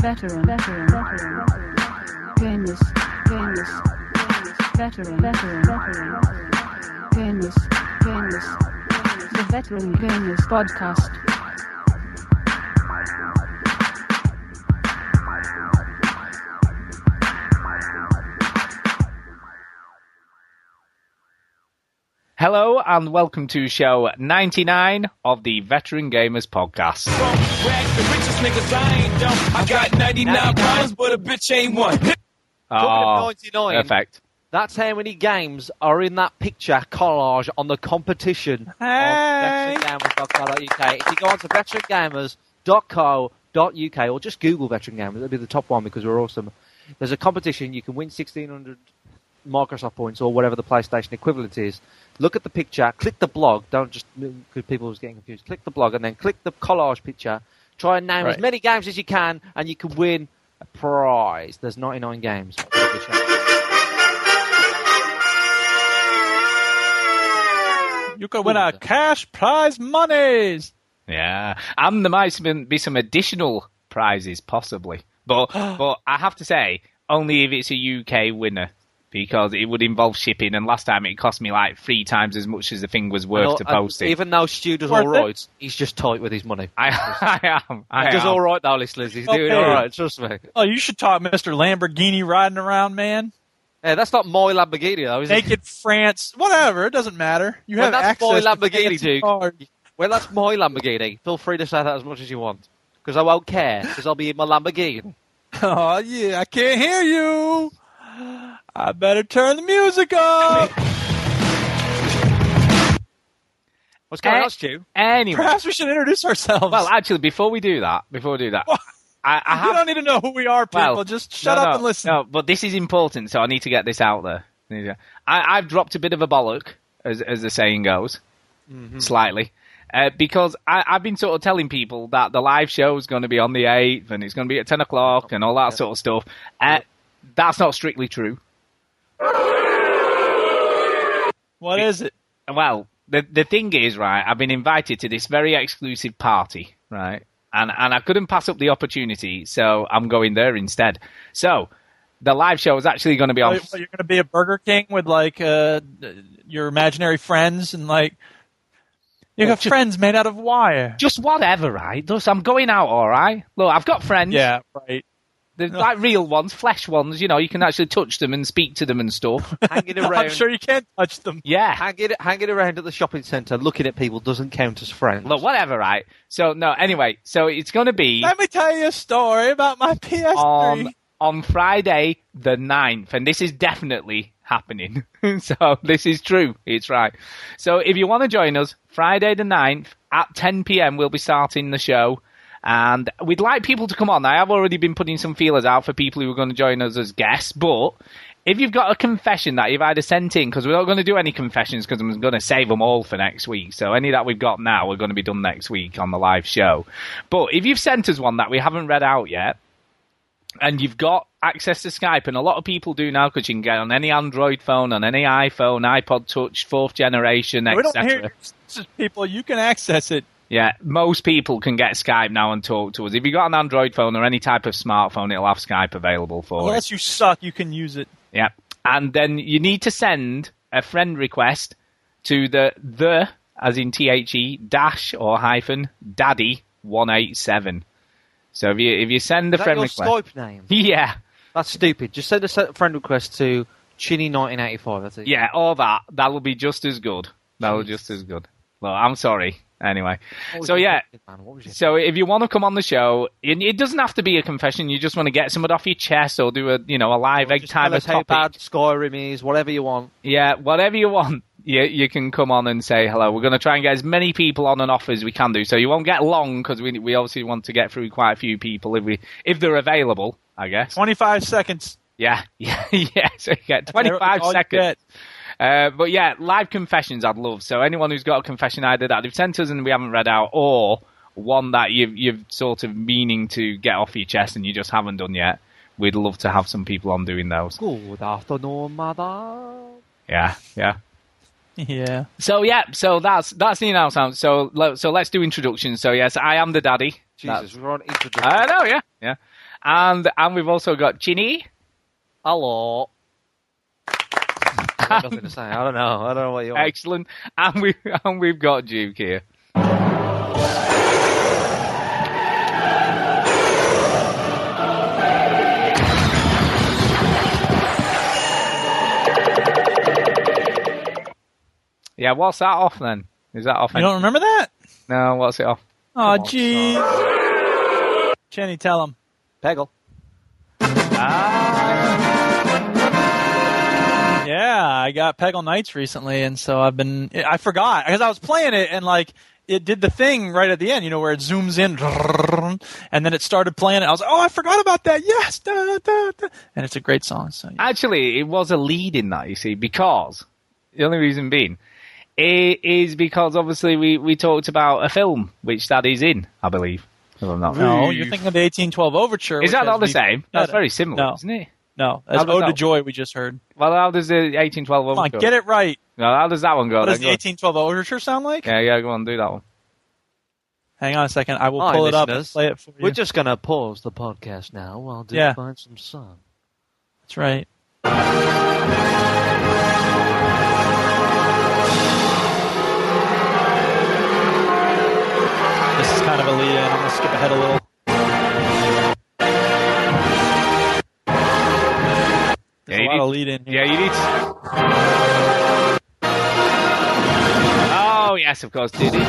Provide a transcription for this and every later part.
veteran, veteran, veteran, famous, famous, famous, veteran, veteran, veteran, famous, famous, famous, the veteran famous podcast. Hello and welcome to show 99 of the Veteran Gamers Podcast. Bum, rags, the richest niggas, I ain't dumb. I got 99 problems, but a bitch ain't one. Ah, 99. perfect. That's how many games are in that picture collage on the competition Hey. of veterangamers.co.uk. If you go on to veterangamers.co.uk or just Google Veteran Gamers, it'll be the top one because we're awesome. There's a competition. You can win 1,600 Microsoft points or whatever the PlayStation equivalent is. Look at the picture, click the blog. Don't just because people was getting confused. Click the blog and then click the collage picture. Try and name Right. as many games as you can, and you can win a prize. There's 99 games. You can win our cash prize monies. Yeah, and there might some- be some additional prizes possibly, but but I have to say only if it's a UK winner because it would involve shipping, and last time it cost me like three times as much as the thing was worth And to all- and post it. Even though Stu does Worth all right, he's just tight with his money. I, I am. I He does am. all right though, listeners. He's doing Okay. all right. Trust me. Oh, you should talk Mr. Lamborghini riding around, man. Yeah, that's not my Lamborghini though, is it? Naked France, whatever. It doesn't matter. You Well, have that's access my to Lamborghini, fancy Duke. cars. Well, that's my Lamborghini. Feel free to say that as much as you want, because I won't care, because I'll be in my Lamborghini. Oh yeah, I can't hear you. I better turn the music up. What's going Eh? on, Stu? Anyway, Perhaps we should introduce ourselves. well, actually, before we do that, before we do that, What? I, I you have don't need to know who we are, people. Well, Just shut No, up no, and listen. No, but this is important, so I need to get this out there. I, I've dropped a bit of a bollock, as, as the saying goes, Mm-hmm. slightly, uh, because I, I've been sort of telling people that the live show is going to be on the 8th and it's going to be at 10 o'clock and all that sort of stuff. Uh, that's not strictly true. What is it? Well, the, the thing is, right, I've been invited to this very exclusive party, right? And, and I couldn't pass up the opportunity, so I'm going there instead. So, the live show is actually going to be on. Wait, what, you're going to be a Burger King with like uh, your imaginary friends and like you got friends made out of wire. just whatever, right? Thus, I'm going out, all right. Look, I've got friends. Yeah, right. They're like real ones, flesh ones. You know, you can actually touch them and speak to them and stuff. Hanging I'm around, sure you can't touch them. yeah. hanging, hanging around at the shopping centre, looking at people doesn't count as friends. Look, whatever, right? So no. Anyway, so it's going to be Let me tell you a story about my PS3. on on Friday the 9th, and this is definitely happening. so this is true. It's right. So if you want to join us, Friday the 9th at 10 p.m. we'll be starting the show. And we'd like people to come on. I have already been putting some feelers out for people who are going to join us as guests, but if you've got a confession that you've either sent in, because we're not going to do any confessions because I'm going to save them all for next week. So any that we've got now are going to be done next week on the live show. But if you've sent us one that we haven't read out yet, and you've got access to Skype, and a lot of people do now because you can get on any Android phone, on any iPhone, iPod Touch, fourth generation, we don't hear etc. your excuses, people. You can access it. Yeah, most people can get Skype now and talk to us. If you've got an Android phone or any type of smartphone, it'll have Skype available for us. Unless you suck, you can use it. Yeah, and then you need to send a friend request to the the as in T H E dash or hyphen daddy one eight seven. So if you if you send the is that friend your request, Skype name? yeah, That's stupid. Just send a se- friend request to Chinny1985. That's it. Yeah, all that. That'll be just as good. That'll be just as good. Well, I'm sorry. Anyway, What was so your yeah, thinking, man? What was your- so if you want to come on the show, it, it doesn't have to be a confession. You just want to get someone off your chest or do a you know a live egg Just time tell a us how topic. bad Skyrim is, whatever you want. Yeah, whatever you want. You, you can come on and say hello. We're going to try and get as many people on and off as we can do. So you won't get long because we we obviously want to get through quite a few people if we if they're available. I guess. 25 seconds. Yeah, yeah, yeah. So you get twenty five That's Oh, all you seconds. get. Uh, but yeah, live confessions I'd love. So anyone who's got a confession either that they've sent us and we haven't read out, or one that you've you've sort of meaning to get off your chest and you just haven't done yet, we'd love to have some people on doing those. Good afternoon, mother. Yeah, yeah. Yeah. So yeah, so that's that's the announcement. So le- so let's do introductions. So yes, I am the daddy. Jesus, we're on I introduction. know, yeah, yeah. and and we've also got Chinny. Hello. I've got nothing to say. I don't know. I don't know what you want. Excellent. And we and we've got Duke here. Yeah, what's that off then? Is that off? You don't remember that? No, what's it off? Oh, Come on, gee. Chenny, tell him. Peggle. Ah. Yeah, I got Peggle Knights recently, and so I've been. I forgot because I was playing it, and like it did the thing right at the end, you know, where it zooms in, and then it started playing. it. I was like, oh, I forgot about that. Yes, da, da, da. and it's a great song. So yeah. Actually, it was a lead in that, you see, because the only reason being it is because obviously we, we talked about a film which that is in, I believe. If I'm not no, you're thinking of the 1812 Overture. Is which that has not the me- same? That's No, very similar, No, isn't it? no, that's How about Ode to that? Joy we just heard. Well, how does the 1812 Come on, one go? get it right. No, how does that one go? What does then? the Go on. 1812 Overture sound like? Oh, Yeah, yeah, go on, do that one. Hang on a second. I will Hi, pull it up and listeners. play it for you. We're just going to pause the podcast now while Duke Yeah. finds some sun. That's right. This is kind of a lead in. I'm going to skip ahead a little. There's Yeah, you a lot of need- lead in here. Yeah, you need. To... Oh yes, of course, did it.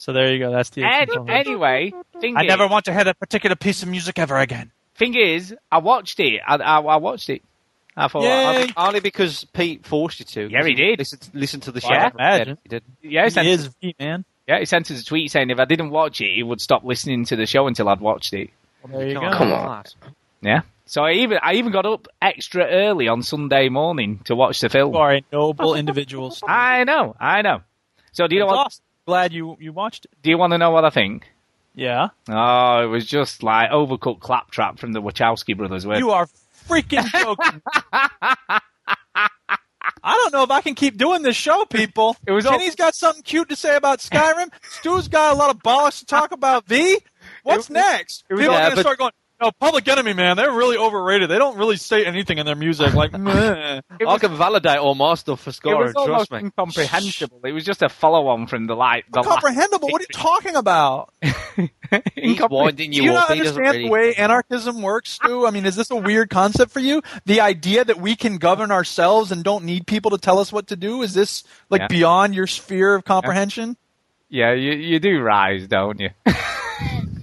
So there you go. That's the. Any- official version. anyway, thing I is, never want to hear that particular piece of music ever again. thing is, I watched it. I, I, I watched it. I thought, "Oh, I, Yay. Only because Pete forced you to. Yeah, he did. Listen, listen to the show. Well, I imagine. He did. yeah, he It sent, is V, man. yeah, he sent us a tweet saying if I didn't watch it, he would stop listening to the show until I'd watched it. There you Come go. Come on. on. class. Yeah. So I even I even got up extra early on Sunday morning to watch the film. You are a noble individual. I know, I know. So do you know That's what? awesome. Glad you you watched it. Do you want to know what I think? Yeah. Oh, it was just like overcooked claptrap from the Wachowski brothers. Where You are freaking joking. I don't know if I can keep doing this show, people. It was all- Kenny's got something cute to say about Skyrim. Stu's got a lot of bollocks to talk about V. What's It was- next? was people are all- Yeah, gonna but- start going. No, Public Enemy, man, they're really overrated. They don't really say anything in their music. Like, meh. It I was- can validate all my stuff it for was scoring, almost trust me. incomprehensible. It was just a follow-on from the like the last- comprehensible. What are you talking about? He's Incompre- winding Do you, you up. not He doesn't understand really... the way anarchism works, Stu? I mean, is this a weird concept for you? The idea that we can govern ourselves and don't need people to tell us what to do? Is this like Yeah. beyond your sphere of comprehension? yeah, you you do rise, don't you?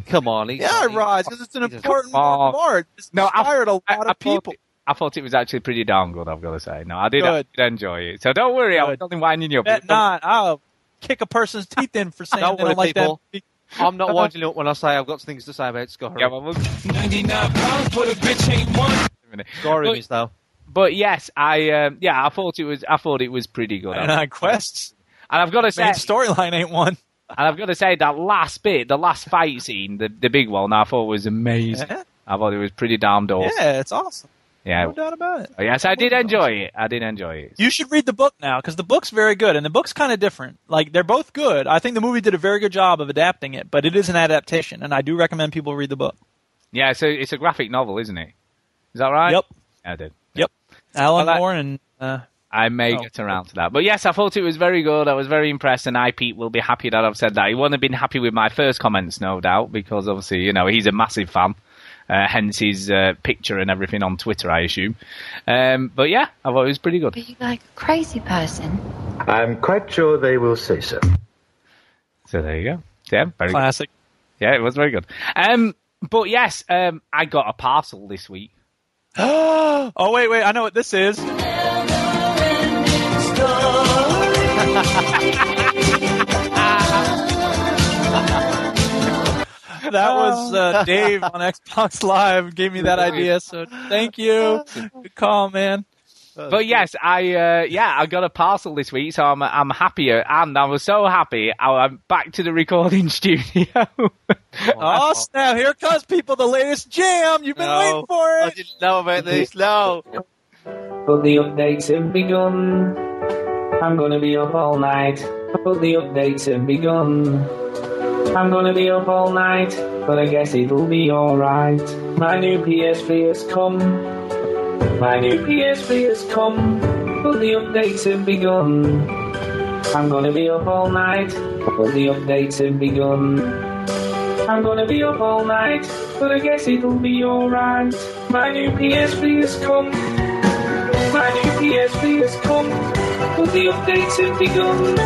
Come on. He's, Yeah, I he's- rise because it's an he's a- important Come on. work of art. It's No, I- inspired a lot I of people. Thought, I thought it was actually pretty darn good. I've got to say. No, I did, I Good. did enjoy it. So don't worry, I was Good. only winding you up. Bet not. I'll kick a person's teeth in for saying Don't they don't worry, like that. people. I'm not winding up when I say I've got things to say about scoring. Yeah, well, we'll- scoring Look- is, though. but yes, I um, yeah, I thought it was. I thought it was pretty good. And on quests, And I've got to say, main storyline ain't one. And I've got to say that last bit, the last fight scene, the, the big one, I thought was amazing. Yeah, I thought it was pretty damned awesome. yeah, it's awesome. Yeah. Oh, No doubt about it. Yes, I did enjoy it. I did enjoy it. You should read the book now because the book's very good, and the book's kind of different. Like they're both good. I think the movie did a very good job of adapting it, but it is an adaptation, and I do recommend people read the book. Yeah, so it's a graphic novel, isn't it? Is that right? Yep. Yeah, I did. Yep. Alan I like- Moore and uh, I may Oh. get around to that. But yes, I thought it was very good. I was very impressed, and I, Pete, will be happy that I've said that. He wouldn't have been happy with my first comments, no doubt, because obviously, you know, he's a massive fan. Uh, hence his uh, picture and everything on Twitter, I assume. Um, but yeah, I thought it was pretty good. Are you like a crazy person? I'm quite sure they will say so. So there you go. Yeah, very good. classic. Yeah, it was very good. Um, but yes, um, I got a parcel this week. oh wait, wait, I know what this is. That was uh, Dave on Xbox Live gave me that idea, so thank you. Good call, man. But yes, I uh, yeah, I got a parcel this week, so I'm I'm happier, and I was so happy. I went back to the recording studio. Oh snap! Here comes people the latest jam. You've been No. waiting for I it. didn't know about this. No. But the updates have begun. I'm gonna be up all night. Hope the updates have begun. I'm gonna be up all night, but I guess it'll be alright. My new PS3 has come. My new PS3 has come. But the updates have begun. I'm gonna be up all night, but the updates have begun. I'm gonna be up all night, but I guess it'll be alright. My new PS3 has come. My new PSP has come, but the updates have begun.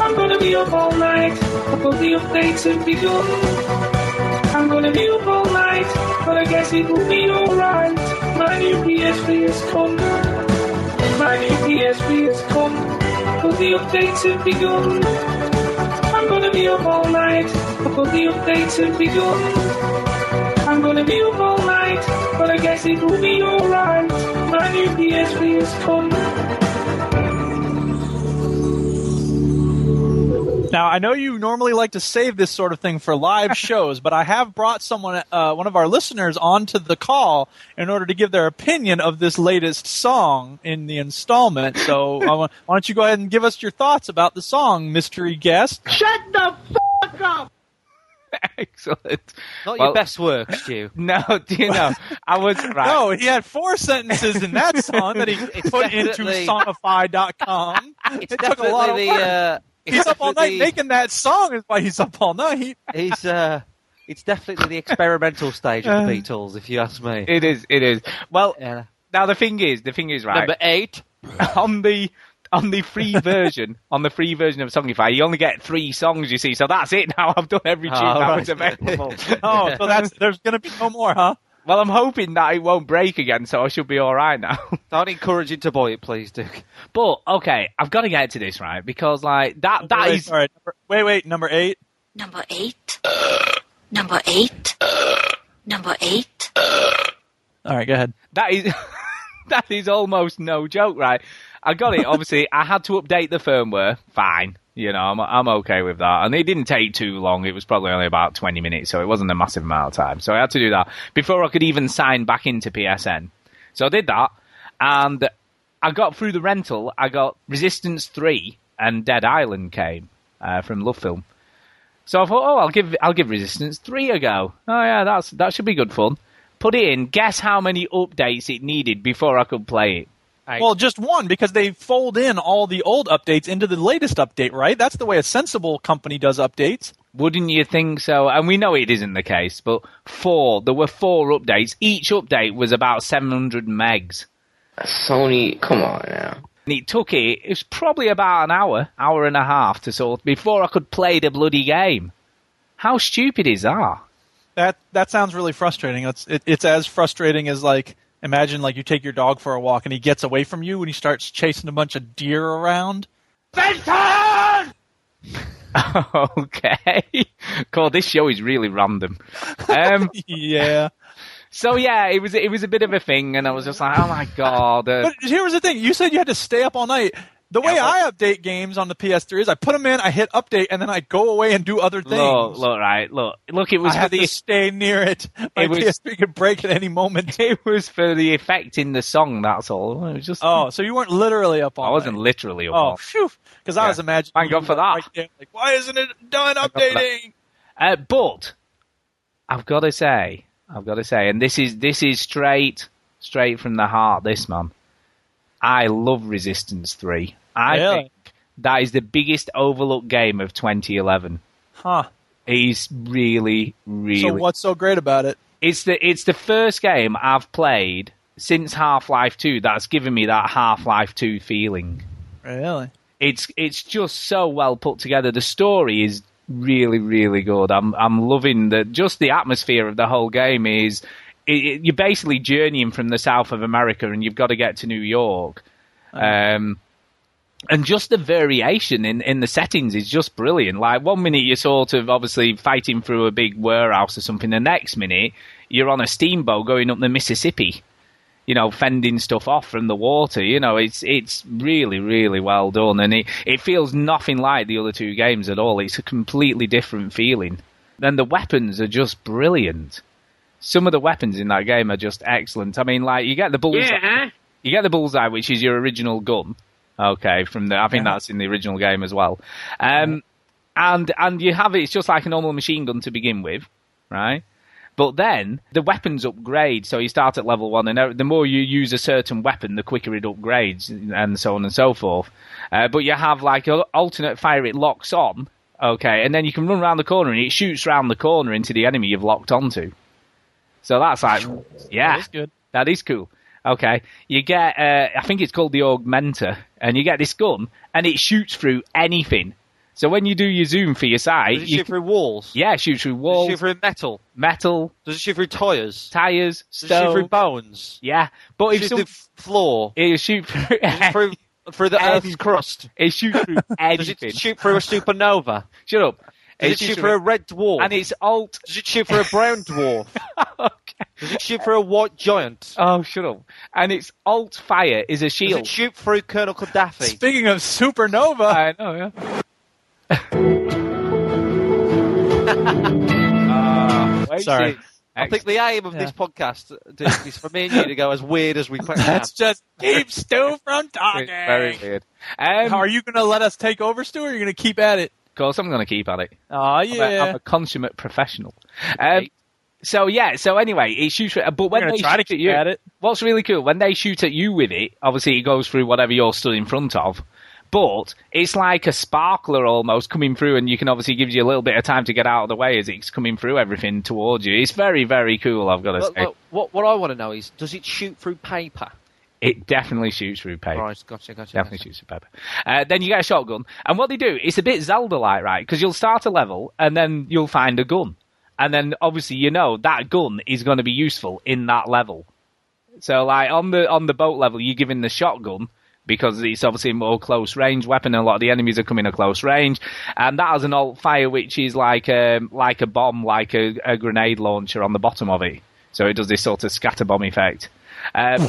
I'm gonna be up all night, but the updates have begun. I'm gonna be up all night, but I guess it will be alright. My new PSP has come. My new PSP has come, but the updates have begun. I'm gonna be up all night, but the updates have begun. I'm gonna be up all night, but I guess it will be alright. My new PSP has come. Now, I know you normally like to save this sort of thing for live shows, but I have brought someone, uh, one of our listeners, onto the call in order to give their opinion of this latest song in the installment. So, I want- why don't you go ahead and give us your thoughts about the song, mystery guest? Excellent. Not Well- your best work, Stu. No, do you know? I was right. No, Oh, he had four sentences in that song that he It's put into definitely- songify.com. It's It took a lot of definitely work. the. Uh, it's He's up all night definitely- making that song is why he's up all night. He's. Uh, it's definitely the experimental stage of the Uh. Beatles, if you ask me. It is. It is. Well, Yeah. now the thing is, the thing is, right? Number eight. on the on the free version, on the free version of Songify, you only get three songs. You see, so that's it. Now I've done every tune Oh, that right. was available. Oh, so that's there's gonna be no more, huh? well, I'm hoping that it won't break again, so I should be all right now. Don't encourage him to buy it, please, Duke. but okay, I've got to get to this right because like that that wait, is all right. Number, wait, wait, number eight. Number eight. Number eight. Number eight. All right, go ahead. that is that is almost no joke, right? I got it. Obviously, I had to update the firmware. Fine, you know, I'm I'm okay with that. And it didn't take too long. It was probably only about twenty minutes, so it wasn't a massive amount of time. So I had to do that before I could even sign back into PSN. So I did that, and I got through the rental. I got Resistance Three and Dead Island came uh, from Love Film. So I thought, oh, I'll give I'll give Resistance three a go. Oh yeah, that's that should be good fun. Put it in. Guess how many updates it needed before I could play it. Well, just one because they fold in all the old updates into the latest update, right? That's the way a sensible company does updates. Wouldn't you think so? And we know it isn't the case, but four. There were four updates. Each update was about seven hundred megs. Sony, come on now. And it took it. It was probably about an hour, hour and a half to sort before I could play the bloody game. How stupid is that? That that sounds really frustrating. It's it, it's as frustrating as like imagine like you take your dog for a walk and he gets away from you and he starts chasing a bunch of deer around. okay. God, this show is really random. Um, yeah. So yeah, it was it was a bit of a thing, and I was just like, oh my god, uh, But here was the thing: you said you had to stay up all night. The way I update games on the PS3 is I put them in, I hit update, and then I go away and do other things. look, look, right, look, look, it was I for have the to stay near it. My was- PS3 could break at any moment. it was for the effect in the song. That's all. It was just Oh, so you weren't literally up all I wasn't night. literally. Up Oh, all. phew. Because I Yeah. was imagining. Thank God for that. Right there, like, why isn't it done God for that. updating? Uh, but I've got to say, I've got to say, and this is this is straight straight from the heart. This man, I love Resistance Three. I Really? think that is the biggest overlooked game of 2011. Huh. He's really, really. So what's so great about it? It's the it's the first game I've played since Half Life Two that's given me that Half Life Two feeling. Really? It's it's just so well put together. The story is really really good. I'm I'm loving the just the atmosphere of the whole game is. It, it- you're basically journeying from the south of America, and you've got to get to New York. Um, and just the variation in, in the settings is just brilliant. Like one minute you're sort of obviously fighting through a big warehouse or something, the next minute you're on a steamboat going up the Mississippi, you know, fending stuff off from the water. You know, it's it's really really well done, and it it feels nothing like the other two games at all. It's a completely different feeling. Then the weapons are just brilliant. Some of the weapons in that game are just excellent. I mean, like you get the bullseye, you get the bullseye, which is your original gun Okay, from the I think that's in the original game as well. Um, and and you have it. It's just like a normal machine gun to begin with, right? But then the weapons upgrade. So you start at level one, and e- the more you use a certain weapon, the quicker it upgrades, and so on and so forth. Uh, but you have like a alternate fire. It locks on. Okay, and then you can run around the corner, and it shoots round the corner into the enemy you've locked onto. So that's like, yeah, That's good. that is cool. Okay, you get uh, I think it's called the augmenter, and you get this gun, and it shoots through anything. So when you do your zoom for your Does sight, it you, shoot through walls? yeah, shoot through Does it shoot walls, through metal? metal, Does it shoot through tires? tires, Does it shoot through stone. bones? Yeah, but Does if it shoot some, through f- floor? it shoot through, Does it through, through the Earth's crust? it shoots through Does anything. it shoot through a supernova? Shut up. Does it shoots shoot through a red dwarf? and it's alt. Does it shoot for a brown dwarf? okay. Does it shoot for a white giant? Oh, shut up. And it's alt fire is a Does shield. it shoot through Colonel Gaddafi? Speaking of supernova, I know, yeah. Wait, Sorry. see. I think the aim of this podcast Dick, is for me and you to go as weird as we can. that's just keep Stu from talking. It's very weird. Um, How are you going to let us take over, Stu? Or are you going to keep at it? Of course, I'm going to keep at it. Oh I'm, a, yeah. I'm a consummate professional. Um, so yeah, so anyway, it shoots. But when gonna they try to shoot keep at you, at it. what's really cool when they shoot at you with it, obviously it goes through whatever you're stood in front of. But it's like a sparkler almost coming through, and you can obviously give you a little bit of time to get out of the way as it's coming through everything towards you. It's very, very cool. I've got to Look, say, look, what, what I want to know is, does it shoot through paper? it definitely shoots through paper. Right, gotcha, gotcha. Definitely gotcha. shoots through paper. Uh, then you get a shotgun, and what they do, it's a bit Zelda-like, right? Because you'll start a level, and then you'll find a gun, and then obviously you know that gun is going to be useful in that level. So, like on the on the boat level, you're given the shotgun because it's obviously a more close range weapon, and a lot of the enemies are coming at close range, and that has an alt fire, which is like a like a bomb, like a, a grenade launcher on the bottom of it. So it does this sort of scatter bomb effect. Um,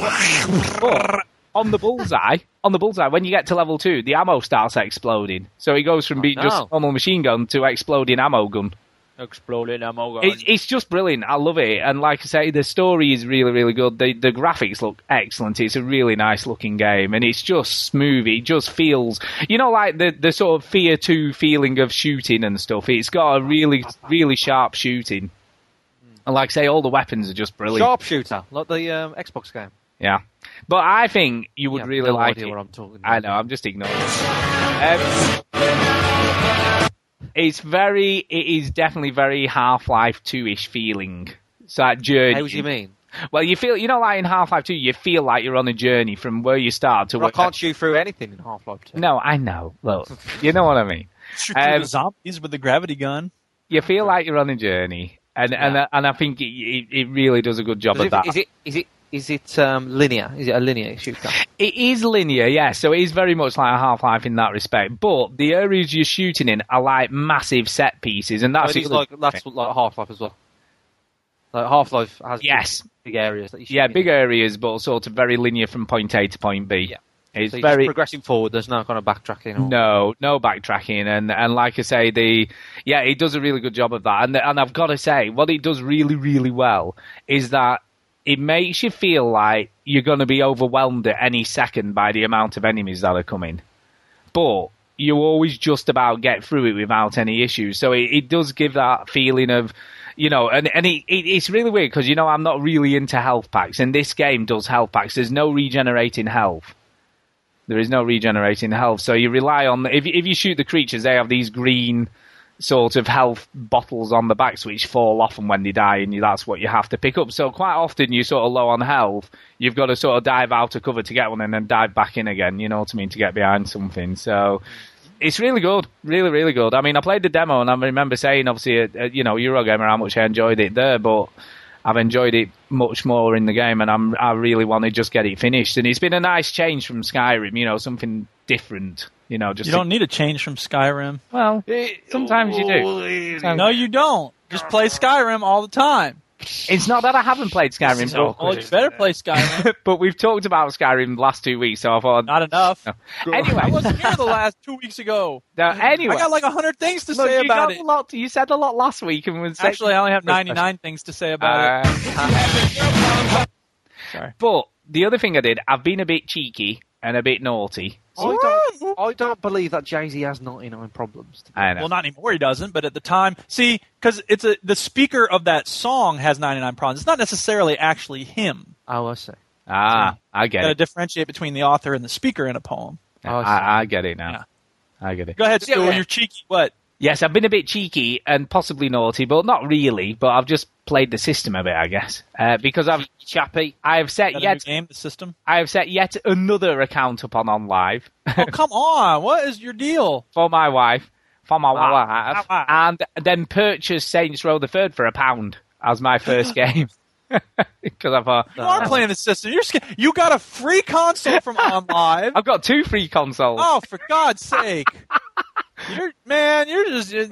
but on the bullseye, on the bullseye, when you get to level two, the ammo starts exploding. So it goes from being no. just normal machine gun to exploding ammo gun. Exploding ammo. It, it's just brilliant. I love it. And like I say, the story is really, really good. The the graphics look excellent. It's a really nice looking game, and it's just smooth. It just feels, you know, like the the sort of Fear Two feeling of shooting and stuff. It's got a really, really sharp shooting. And like I say, all the weapons are just brilliant. Sharpshooter, like the um, Xbox game. Yeah, but I think you would Yeah, really no like idea it. what I'm talking I about. know. I'm just ignoring. it. Um, it's very. It is definitely very Half Life Two ish feeling. So that journey. How do you mean? Well, you feel you know, like in Half Life Two, you feel like you're on a journey from where you start to I where. can't shoot through anything in Half-Life 2. No, I know. Look, you know what I mean. Shoot through um, the zombies with the gravity gun. You feel like you're on a journey, and and and I think it, it, it really does a good job Does of it, that. is it is it is it um, linear? Is it a linear shooter? It is linear, yeah. So it is very much like Half Life in that respect. But the areas you're shooting in are like massive set pieces, and I that's mean, it's the other like that's thing. like Half Life as well. Like Half Life has big- Yes. big areas that you shoot yeah, in. big areas, but sort of very linear from point A to point B. Yeah. It's So you're just very progressing forward. There's no kind of backtracking. Or... no, no backtracking, and and like I say, the yeah, it does a really good job of that, and and I've got to say, what it does really really well is that it makes you feel like you're going to be overwhelmed at any second by the amount of enemies that are coming, but you always just about get through it without any issues. So it, it does give that feeling of. You know, and and it, it, it's really weird because you know I'm not really into health packs, and this game does health packs. There's no regenerating health. There is no regenerating health, so you rely on if if you shoot the creatures, they have these green sort of health bottles on the backs which fall off, and when they die, and you, that's what you have to pick up. So quite often you're sort of low on health, you've got to sort of dive out of cover to get one, and then dive back in again. You know what I mean to get behind something. So it's really good, really really good. I mean, I played the demo, and I remember saying obviously at, at, you know Eurogamer how much I enjoyed it there, but. I've enjoyed it much more in the game, and I'm I really want to just get it finished. And it's been a nice change from Skyrim, you know, something different, you know. Just You to- don't Eh, need a change from Skyrim. well, sometimes you do. Sometimes- No, you don't. Just play Skyrim all the time. it's not that I haven't played Skyrim, but, Well, you better play Skyrim. but we've talked about Skyrim the last two weeks, so I thought. Not enough. I Anyway, wasn't here the last two weeks ago. now, Uh, anyway, I got like a hundred things to look, say you got about a it. lot. You said a lot last week, and was Actually, I only have ninety-nine things to say about it. Uh, Sorry. But the other thing I did, I've been a bit cheeky and a bit naughty, I don't, I don't believe that Jay Z has 99 problems. To be I know. Well, not anymore. He doesn't. But at the time, see, because it's a the speaker of that song has 99 problems. It's not necessarily actually him. oh, I see. ah, I You get got to it. differentiate between the author and the speaker in a poem. Oh, I see. I, I get it now. Yeah. I get it. Go ahead, Stu. Yeah. You're cheeky. What? Yes, I've been a bit cheeky and possibly naughty, but not really. But I've just played the system a bit, I guess, uh, because I've chappy. I have set Got a new yet. game, the system. I have set yet another account up on on live Oh, come on. What is your deal? for my wife, for my wife, Ah, wife. and then purchased Saints Row the Third for a pound as my first game because I thought You are playing the system. You're sca- you got a free console from On Live. I've got two free consoles. Oh, for God's sake! You're man, you're just you're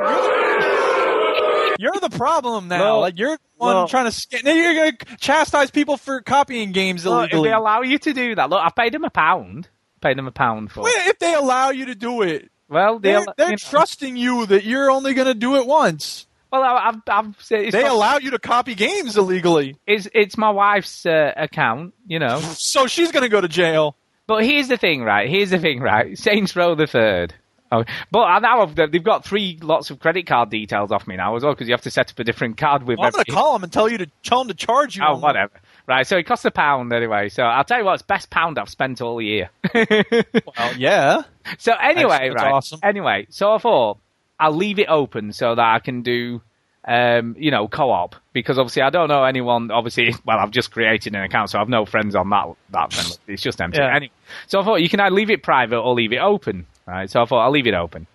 the, you're the problem now. Well, like you're the one well- trying to sca- now you're gonna chastise people for copying games Look, if illegally. they allow you to do that, look, I paid them a pound. Paid them a pound for. Wait, if they allow you to do it, Well, they, they're, al- they're you know, trusting you that you're only gonna do it once. Well, I- I've, I've, it's, They not- allow you to copy games illegally, it's it's my wife's uh, account, you know. so she's gonna go to jail. But here's the thing, right? Here's the thing, right? Saints Row the Third. Oh, but I now I've, they've got three lots of credit card details off me now as well because you have to set up a different card with. Well, I'm gonna every- call them and tell you to tell them to charge you. Oh, on- whatever. Right, so it costs a pound anyway. So I'll tell you what, it's best pound I've spent all year. Well, yeah. So anyway, That's- that's right. awesome. Anyway, so I thought I'll leave it open so that I can do, um, you know, co-op because obviously I don't know anyone. Obviously, well, I've just created an account, so I've no friends on that that friend. list. It's just empty. Yeah. Anyway, so I thought you can either leave it private or leave it open. Right. So I thought I'll leave it open.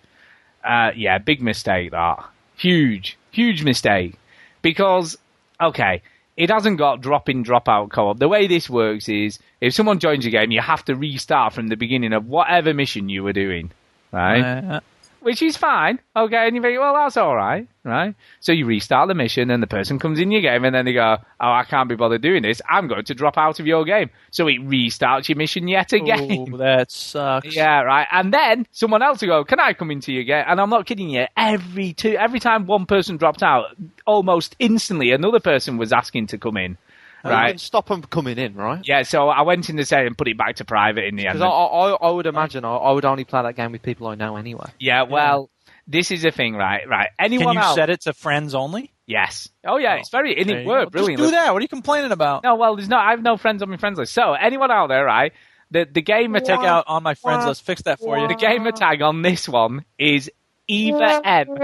Uh, yeah, big mistake that. Huge, huge mistake because okay, it hasn't got drop in drop out co-op. The way this works is if someone joins your game, you have to restart from the beginning of whatever mission you were doing, right? Uh, Which is fine, okay. And you think, well, that's all right, right? So you restart the mission, and the person comes in your game, and then they go, oh, I can't be bothered doing this. I'm going to drop out of your game. So it restarts your mission yet again. oh, that sucks. Yeah, right. And then someone else will go, "Can I come into your game?" And I'm not kidding you. Every two, every time one person dropped out, almost instantly another person was asking to come in. Oh, And you Right. can stop them coming in, right? Yeah, so I went in the set and put it back to private in the end. Because I, I, I would imagine I, I would only play that game with people I know anyway. yeah, well, this is the thing, right? Right. Can Anyone you else? set it to friends only? Yes. Oh yeah, Oh, it's very and There it you worked go. Just brilliantly. do that. What are you complaining about? No, well, there's no. I have no friends on my friends list. So anyone out there, right? The the gamer Take tag out on my friends list. Fix that for you. the gamer tag on this one is Eva M.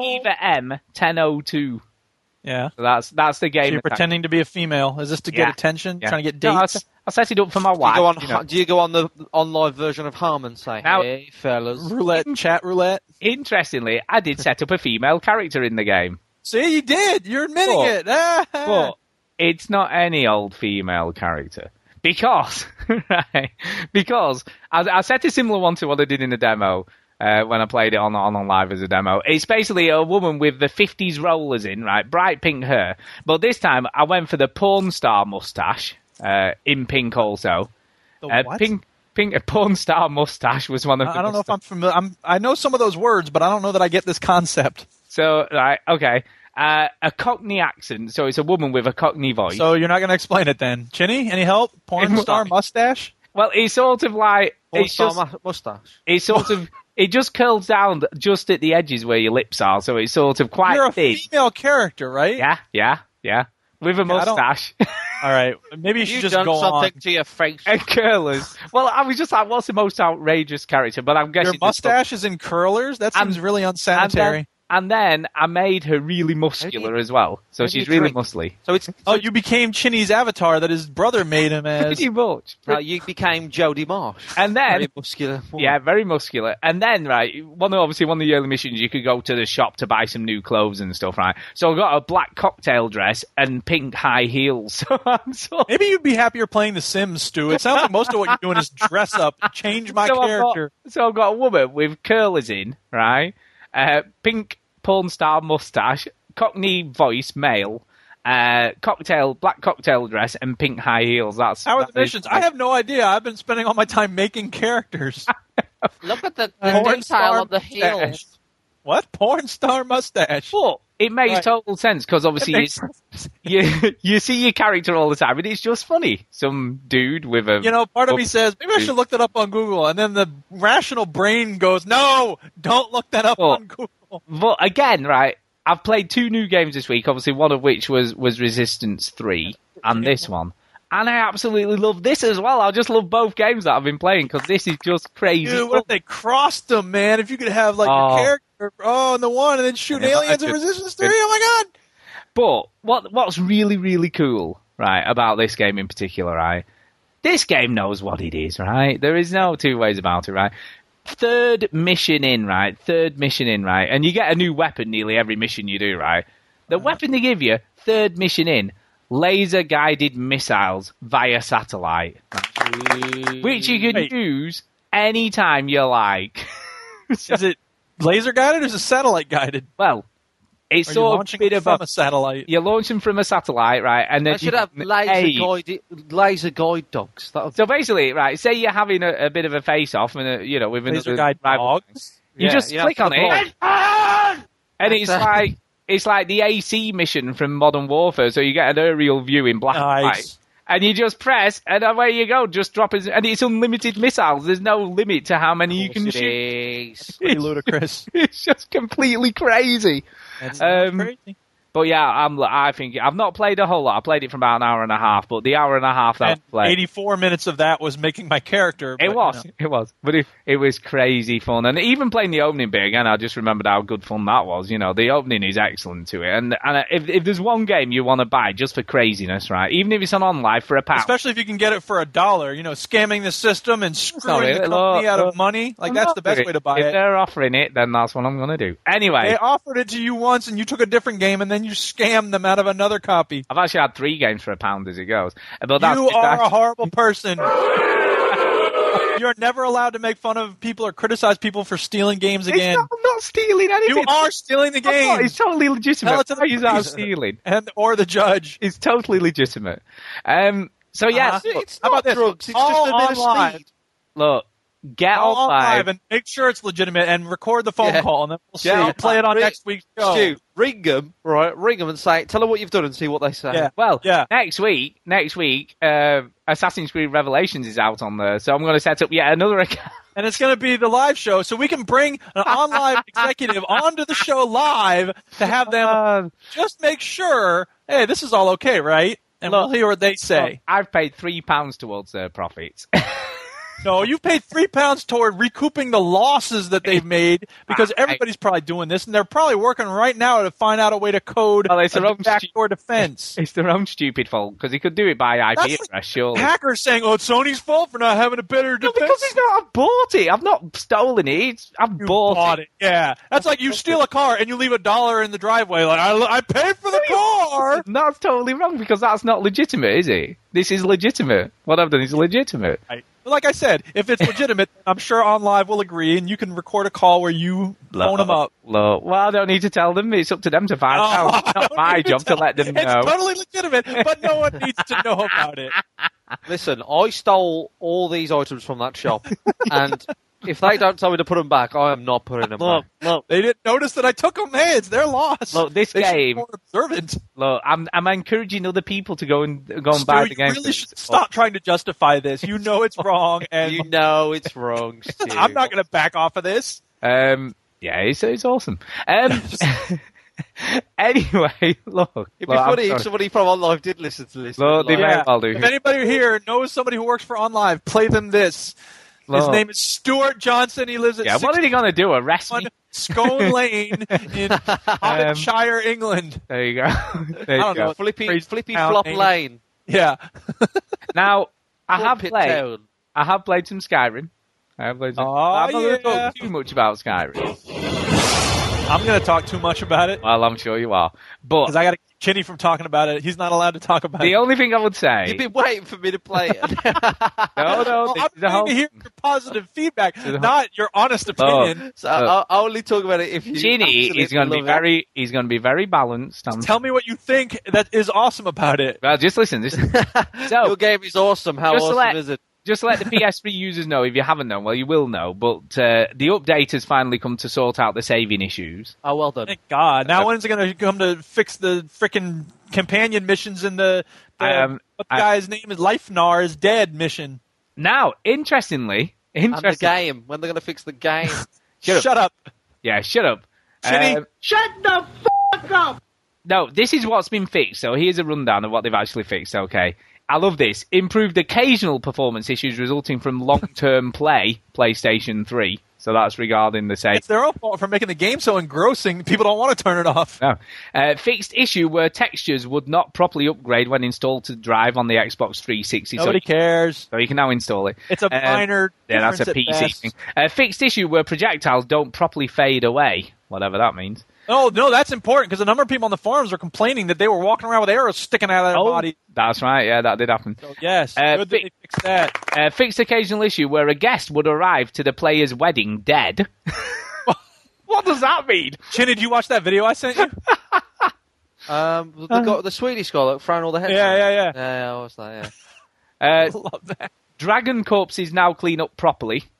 Eva M. Ten oh two. Yeah. So that's that's the So game. you're attack. pretending to be a female. Is this to get Yeah. attention? Yeah. Trying to get No, I, dates? s- I set it up for my Do you wife. go on, you know. do you go on the on live version of Harm and say, Now- hey, fellas? roulette, chat roulette. Interestingly, I did set up a female character in the game, See, you did. You're admitting But- it. Ah. but it's not any old female character because right, because I, I set a similar one to what I did in the demo. Uh, when I played it on on on live as a demo, it's basically a woman with the '50s rollers in, right, bright pink hair. But this time, I went for the porn star mustache uh, in pink, also. The Uh, what? pink, pink, a porn star mustache was one of. I the I don't know if mustache- I'm familiar. I'm, I know some of those words, but I don't know that I get this concept. So, right, okay. Uh, a Cockney accent. So it's a woman with a Cockney voice. So you're not going to explain it then. Chinny, any help? Porn It- star mustache? well, it's sort of like Porn it's star just mu- mustache. it's sort of it just curls down just at the edges where your lips are. So it's sort of quite You're a thin. female character, right? Yeah, yeah, yeah. With a Yeah, I don't- mustache All right. Maybe you should just go on. to your face. and curlers. Well, I was just like, what's the most outrageous character? But I'm guessing Your it's mustache is in curlers. That And- seems really And unsanitary. then, and then I made her really muscular as well. So how do you she's really drink? muscly. So it's Oh, you became Chinny's avatar that his brother made him as. Pretty much. no, you became Jodie Marsh. And then Very muscular. woman. Yeah, very muscular. And then, right, one of, obviously one of the early missions, you could go to the shop to buy some new clothes and stuff, right? So I got a black cocktail dress and pink high heels. So I'm sort Maybe you'd be happier playing The Sims, Stu. It sounds like most of what you're doing is dress up, change my so I've got- character. so I've got a woman with curlers in, right? Uh, pink porn star mustache, cockney voice, male, uh, cocktail, black cocktail dress, and pink high heels. That's How are that the is- missions? I have no idea. I've been spending all my time making characters. Look at the, Porn the detail star of the heels. mustache. What porn star mustache? But it makes Right. total sense because obviously makes it's, you you see your character all the time, and it's just funny. Some dude with a You know, part of Oh, me says maybe I should look that up on Google, and then the rational brain goes, "No, don't look that up Oh. on Google." But again, right, I've played two new games this week. Obviously, one of which was was Resistance Three, and this one, and I absolutely love this as well. I just love both games that I've been playing because this is just crazy. Dude, what if they crossed them, man? If you could have like Oh. your character, oh, and the one, and then shoot Yeah, aliens I could- and Resistance Three. Oh my god! But what what's really really cool, right, about this game in particular, right? This game knows what it is, right? There is no two ways about it, right? Third mission in, right? Third mission in, right? And you get a new weapon nearly every mission you do, right? The weapon they give you, third mission in, laser guided missiles via satellite, which you can Wait. use anytime you like. Is it laser guided or is it satellite guided? Well, it's Are you sort of a launching bit it of from a a satellite? you launch them from a satellite, right? And then I should you have can laser aim. guide, laser guide dogs. That'll, So basically, right, say you're having a, a bit of a face off, and a, you know, with Laser another guide rival, dogs. you Yeah, just yeah, click on the ball. it, and it's That's a- like it's like the AC mission from Modern Warfare. So you get an aerial view in black and white, Nice. and you just press, and away you go. Just drop it, and it's unlimited missiles. There's no limit to how many you can It shoot. is. Pretty ludicrous. It's just completely crazy. That's Uh, Um, crazy. But yeah, I'm. I think I've not played a whole lot. I played it for about an hour and a half, but the hour and a half that And I played, 84 minutes of that was making my character. but, It you was, know. it was, but it, it was crazy fun, and even playing the opening bit again, I just remembered how good fun that was. You know, the opening is excellent to it, and and if if there's one game you want to buy just for craziness, right? Even if it's on online for a pound, Especially if you can get it for a dollar, you know, scamming the system and not screwing really- the company look, out look, of money. Like, that's the best way to buy If it. they're offering it, then that's what I'm gonna do. Anyway, They offered it to you once and you took a different game and then you scammed them out of another copy. I've actually had three games for a pound as it goes, but that's You are that's- a horrible person. You're never allowed to make fun of people or criticize people for stealing games It's again. not- I'm not stealing anything. You are stealing the I'm not. game. It's totally legitimate. Tell it to the Why is that police. stealing? And or the judge. It's totally legitimate. Um. So yeah, Uh-huh. look- It's How not about this? drugs. It's All just a bit online. of speed. look, get Go on off live. live and make sure it's legitimate and record the phone Yeah. call and then we'll see. Yeah. We'll play it on Re- next week's show. Stu, ring them, right? Ring them and say, tell them what you've done and see what they say. Yeah. Well, Yeah. next week, next week, uh, Assassin's Creed Revelations is out on there, so I'm going to set up yet another account. and it's going to be the live show, so we can bring an online executive onto the show live to have them Uh, just make sure, hey, this is all okay, right? And we'll hear what they say. I've paid three pounds towards their profits. No, you paid three pounds toward recouping the losses that they've made because everybody's probably doing this, and they're probably working right now to find out a way to code Well, "Oh, it's a their own backdoor defense. it's their own stupid fault because they could do it by IP That's address, surely. Hackers saying, "Oh, it's Sony's fault for not having a better No, defense." because it's not. I've bought it. I've not stolen it. It's, I've You bought, it. Yeah, that's like you steal a car and you leave a dollar in the driveway. Like I, I paid for the car. No, That's totally wrong because that's not legitimate, is it? This is legitimate. What I've done is legitimate. Right. But Like I said, if it's legitimate, I'm sure on live we'll agree, and you can record a call where you phone them up. Look, well, I don't need to tell them. It's up to them to find Oh, out. I It's not don't my even job to tell- let them know. It's totally legitimate, but no one needs to know about it. Listen, I stole all these items from that shop, and if they don't tell me to put them back, I am not putting them Look, back. look, They didn't notice that I took them. Hey, it's their loss. look! This they should be game, more observant. look, I'm I'm encouraging other people to go and go and Stu, buy you the game. really should stop trying to justify this. You know it's wrong, and You know it's wrong. Stu. I'm not going to back off of this. Um, yeah, it's it's awesome. Um, anyway, look, It'd be look, I'm funny if sorry. somebody from on live did listen to this. Look, they Like, may well do. If anybody here knows somebody who works for OnLive, play them this. His Look. name is Stuart Johnson. He lives at yeah, what are they gonna do? Arrest me? 61 Scone Lane Um, in Oxfordshire, England. There you go. there I you don't know. go. eh? Flippy, Crazy flippy town, flop ain't it? lane. Yeah, Now, I have Pulpit played. town. I have played some Skyrim. I have played. Some, Oh, Aw, I'm not going to yeah. talk too much about Skyrim. I'm going to talk too much about it Well, I'm sure you are, but because I got to keep Kenny from talking about it. He's not allowed to talk about the it. only thing I would You've say, been waiting for me to play it. no, no, Well, this I'm is the trying whole to hear your positive feedback, the whole- not your honest Oh. opinion. so I'll, I'll only talk about it if you. Ginny absolutely is going to be love it. very. He's going to be very balanced. I'm- Tell me what you think that is awesome about it. well, just listen. This, so Your game is awesome. How Just to awesome let- is it? just let the PS3 users know if you haven't known. Well, you will know, but uh, the update has finally come to sort out the saving issues. Oh, well done. Thank God. Now when's it going to come to fix the frickin' companion missions in the, the I, um, what the I- guy's name is Lifenar is dead mission? Now, interestingly, And the interesting. game. When they're going to fix the game. Shut up. Shut up. Yeah, shut up. Shinny. Um, no, this is what's been fixed. So here's a rundown of what they've actually fixed. Okay. I love this. Improved occasional performance issues resulting from long term play, PlayStation 3. So that's regarding the save. It's their own fault for making the game so engrossing. People don't want to turn it off. No. Uh, fixed issue where textures would not properly upgrade when installed to drive on the Xbox 360. So, Nobody cares. so you can now install it. It's a Um, minor. Yeah, that's a difference at PC best. thing. Uh, fixed issue where projectiles don't properly fade away, whatever that means. No, no, that's important because a number of people on the forums were complaining that they were walking around with arrows sticking out of their body. That's right. Yeah, that did happen. So, yes, Uh, good that fi- they fixed that. Uh, fixed occasional issue where a guest would arrive to the player's wedding dead. what does that mean? Chin, did you watch that video I sent you? um, the, guy- the Swedish guy that thrown all the heads. Yeah, off. yeah, yeah. Yeah, yeah, what's that? Yeah. I Uh, love that. Dragon corpse is now clean up properly.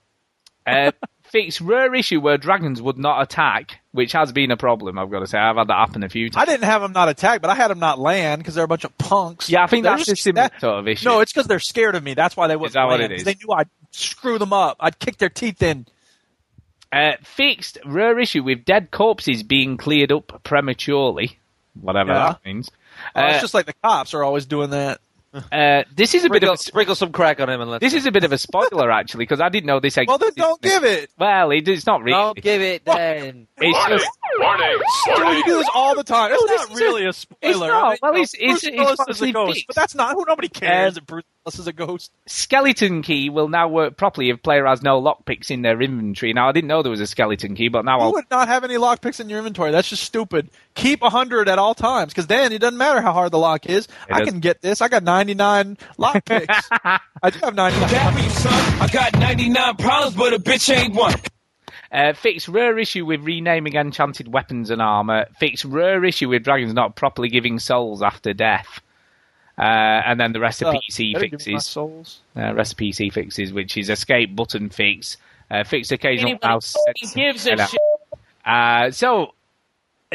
Uh, fixed rare issue where dragons would not attack, which has been a problem. I've got to say, I've had that happen a few times. I didn't have them not attack, but I had them not land because they're a bunch of punks. Yeah, I think They're that's just- a similar that- sort of issue. No, it's because they're scared of me. That's why they wouldn't Is that what land, it 'cause is? They knew I'd screw them up. I'd kick their teeth in. Uh, fixed rare issue with dead corpses being cleared up prematurely, whatever Yeah. that means. Oh, Uh, it's just like the cops are always doing that. uh, this is a bit of Sprinkle, a, sprinkle some crack on him and let this is a bit of a spoiler actually because I didn't know this. Well, then existed. don't give it. Well, it, it's not really. Don't give it then. it's just Dude, you do this all the time. It's No, not this is really a spoiler. it's not. I Well, mean, you know, it's- it's- Bruce it's Willis is fucking a ghost, fixed. but that's not who nobody cares. that Bruce Willis is a ghost. skeleton key will now work properly if player has no lockpicks in their inventory. Now I didn't know there was a skeleton key, but now You I'll would not have any lockpicks in your inventory. That's just stupid. Keep 100 at all times because then it doesn't matter how hard the lock is. I does- can get this. I got 99 lockpicks. I do have 99. I got 99 problems, but a bitch ain't one. Uh, fix rare issue with renaming enchanted weapons and armor. Fix rare issue with dragons not properly giving souls after death. Uh, and then the rest of Uh, PC better give me my fixes. souls. Uh, rest of PC fixes, which is escape button fix, uh, fix occasional Anybody mouse. fucking gives a shit. Uh, so,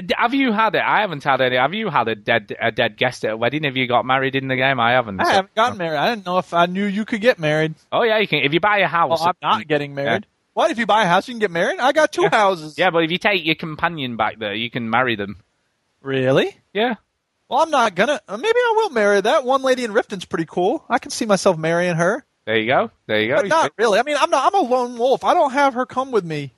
d- have you had it? I haven't had any. Have you had a dead a dead guest at a wedding? Have you got married in the game? I haven't. I haven't gotten married. I didn't know if I knew you could get married. Oh yeah, you can. If you buy a house, Well, I'm not getting married. What? If you buy a house, you can get married? I got two houses. Yeah, but if you take your companion back there, you can marry them. Really? Yeah. Well, I'm not gonna. uh, Maybe I will marry that one lady in Rifton's pretty cool. I can see myself marrying her, There you go. There you go. but not really. I mean, I'm not. I'm a lone wolf. I don't have her come with me.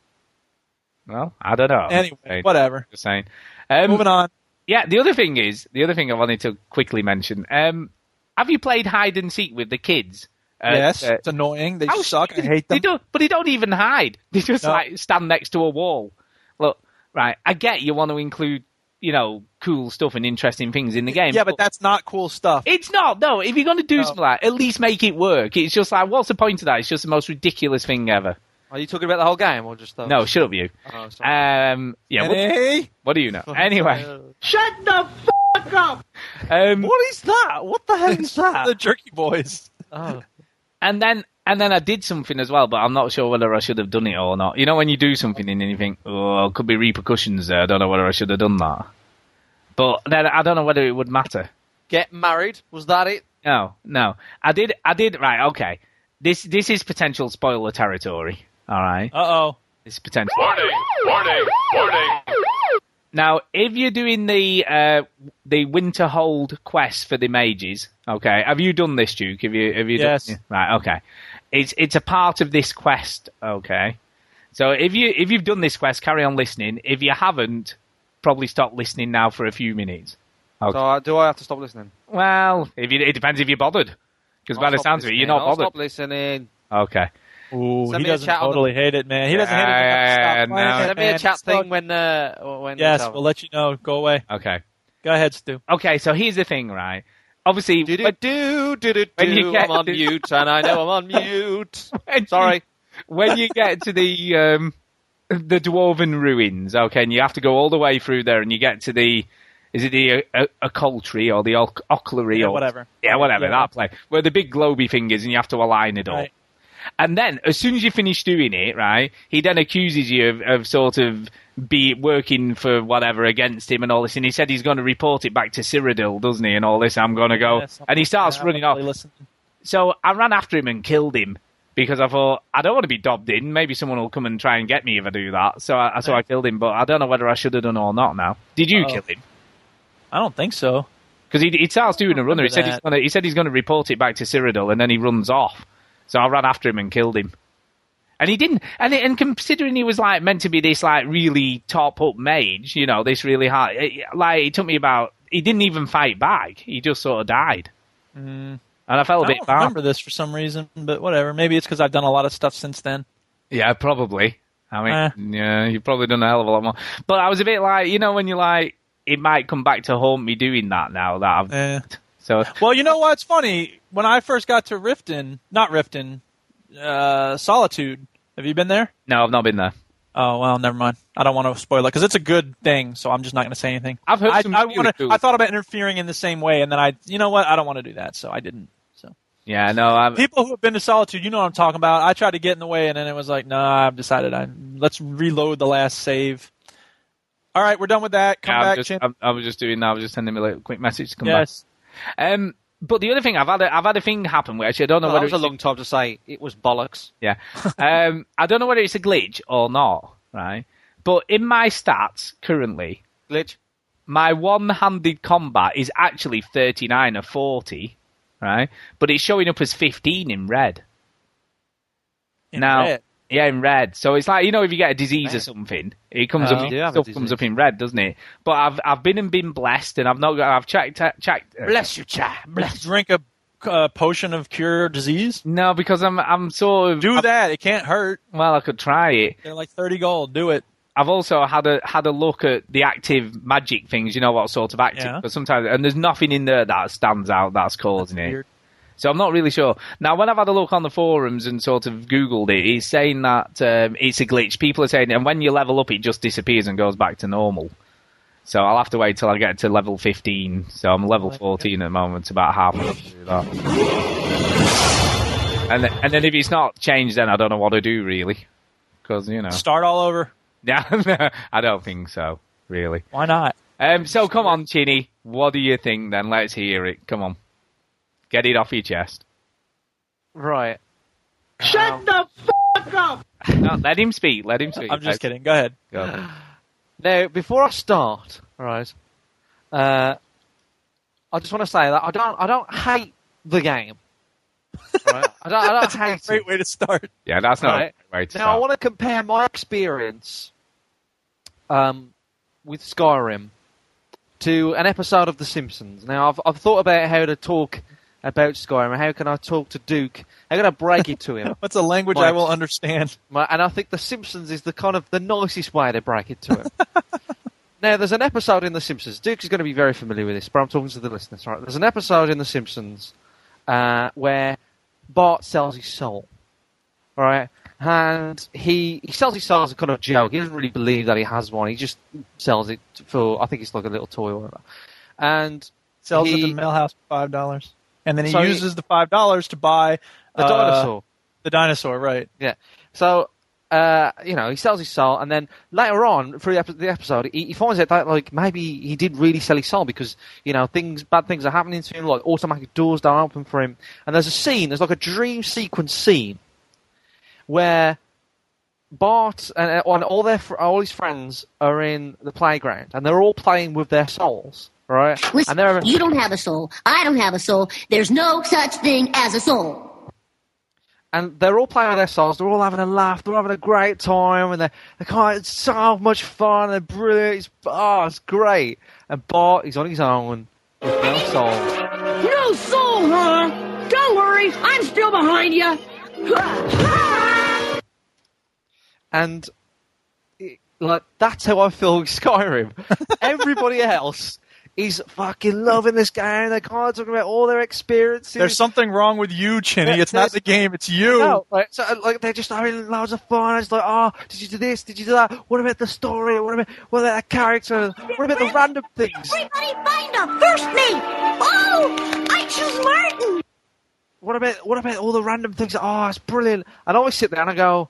Well, I don't know. Anyway, whatever. Just saying. Um, Moving on. Yeah, the other thing is the other thing I wanted to quickly mention. Um, have you played hide and seek with the kids? Uh, yes, uh, it's annoying. They how suck. I stupid- hate They them. don't, but they don't even hide. They just No. like stand next to a wall. Look, right. I get you want to include you know cool stuff and interesting things in the game. Yeah, but that's not cool stuff. It's not. No, if you're going to do No. something like, that, at least make it work. It's just like, what's the point of that? It's just the most ridiculous thing ever. Are you talking about the whole game or just the No, shut up, you. Oh, sorry. Um, yeah. What, Hey, what do you know? Anyway, um, what is that? What the hell is that? the Jerky Boys. Oh. and then and then I did something as well, but I'm not sure whether I should have done it or not. You know, when you do something and then you think, oh, could be repercussions there. I don't know whether I should have done that. But then I don't know whether it would matter. Get married? Was that it? No, no. I did. I did. Right. Okay. This this is potential spoiler territory. All right. Uh oh. This is potential. Warning! Warning! Warning! Now, if you're doing the uh, the winter hold quest for the mages, okay, have you done this, Duke? Have you? Have you? Yes. Done, yeah, right. Okay. It's it's a part of this quest. Okay. So if you if you've done this quest, carry on listening. If you haven't, probably stop listening now for a few minutes. So uh, do I have to stop listening? Well, if you, it depends if you're bothered. Because by I'll the stop sounds of it, you're listening. not I'll bothered. Stop listening. Okay. Ooh, Send he me a doesn't chat on the- totally hate it, man. He doesn't hate Yeah, it. enough to stop no. playing it, Send me a man. chat It's thing not- when uh when Yes, it's over. we'll let you know. Go away. Okay. Go ahead, Stu. Okay. So here's the thing, right? Obviously, do do when- do do do. when you do. get I'm on to- mute, and I know I'm on mute. when you- Sorry. when you get to the um, the dwarven ruins, okay, and you have to go all the way through there, and you get to the Is it the uh, occultry or the oc- oculary Yeah, or whatever. Yeah, whatever Yeah. that play. Where the big globy fingers and you have to align it all. Right. And then, as soon as you finish doing it, right, he then accuses you of, of sort of be working for whatever against him and all this. And he said he's going to report it back to Cyrodiil, doesn't he? And all this, I'm going to go. Yeah, something Oh, and he like starts that. running off. Really listen. So I ran after him and killed him because I thought I don't want to be dobbed in. Maybe someone will come and try and get me if I do that. So I so I killed him, but I don't know whether I should have done or not. Now, did you Oh. kill him? I don't think so. Because he, he starts doing a runner. He remember said he's that. gonna he said he's gonna report it back to Cyrodiil, and then he runs off. So I ran after him and killed him. And he didn't. And and considering he was like meant to be this like really top up mage, you know, this really hard. It, like it took me about. He didn't even fight back. He just sort of died. And I felt a I bit don't bad. remember this for some reason, but whatever. Maybe it's because I've done a lot of stuff since then. Yeah, probably. I mean, Eh. yeah, you've probably done a hell of a lot more. But I was a bit like, you know, when you're like, it might come back to haunt me doing that now that I've. Eh. So, Well, you know what's funny? When I first got to Riften, not Riften, uh, Solitude. Have you been there? no, I've not been there. Oh well, never mind. I don't want to spoil it because it's a good thing, so I'm just not going to say anything. I've heard I, some I, really wanna, cool- I thought about interfering in the same way, and then I, you know what? I don't want to do that, so I didn't. So Yeah, no, I'm. people who have been to Solitude, you know what I'm talking about. I tried to get in the way, and then it was like, nah, I've decided I let's reload the last save. All right, we're done with that. Come yeah, I'm back, just, Chin. I'm- I was just doing that. I was just sending him a little quick message to come Yes. back. Um, but the other thing I've had, a, I've had a thing happen where actually I don't know Well, that whether was a it's- long time to say it was bollocks. Yeah. Um, I don't know whether it's a glitch or not, right? But in my stats currently, Glitch. my one-handed combat is actually 39 or 40, right? But it's showing up as 15 in red. In now, red. yeah, in red. So it's like you know if you get a disease or Red. something, it comes Oh. up. You do have a Stuff comes disease. up in red, doesn't it? But I've I've been and been blessed, and I've not got. I've checked uh, checked. Bless you, cha. Let's drink a uh, potion of cure disease. No, because I'm I'm sort of Do that. It can't hurt. well. I could try it. They're like thirty gold. Do it. I've also had a had a look at the active magic things. You know what sort of active, Yeah. but sometimes and there's nothing in there that stands out that's causing it. Weird. So I'm not really sure. Now, when I've had a look on the forums and sort of Googled it, it's saying that um, it's a glitch. People are saying, and when you level up, it just disappears and goes back to normal. So I'll have to wait till I get to level 15. So I'm level 14 at the moment, about halfway through that. And then, and then if it's not changed, then I don't know what to do really, because you know, Start all over. yeah, I don't think so really. Why not? Um, so come on, Chinny, what do you think? Then let's hear it. Come on, get it off your chest. Right. No, let him speak. Let him speak. I'm just kidding. Go ahead. kidding. Now, before I start, right, uh, I just want to say that I don't, I don't hate the game. Right? I don't, I don't hate Great it. way to start. Yeah, that's not Right. a right. Now, I want to compare my experience um, with Skyrim to an episode of The Simpsons. Now, I've, I've thought about how to talk about Skyrim. How can I talk to Duke? How can I break it to him? What's a language Right. I will understand? My, and I think The Simpsons is the kind of the nicest way to break it to him. now, there's an episode in The Simpsons. Duke is going to be very familiar with this, but I'm talking to the listeners. Right? There's an episode in The Simpsons uh, where Bart sells his soul, right? And he, he sells his soul as a kind of joke. He doesn't really believe that he has one. He just sells it for, I think it's like a little toy or whatever. And Sells it to He- Mailhouse for five dollars, and then he So he- uses the five dollars to buy a uh, dinosaur. The dinosaur, right? Yeah. So, uh, you know, he sells his soul, and then later on through the epi- the episode, he, he finds out that like maybe he did really sell his soul because you know things, bad things are happening to him, like automatic doors don't open for him, and there's a scene, there's like a dream sequence scene where Bart and, uh, and all their fr- all his friends are in the playground, and they're all playing with their souls, right? Listen, and they're having- you don't have a soul. I don't have a soul. There's no such thing as a soul. and they're all playing with their souls. They're all having a laugh. They're having a great time, and they're, they're kind of, it's so much fun. They're brilliant. It's, oh, it's great. And Bart, he's on his own with no soul. No soul, huh? Don't worry, I'm still behind you. And it, like that's how I feel with Skyrim. Everybody else He's fucking loving this guy, and they're kind of talking about all their experiences. There's something wrong with you, Chinny. Yeah, It's not there's- the game. It's you. No, like, so, uh, like they're just having loads of fun. It's like, oh, did you do this? Did you do that? What about the story? What about what about that character? What about the random things? Everybody find a first name. Oh, I choose Martin. What about what about all the random things? Oh, it's brilliant. And I always sit there and I go,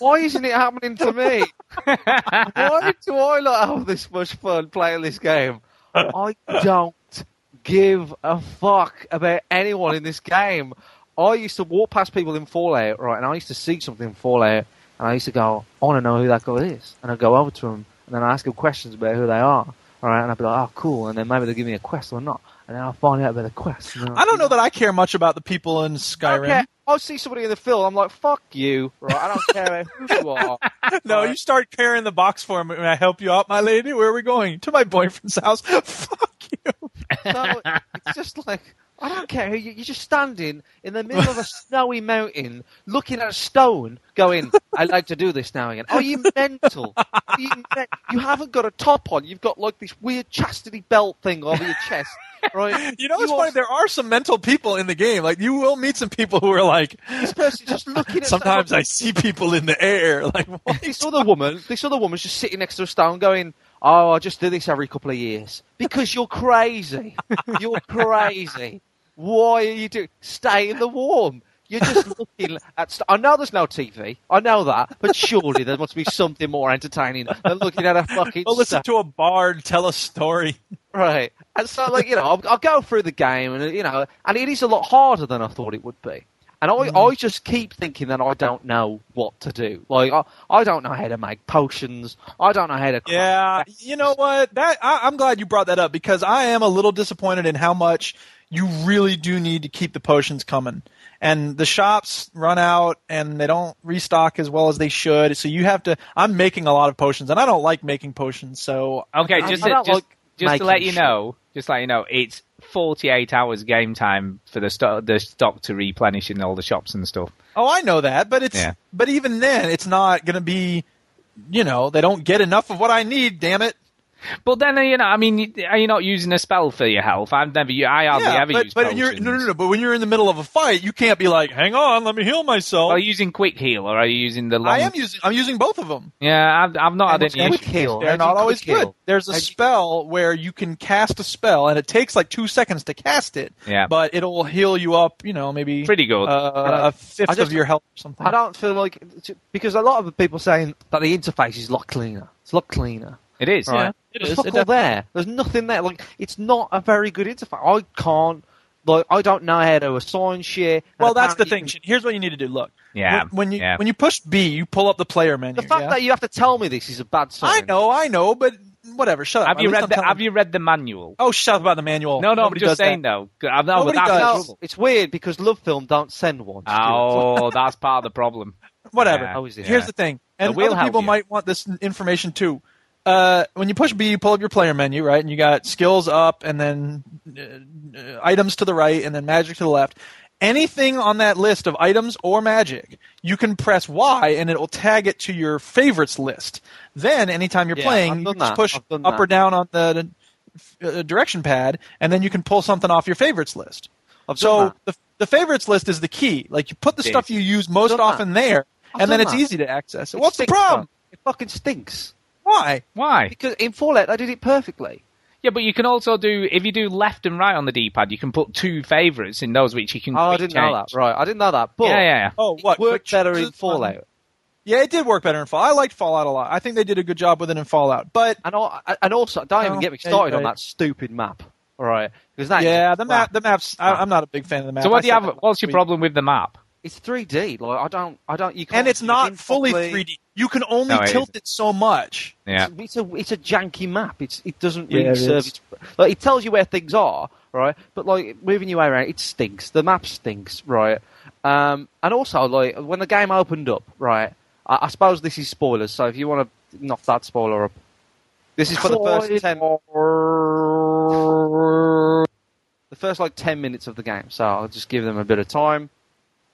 why isn't it happening to me? why do I not have this much fun playing this game? I don't give a fuck about anyone in this game. I used to walk past people in Fallout, right, and I used to see something in Fallout, and I used to go, I want to know who that guy is. And I'd go over to them, and then I ask them questions about who they are, all right, and I'd be like, oh, cool, and then maybe they'll give me a quest or not. And then I'll find out about the quest. and then I don't know that I care much about the people in Skyrim. Okay, I'll see somebody in the film. I'm like, fuck you, right? I don't care about who you are. No, you start carrying the box for me. May I help you out, my lady? Where are we going? To my boyfriend's house. Fuck you. No, it's just like I don't care who you. You're just standing in the middle of a snowy mountain, looking at a stone, going, "I like to do this now and again." Are you mental? Are you, men- you haven't got a top on. You've got like this weird chastity belt thing over your chest, right? You know what's are- funny? There are some mental people in the game. Like you will meet some people who are like. This person's just looking at Sometimes someone- I see people in the air. Like what? this other woman, this other woman's just sitting next to a stone going, "Oh, I just do this every couple of years because you're crazy. You're crazy. Why are you doing? Stay in the warm. You're just looking at. St- I know there's no TV. I know that, but surely there must be something more entertaining than looking at a fucking. Well, listen stone." to a bard tell a story. Right. And so, like, you know, I'll, I'll go through the game, and, you know, and it is a lot harder than I thought it would be. And I, Mm. I just keep thinking that I don't know what to do. Like, I, I don't know how to make potions. I don't know how to. craft Yeah, you know what? That I, I'm glad you brought that up because I am a little disappointed in how much you really do need to keep the potions coming, and the shops run out and they don't restock as well as they should. So you have to. I'm making a lot of potions, and I don't like making potions. So Okay, I- just I to, don't just, like just to making let you shit. know, just to let you know, it's 48 hours game time for the stock, the stock to replenish in all the shops and stuff. Oh, I know that, but it's Yeah. but even then, it's not going to be. You know, they don't get enough of what I need. Damn it! But then, uh, you know, I mean, you- are you not using a spell for your health? I've never, u- I hardly ever but, use but potions. you're no, no, no. But when you're in the middle of a fight, you can't be like, "Hang on, let me heal myself." Are you using quick heal or are you using the long? I am using. I'm using both of them. Yeah, I've, I've not had any quick issues. heal. They're How'd you not quick always heal? good. There's a How'd you- spell where you can cast a spell, and it takes like two seconds to cast it. Yeah. But it'll heal you up, you know, maybe Pretty good. uh, a fifth I just- of your health or something. I don't feel like because a lot of people saying that the interface is a lot cleaner. It's a lot cleaner. It is. Right. It There's is, fuck it all definitely- there. There's nothing there. Like it's not a very good interface. I can't. Like I don't know how to assign shit. and Well, that's the apparently- thing. Shin. Here's what you need to do. Look, Yeah, When, when you yeah. when you push B, you pull up the player menu. The fact yeah? that you have to tell me this is a bad sign. I know, I know, but whatever. Shut up. Have At you least read I'm the telling Have you read the manual? Oh, shut up about the manual. no, no, Nobody I'm just does saying that. though. I know, but Nobody that's the does. trouble. It's weird because Love Film don't send one. Stuart. Oh, that's part of the problem. Whatever. Yeah, How is it? Here's the thing, and we'll other help people you. might want this n- information too. Uh, when you push B, you pull up your player menu, right? And you got skills up, and then uh, uh, items to the right, and then magic to the left. Anything on that list of items or magic, you can press Y, and it will tag it to your favorites list. Then, anytime you're Yeah, I've playing, you done can just that. push I've done up that. or down on the uh, direction pad, and then you can pull something off your favorites list. I've done So that. the, the favorites list is the key. Like you put the Yes. stuff you use most done that. often there, I've and then done it's that. easy to access. It What's the stinks, problem? though. It fucking stinks. Why? Why? Because in Fallout they did it perfectly. Yeah, but you can also do if you do left and right on the D-pad, you can put two favorites in those which you can. Oh, I quick didn't know change. that. Right, I didn't know that. But Mm, Yeah, yeah, yeah. Oh, what? it worked Quick better in choices? Um, Fallout. yeah, it did work better in Fallout. I liked Fallout a lot. I think they did a good job with it in Fallout. But And, al- and also, don't even Oh, get me yeah, started you're on right. that stupid map. All right, because that is yeah, the crap. map, the maps. I, I'm not a big fan of the map. So I what do you said have? that What's last your week. problem with the map? It's 3D. Like I don't, I don't. You can't And it's zoom not in fully properly. 3D. You can only No, it tilt isn't. it so much. Yeah. It's, it's a it's a janky map. It's it doesn't really Yeah, it serve. is. Its, like it tells you where things are, right? But like moving your way around, it stinks. The map stinks, right? Um, and also like when the game opened up, right? I, I suppose this is spoilers. So if you want to knock that spoiler up, this is for the first ten. The first like ten minutes of the game. So I'll just give them a bit of time.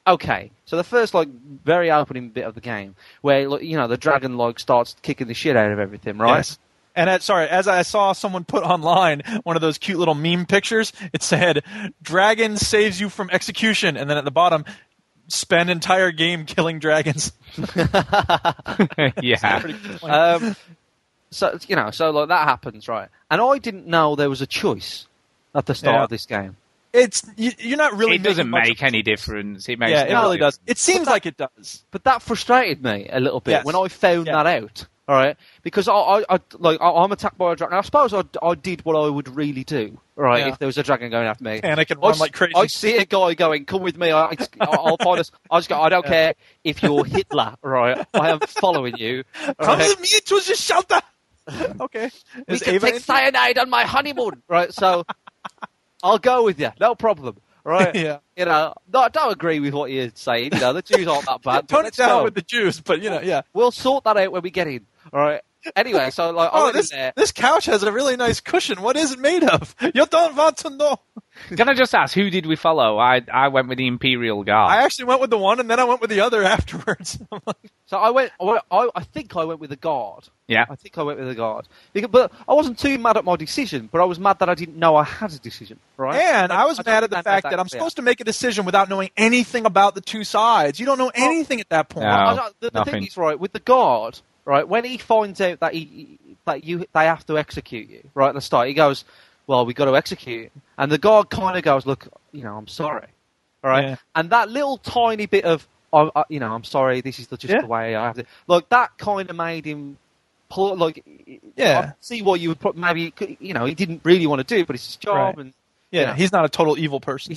Okay, so the first like very opening bit of the game, where like, you know the dragon like starts kicking the shit out of everything, right? Yes. And at, sorry, as I saw someone put online one of those cute little meme pictures, it said, "Dragon saves you from execution," and then at the bottom, spend entire game killing dragons. yeah. Uh, Um, so you know, so like that happens, right? And I didn't know there was a choice at the start Yeah. of this game. It's you, you're not really. it doesn't making much make of- any difference. It makes Yeah, it no really difference. does. It seems like it does. But that frustrated me a little bit Yes. when I found Yeah. that out. All right, because I, I, I like I, I'm attacked by a dragon. I suppose I, I did what I would really do. Right, Yeah. if there was a dragon going after me, And I can I run s- like crazy. I see a guy going, "Come with me! I, I- I'll find us." I just go, "I don't care if you're Hitler, right? I am following you. Come right? with me to the shelter. okay. We Is can Ava take in? cyanide on my honeymoon, right? So I'll go with you, no problem, right? Yeah. You know, no, I don't agree with what you're saying. You know, the Jews aren't that bad. but Tone it let's down go. with the Jews, but you know, yeah. We'll sort that out when we get in. All right. Anyway, so like, I Oh, went in this there. this couch has a really nice cushion. What is it made of? You don't want to know. Can I just ask, who did we follow? I, I went with the Imperial Guard. I actually went with the one, and then I went with the other afterwards. I'm like, So I went. I, went- I, I think I went with the guard. Yeah. I think I went with the guard. Because, but I wasn't too mad at my decision, but I was mad that I didn't know I had a decision. Right. and I was I don't mad at the understand fact that, that I'm yeah. supposed to make a decision without knowing anything about the two sides. You don't know anything at that point. No. I don't- uh, the, the nothing. thing is, right, with the guard, right, when he finds out that he- he that you they have to execute you, right at the start, he goes, "Well, we got to execute," him." and the guard kind of goes, "Look, you know, I'm sorry," all right, Yeah. and that little tiny bit of, I, I, you know, I'm sorry, this is the, just Yeah. the way I have to, like that kind of made him. pl- Like, Yeah. I can see what you would pro- maybe you know he didn't really want to do, but it's his job, Right. and Yeah, Yeah. he's not a total evil person.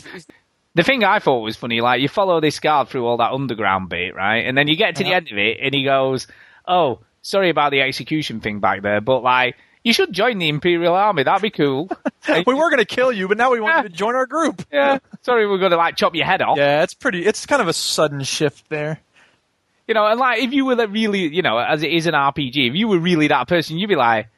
The thing I thought was funny, like you follow this guard through all that underground bit, right? And then you get to the Yeah. end of it, and he goes, "Oh, sorry about the execution thing back there, but like you should join the Imperial Army. That'd be cool." we were going to kill you, but now we want Yeah. you to join our group. yeah, sorry, we're gonna like chop your head off, Yeah, it's pretty. It's kind of a sudden shift there. you know. And like if you were that really, you know, as it is an RPG, if you were really that person, you'd be like,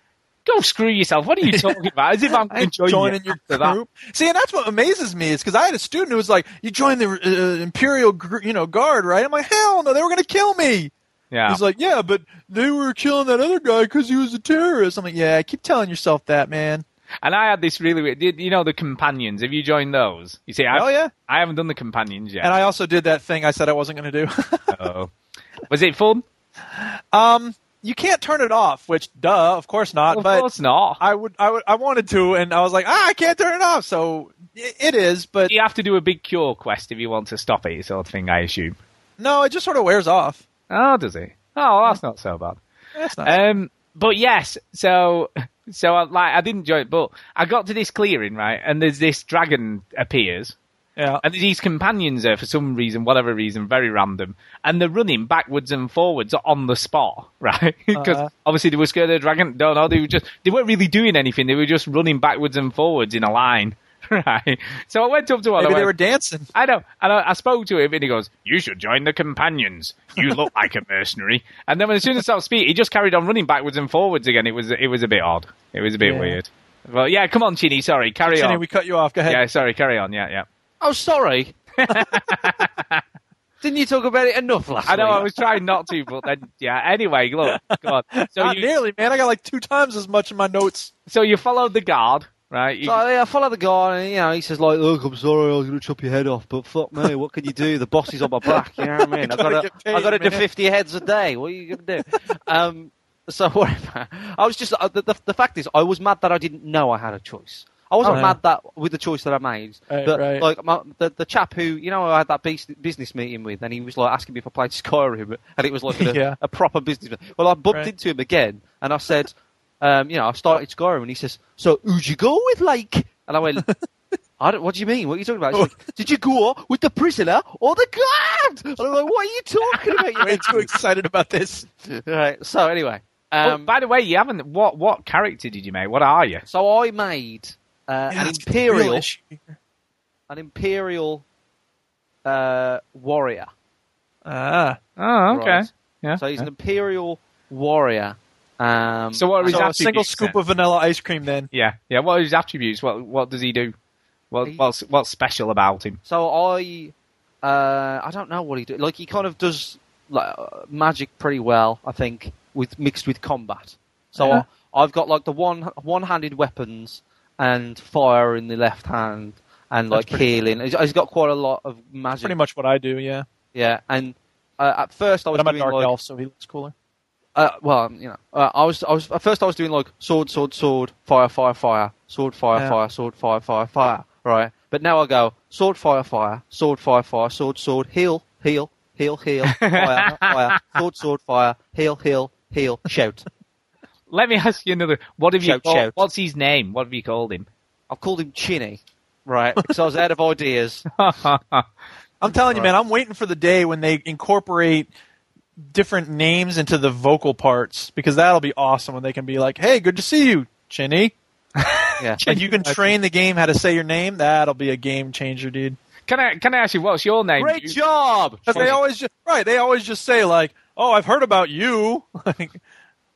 "Go screw yourself. What are you talking about? As if I'm I going ain't to join you joining your after that." group. See, and that's what amazes me is because I had a student who was like, "You joined the uh, Imperial, gr- you know, guard, right?" I'm like, "Hell no, they were going to kill me." Yeah, He's like, "Yeah, but they were killing that other guy because he was a terrorist." I'm like, "Yeah, keep telling yourself that, man." And I had this really weird. did- You know the companions. Have you joined those? You see, I, Oh, yeah. I haven't done the companions yet. And I also did that thing I said I wasn't going to do. So. Was it fun? um, you can't turn it off, which, duh, of course not. of but course not. I would, I would, I wanted to, and I was like, ah, I can't turn it off. So it, it is, but you have to do a big cure quest if you want to stop it, sort of thing. I assume. no, it just sort of wears off. Oh, does it? Oh, that's not so bad. That's not. Um, but yes, so so I, like I didn't join, but I got to this clearing right, and there's this dragon appears, yeah. and these companions are for some reason, whatever reason, very random, and they're running backwards and forwards on the spot, right? Because Uh-huh. obviously they were scared of the dragon. Don't know. They were just they weren't really doing anything. They were just running backwards and forwards in a line, right? So I went up to one. I Maybe went, they were dancing. I know. And I, I spoke to him, and he goes, "You should join the companions. You look like a mercenary." And then, when, as soon as I speak, he just carried on running backwards and forwards again. It was it was a bit odd. It was a bit Yeah. weird. Well, yeah, come on, Chini. Sorry, carry Jenny, on. we cut you off. Go ahead. Yeah, sorry, carry on. Yeah, yeah. oh, sorry. Didn't you talk about it enough last I know. I week? was trying not to, but then yeah. Anyway, look, go on. So Not you nearly, man. I got like two times as much in my notes. so you followed the guard, right? You- So yeah, I follow the guy, and you know, he says like, "Look, I'm sorry, I was going to chop your head off, but fuck me, what can you do? The boss is on my back. You know what I mean? I Gotta got to, get paid, I got to do man. 50 heads a day. What are you going to do?" um, so whatever. I was just uh, the, the the fact is, I was mad that I didn't know I had a choice. I wasn't Oh. mad that with the choice that I made. Right, but right. like my, the the chap who you know I had that bus- business meeting with, and he was like asking me if I played Skyrim, and it was like a, Yeah. a proper business. Well, I bumped Right. into him again, and I said, um, you know, I started scoring, and he says, "So who'd you go with, like?" And I went, "I don't. What do you mean? What are you talking about?" He's like, "Did you go with the prisoner or the guard?" And I'm like, "What are you talking about?" you Way too excited about this. idiot?" right. So anyway, Oh, um, by the way, you haven't. What what character did you make? What are you? so I made uh, Yeah, an that's a real imperial, issue. an imperial uh, warrior. Ah, Oh, okay. Right. Yeah. So he's an imperial warrior. Um, So what are his so a attributes? single then? scoop of vanilla ice cream. Then Yeah, yeah. What are his attributes? What what does he do? What He- what's what's special about him? So I, uh, I don't know what he do. Like he kind of does like uh, magic pretty well, I think, with mixed with combat. So Yeah. I, I've got like the one one-handed weapons and fire in the left hand and like pretty- healing. He's- He's got quite a lot of magic. Pretty much what I do, yeah. Yeah, and uh, at first I was But I'm a doing dark like, elf, so he looks cooler. Uh, well, you know, uh, I was I was at first I was doing like sword, sword, sword, fire, fire, fire, sword, fire, Yeah. fire, sword, fire, fire, fire. Right, but now I go sword, fire, fire, sword, fire, fire, sword, sword, heal, heal, heal, heal, fire, fire, sword, sword, fire, heal, heal, heal, shout. Let me ask you another. What have you? Shout, called, shout. What's his name? What have you called him? I've called him Chinny, right? Because I was out of ideas. I'm telling you, man, I'm waiting for the day when they incorporate different names into the vocal parts because that'll be awesome when they can be like, "Hey, good to see you, Chinny." Yeah, And you can train the game how to say your name. That'll be a game changer, dude. Can I? Can I ask you what's your name? Great You- job. 'Cause they always just right. They always just say like, "Oh, I've heard about you," Like,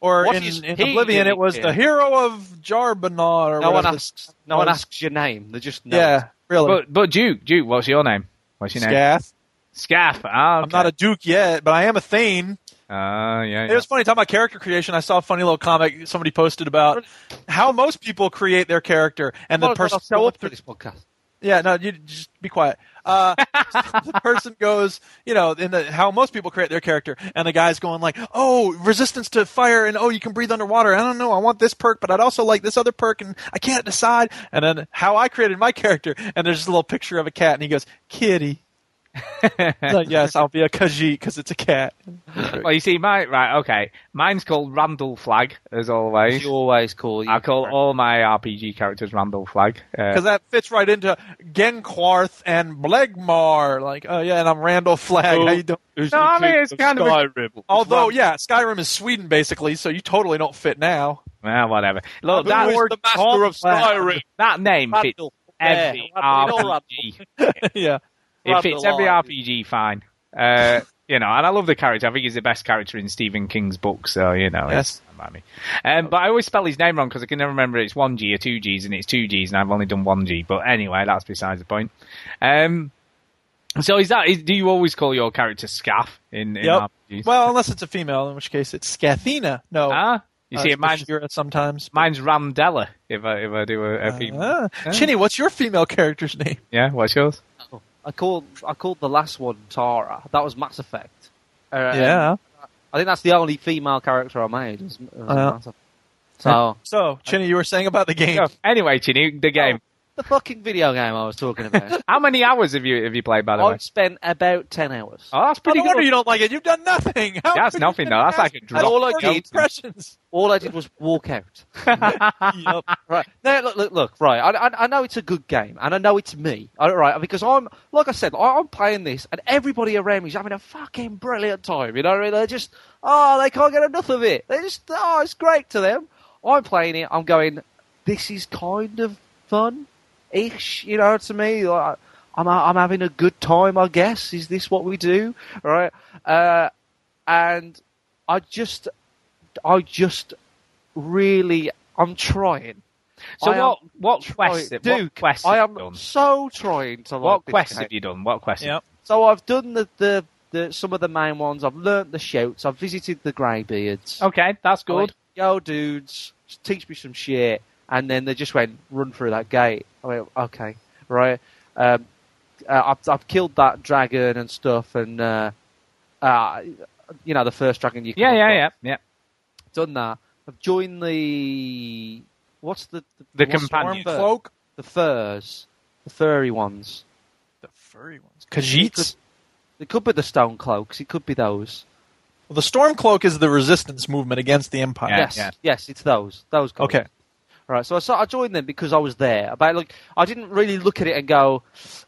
or What in, is in he Oblivion, it was doing the hero of Jarbanar. Or No one whatever asks. this No one was. asks your name. They just know. Yeah, really. But but Duke, Duke, what's your name? What's your name? Scath. Scaff. Ah, I'm not a duke yet, but I am a thane. a. Ah, yeah. It was funny talking about character creation. I saw a funny little comic somebody posted about how most people create their character, and the Well, person I'll show up to- for this podcast. Yeah, no, you just be quiet. Uh, the person goes, you know, in the how most people create their character, and the guy's going like, "Oh, resistance to fire, and oh, you can breathe underwater. I don't know, I want this perk, but I'd also like this other perk, and I can't decide." And then how I created my character, and there's just a little picture of a cat, and he goes, "Kitty." He's like, yes, I'll be a Khajiit because it's a cat. Well, you see, my right, okay. Mine's called Randall Flag, as always. You always call you. I call all my RPG characters Randall Flag. Uh, because that fits right into Genquarth and Blegmar. Like, oh yeah, and I'm Randall Flagg. How you doing? Who's No, the I mean, king it's kind of a- Skyrim? Although, yeah, Skyrim is Sweden basically, so you totally don't fit now. well, whatever. Look, Who that, is the master of Skyrim? that name fits Randall. every Yeah, Randall. We know RPG. yeah, It fits every Randall. RPG fine. Uh, you know, and I love the character. I think he's the best character in Stephen King's book, so, you know. Yes. it's fine by me. Um, but I always spell his name wrong because I can never remember it's 1G or 2Gs, and it's 2Gs, and I've only done 1G. But anyway, that's besides the point. Um, so is that? Is, do you always call your character Scaff in, in Yep. RPGs? Well, unless it's a female, in which case it's Scathina. No, Huh? You uh, Ah, see, it's mine's, Bashira sometimes. mine's Ramdella. If I if I do a, a female, Ah. Yeah. Chinny, what's your female character's name? yeah. What's yours? I called I called the last one Tara. That was Mass Effect. Uh, yeah. I think that's the only female character I made. Was, was Uh, Yeah. Mass Effect. So So, Chinny, you were saying about the game. So, anyway, Chini, the Oh. game. the fucking video game I was talking about. How many hours have you have you played by the way? I've spent about ten hours. Oh, that's Oh, pretty no wonder good. you don't like it. You've done nothing. How That's could you nothing, though. That's like a That's drop. All I first did- Impressions. All I did was walk out. Yup. Right now, look, look, look. Right, I, I, I know it's a good game, and I know it's me. All right, because I'm like I said, I, I'm playing this, and everybody around me's having a fucking brilliant time. You know what I mean? They're just oh, they can't get enough of it. They just oh, it's great to them. I'm playing it. I'm going. This is kind of fun, ish. You know, to me, like, I'm I'm having a good time. I guess is this what we do? Right, uh, and I just I just really I'm trying. So I am what what quest? trying- what Duke, quest I have am you done? so trying to like What this quest game. have you done? What quest? Yep. So I've done the, the, the some of the main ones. I've learnt the shouts. I've visited the greybeards. Okay, that's I went, good. Yo, dudes, just teach me some shit. And then they just went run through that gate. I went, okay, right. Um, uh, I've, I've killed that dragon and stuff, and uh, uh, you know the first dragon you. Yeah, come yeah, across. yeah, yeah. Done that. I've joined the what's the The what's companion. one bird? Cloak. the furs, the furry ones. The furry ones. Khajiits. It could be the stone cloaks. It could be those. Well, the storm cloak is the resistance movement against the empire. Yeah, yes, yeah. yes, it's those. Those. Cloaks. Okay. Right. So I saw, I joined them because I was there. But like, I didn't really look at it and go,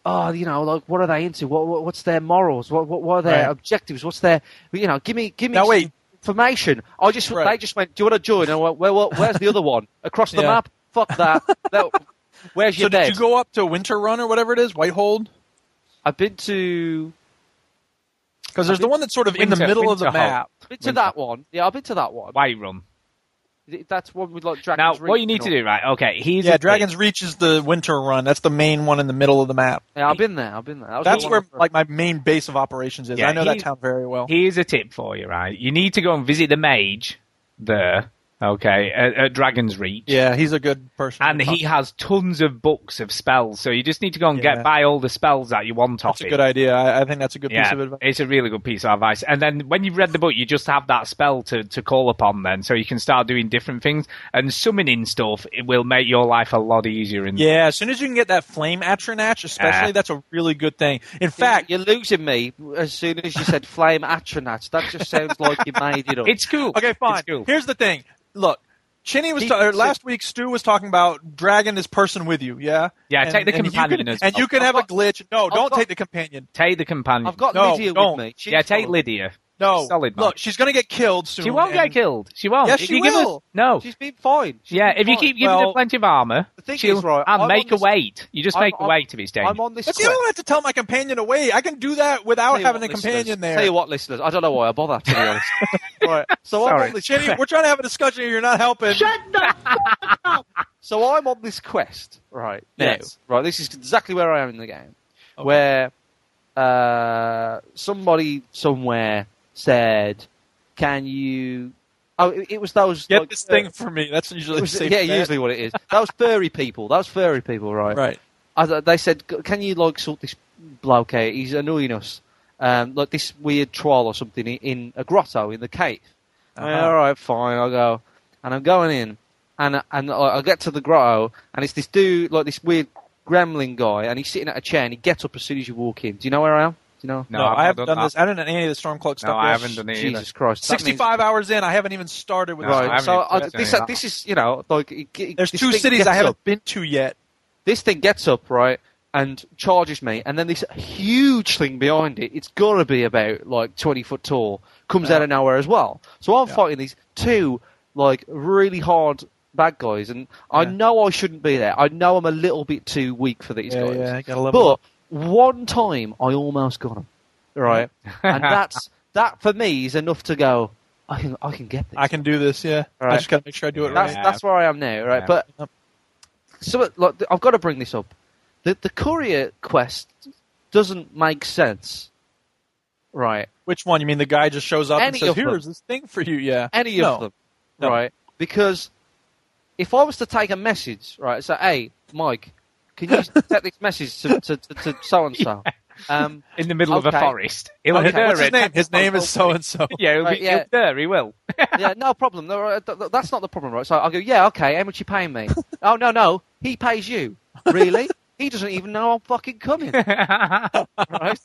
oh, you know, like, what are they into? What, what what's their morals? What what, what are their Right. objectives? What's their, you know, give me give me Now, some wait. information. I just Right. they just went, do you want to join? And I went, well, well where's the other one across the Yeah. map? Fuck that. No, where's So your did bed? you go up to Winter Run or whatever it is, Whitehold? I've been to Because there's the one that's sort of in the Winter- middle of the Winterhold. map. been to that one. Yeah, I've been to that one. Why run? That's one with like dragons. Now, what you need to reaching do, right? Okay, here's Yeah, the thing. Dragon's Reach is the Winter Run. That's the main one in the middle of the map. Yeah, I've been there. I've been there. That was That's the where one- like my main base of operations is. Yeah, I know that he- town very well. Here's a tip for you, right? You need to go and visit the mage there Okay, at, at Dragon's Reach. Yeah, he's a good person. And he Uh-huh. has tons of books of spells, so you just need to go and get buy all the spells that you want off That's a it. good idea. I, I think that's a good piece Yeah, of advice. it's a really good piece of advice. And then when you've read the book, you just have that spell to, to call upon then, so you can start doing different things. And summoning stuff it will make your life a lot easier. In Yeah, as soon as you can get that flame atronach, especially, Ah. that's a really good thing. In fact, you're losing me as soon as you said flame atronach. That just sounds like you made it up. It's cool. Okay, fine. Here's the thing. Look, Chinny was He- ta- or last week. Stu was talking about dragging this person with you. Yeah. Yeah, take the You companion can, as and well. you can have a glitch. No, I've don't got- take the companion. Take the companion. I've got No, Lydia with don't. me. She's yeah, take fine. Lydia. No, solid. man. Look, she's gonna get killed soon. She won't get and- killed. She won't. Yes, If she you give her- will. no. She's been fine. She's Oh. yeah, been if you fine. keep giving her Well, plenty of armor, the thing she'll is, right, and I'm make on her this- wait. You just I'm- make her I'm- wait if it's dangerous. I'm on this. But you don't have to tell my companion to wait. I can do that without Tell you having what, a companion listeners, there. Tell you what, listeners, I don't know why I bother. To be honest, Right. so I'm Sorry. on this Jenny, quest. we're trying to have a discussion. You're not helping. So I'm on this quest, right? Yes. Now, right. This is exactly where I am in the game, where uh, somebody somewhere said, "Can you?" Oh, it, it was those. Get like, this uh, thing for me. That's usually it was- safe yeah, bet. usually what it is. That was furry people. That was furry people, right? Right. I th- they said, "C- "Can you like sort this bloke out? He's annoying us. Um, like this weird troll or something i- in a grotto in the cave." I mean, Uh-huh. All right, fine. I'll go, and I'm going in, and and I I get to the grotto, and it's this dude, like this weird gremlin guy, and he's sitting at a chair, and he gets up as soon as you walk in. Do you know where I am? Do you know? No, I haven't done, this. I haven't done any of the Stormcloak stuff. I yet. haven't done any of Jesus Christ! that means- Sixty-five hours in, I haven't even started with. No, I this. haven't Right. So even I, touched this uh, any of this is you know like it, it, There's this two thing cities gets I haven't up. been to yet. this thing gets up right and charges me, and then this huge thing behind it, it's gotta be about like twenty foot tall, comes out of nowhere as well. So I'm fighting these two like really hard bad guys, and I know I shouldn't be there. I know I'm a little bit too weak for these Yeah, guys, yeah, gotta level but up. one time I almost got him, right, and that's that for me is enough to go. I can I can get this. I can do this. Yeah, I Right. just gotta make sure I do it That's right. that's where I am now, right? Yeah. But Yep. so like, th- I've got to bring this up. The the courier quest doesn't make sense, right? Which one? You mean the guy just shows up and Any says, of them. "Here's this thing for you"? Yeah. Any No. of them, No. right? Because if I was to take a message, right, say, "Hey, Mike, can you take this message to to to so and so?" Um, in the middle of a Okay. forest. He'll Okay. hear What's What's his it. name? His name is so and so. Yeah, he'll Right, be yeah. he'll- there. He will. yeah, no problem. No, uh, th- th- That's not the problem, right? So I go, yeah, okay. How much you paying me? oh no, no, he pays you. Really? he doesn't even know I'm fucking coming. right?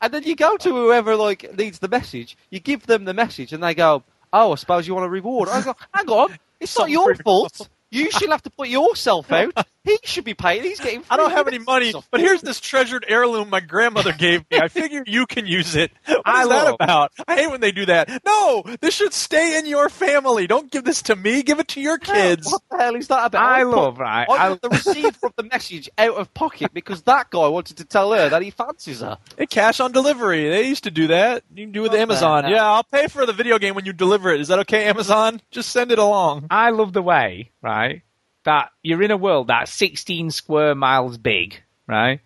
And then you go to whoever like needs the message. You give them the message, and they go, "Oh, I suppose you want a reward." I go, "Hang on, it's not your fault. You should have to put yourself out. He should be paying. He's getting. I don't free have any money, messages off but me." here's this treasured heirloom my grandmother gave me. I figure you can use it. What is I that will. about? I hate when they do that. No, this should stay in your family. Don't give this to me. Give it to your kids. What the hell is that about? I put- love right. I I, put the receiver of the message out of pocket because that guy wanted to tell her that he fancies her. Hey, cash on delivery. They used to do that. You can do with Amazon. that. Yeah, I'll pay for the video game when you deliver it. Is that okay, Amazon? Just send it along. I love the way right that you're in a world that's 16 square miles big, right?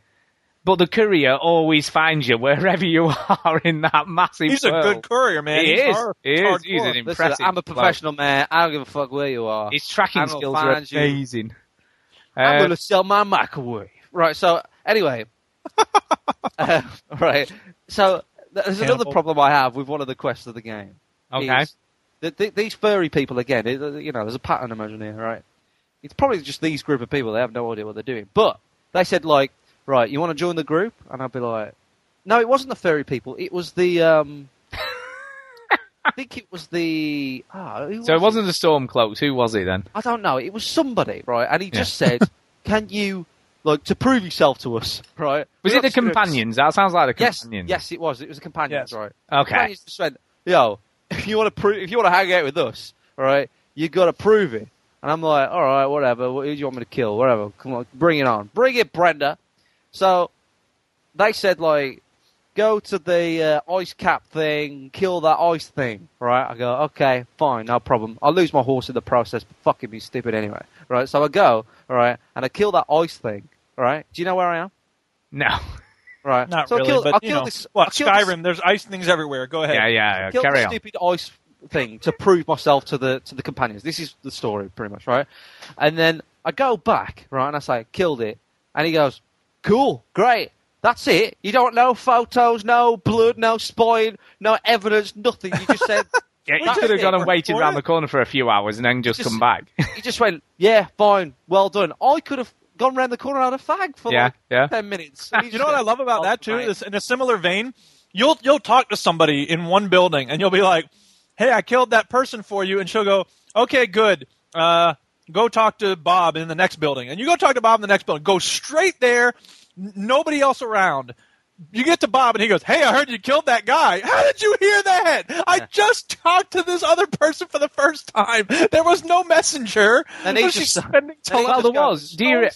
But the courier always finds you wherever you are in that massive He's world. a good courier, man. He He's is. hard- He is. He's hardcore. an Listen, impressive. I'm a bloke. professional man. I don't give a fuck where you are. His tracking I'm gonna skills are find you. amazing. I'm Uh, going to sell my microwave. Right. So anyway, uh, right. So th- there's another Cannibal. problem I have with one of the quests of the game. Okay. is that th- these furry people again. it- uh, you know, there's a pattern emerging here, right? It's probably just these group of people. They have no idea what they're doing. But they said like, right, you want to join the group? And I'd be like, no, it wasn't the furry people. It was the. um I think it was the. ah, who so it was wasn't the Stormcloaks. Who was it then? I don't know. It was somebody, right? And he just said, "Can you like to prove yourself to us, right?" Was it We're the not just gonna- companions? That sounds like the Yes, companions. yes, it was. It was the Yes. companions, right? Okay. Companions just went, "Yo, if you want to prove, if you want to hang out with us, right, you got to prove it." And I'm like, "All right, whatever. What do you want me to kill? Whatever. Come on, bring it on, bring it, Brenda." So they said like, "Go to the uh, ice cap thing, kill that ice thing." Right? I go, "Okay, fine, no problem. I'll lose my horse in the process, but fucking be stupid anyway." Right? So I go, all right, and I kill that ice thing. Right? Do you know where I am? No. Right. Not so really, I kill, but I you kill know, this. what I kill this- Skyrim? There's ice things everywhere. Go ahead. Yeah, yeah. Kill Carry the on. stupid ice thing to prove myself to the to the companions. This is the story, pretty much, right? And then I go back, right, and I say, killed it. And he goes, cool, great. That's it. You don't know photos, no blood, no spoil, no evidence, nothing. You just said, Yeah, you "That's could have it, gone and we're waited recording." around the corner for a few hours and then just, Just- come back. He just went, yeah, fine, well done. I could have gone round the corner and had a fag for Yeah, like yeah. 10 minutes. you know what I love "Oh, about that too? Is in a similar vein, you'll you'll talk to somebody in one building and you'll be like, "Hey, I killed that person for you," and she'll go, "Okay, good. Uh, go talk to Bob in the next building." And you go talk to Bob in the next building. Go straight there, n- nobody else around. You get to Bob and he goes, "Hey, I heard you killed that guy. How did you hear that? I just talked to this other person for the first time. There was no messenger." And he Was she just spending well, time there with this guy? was. Do you, re-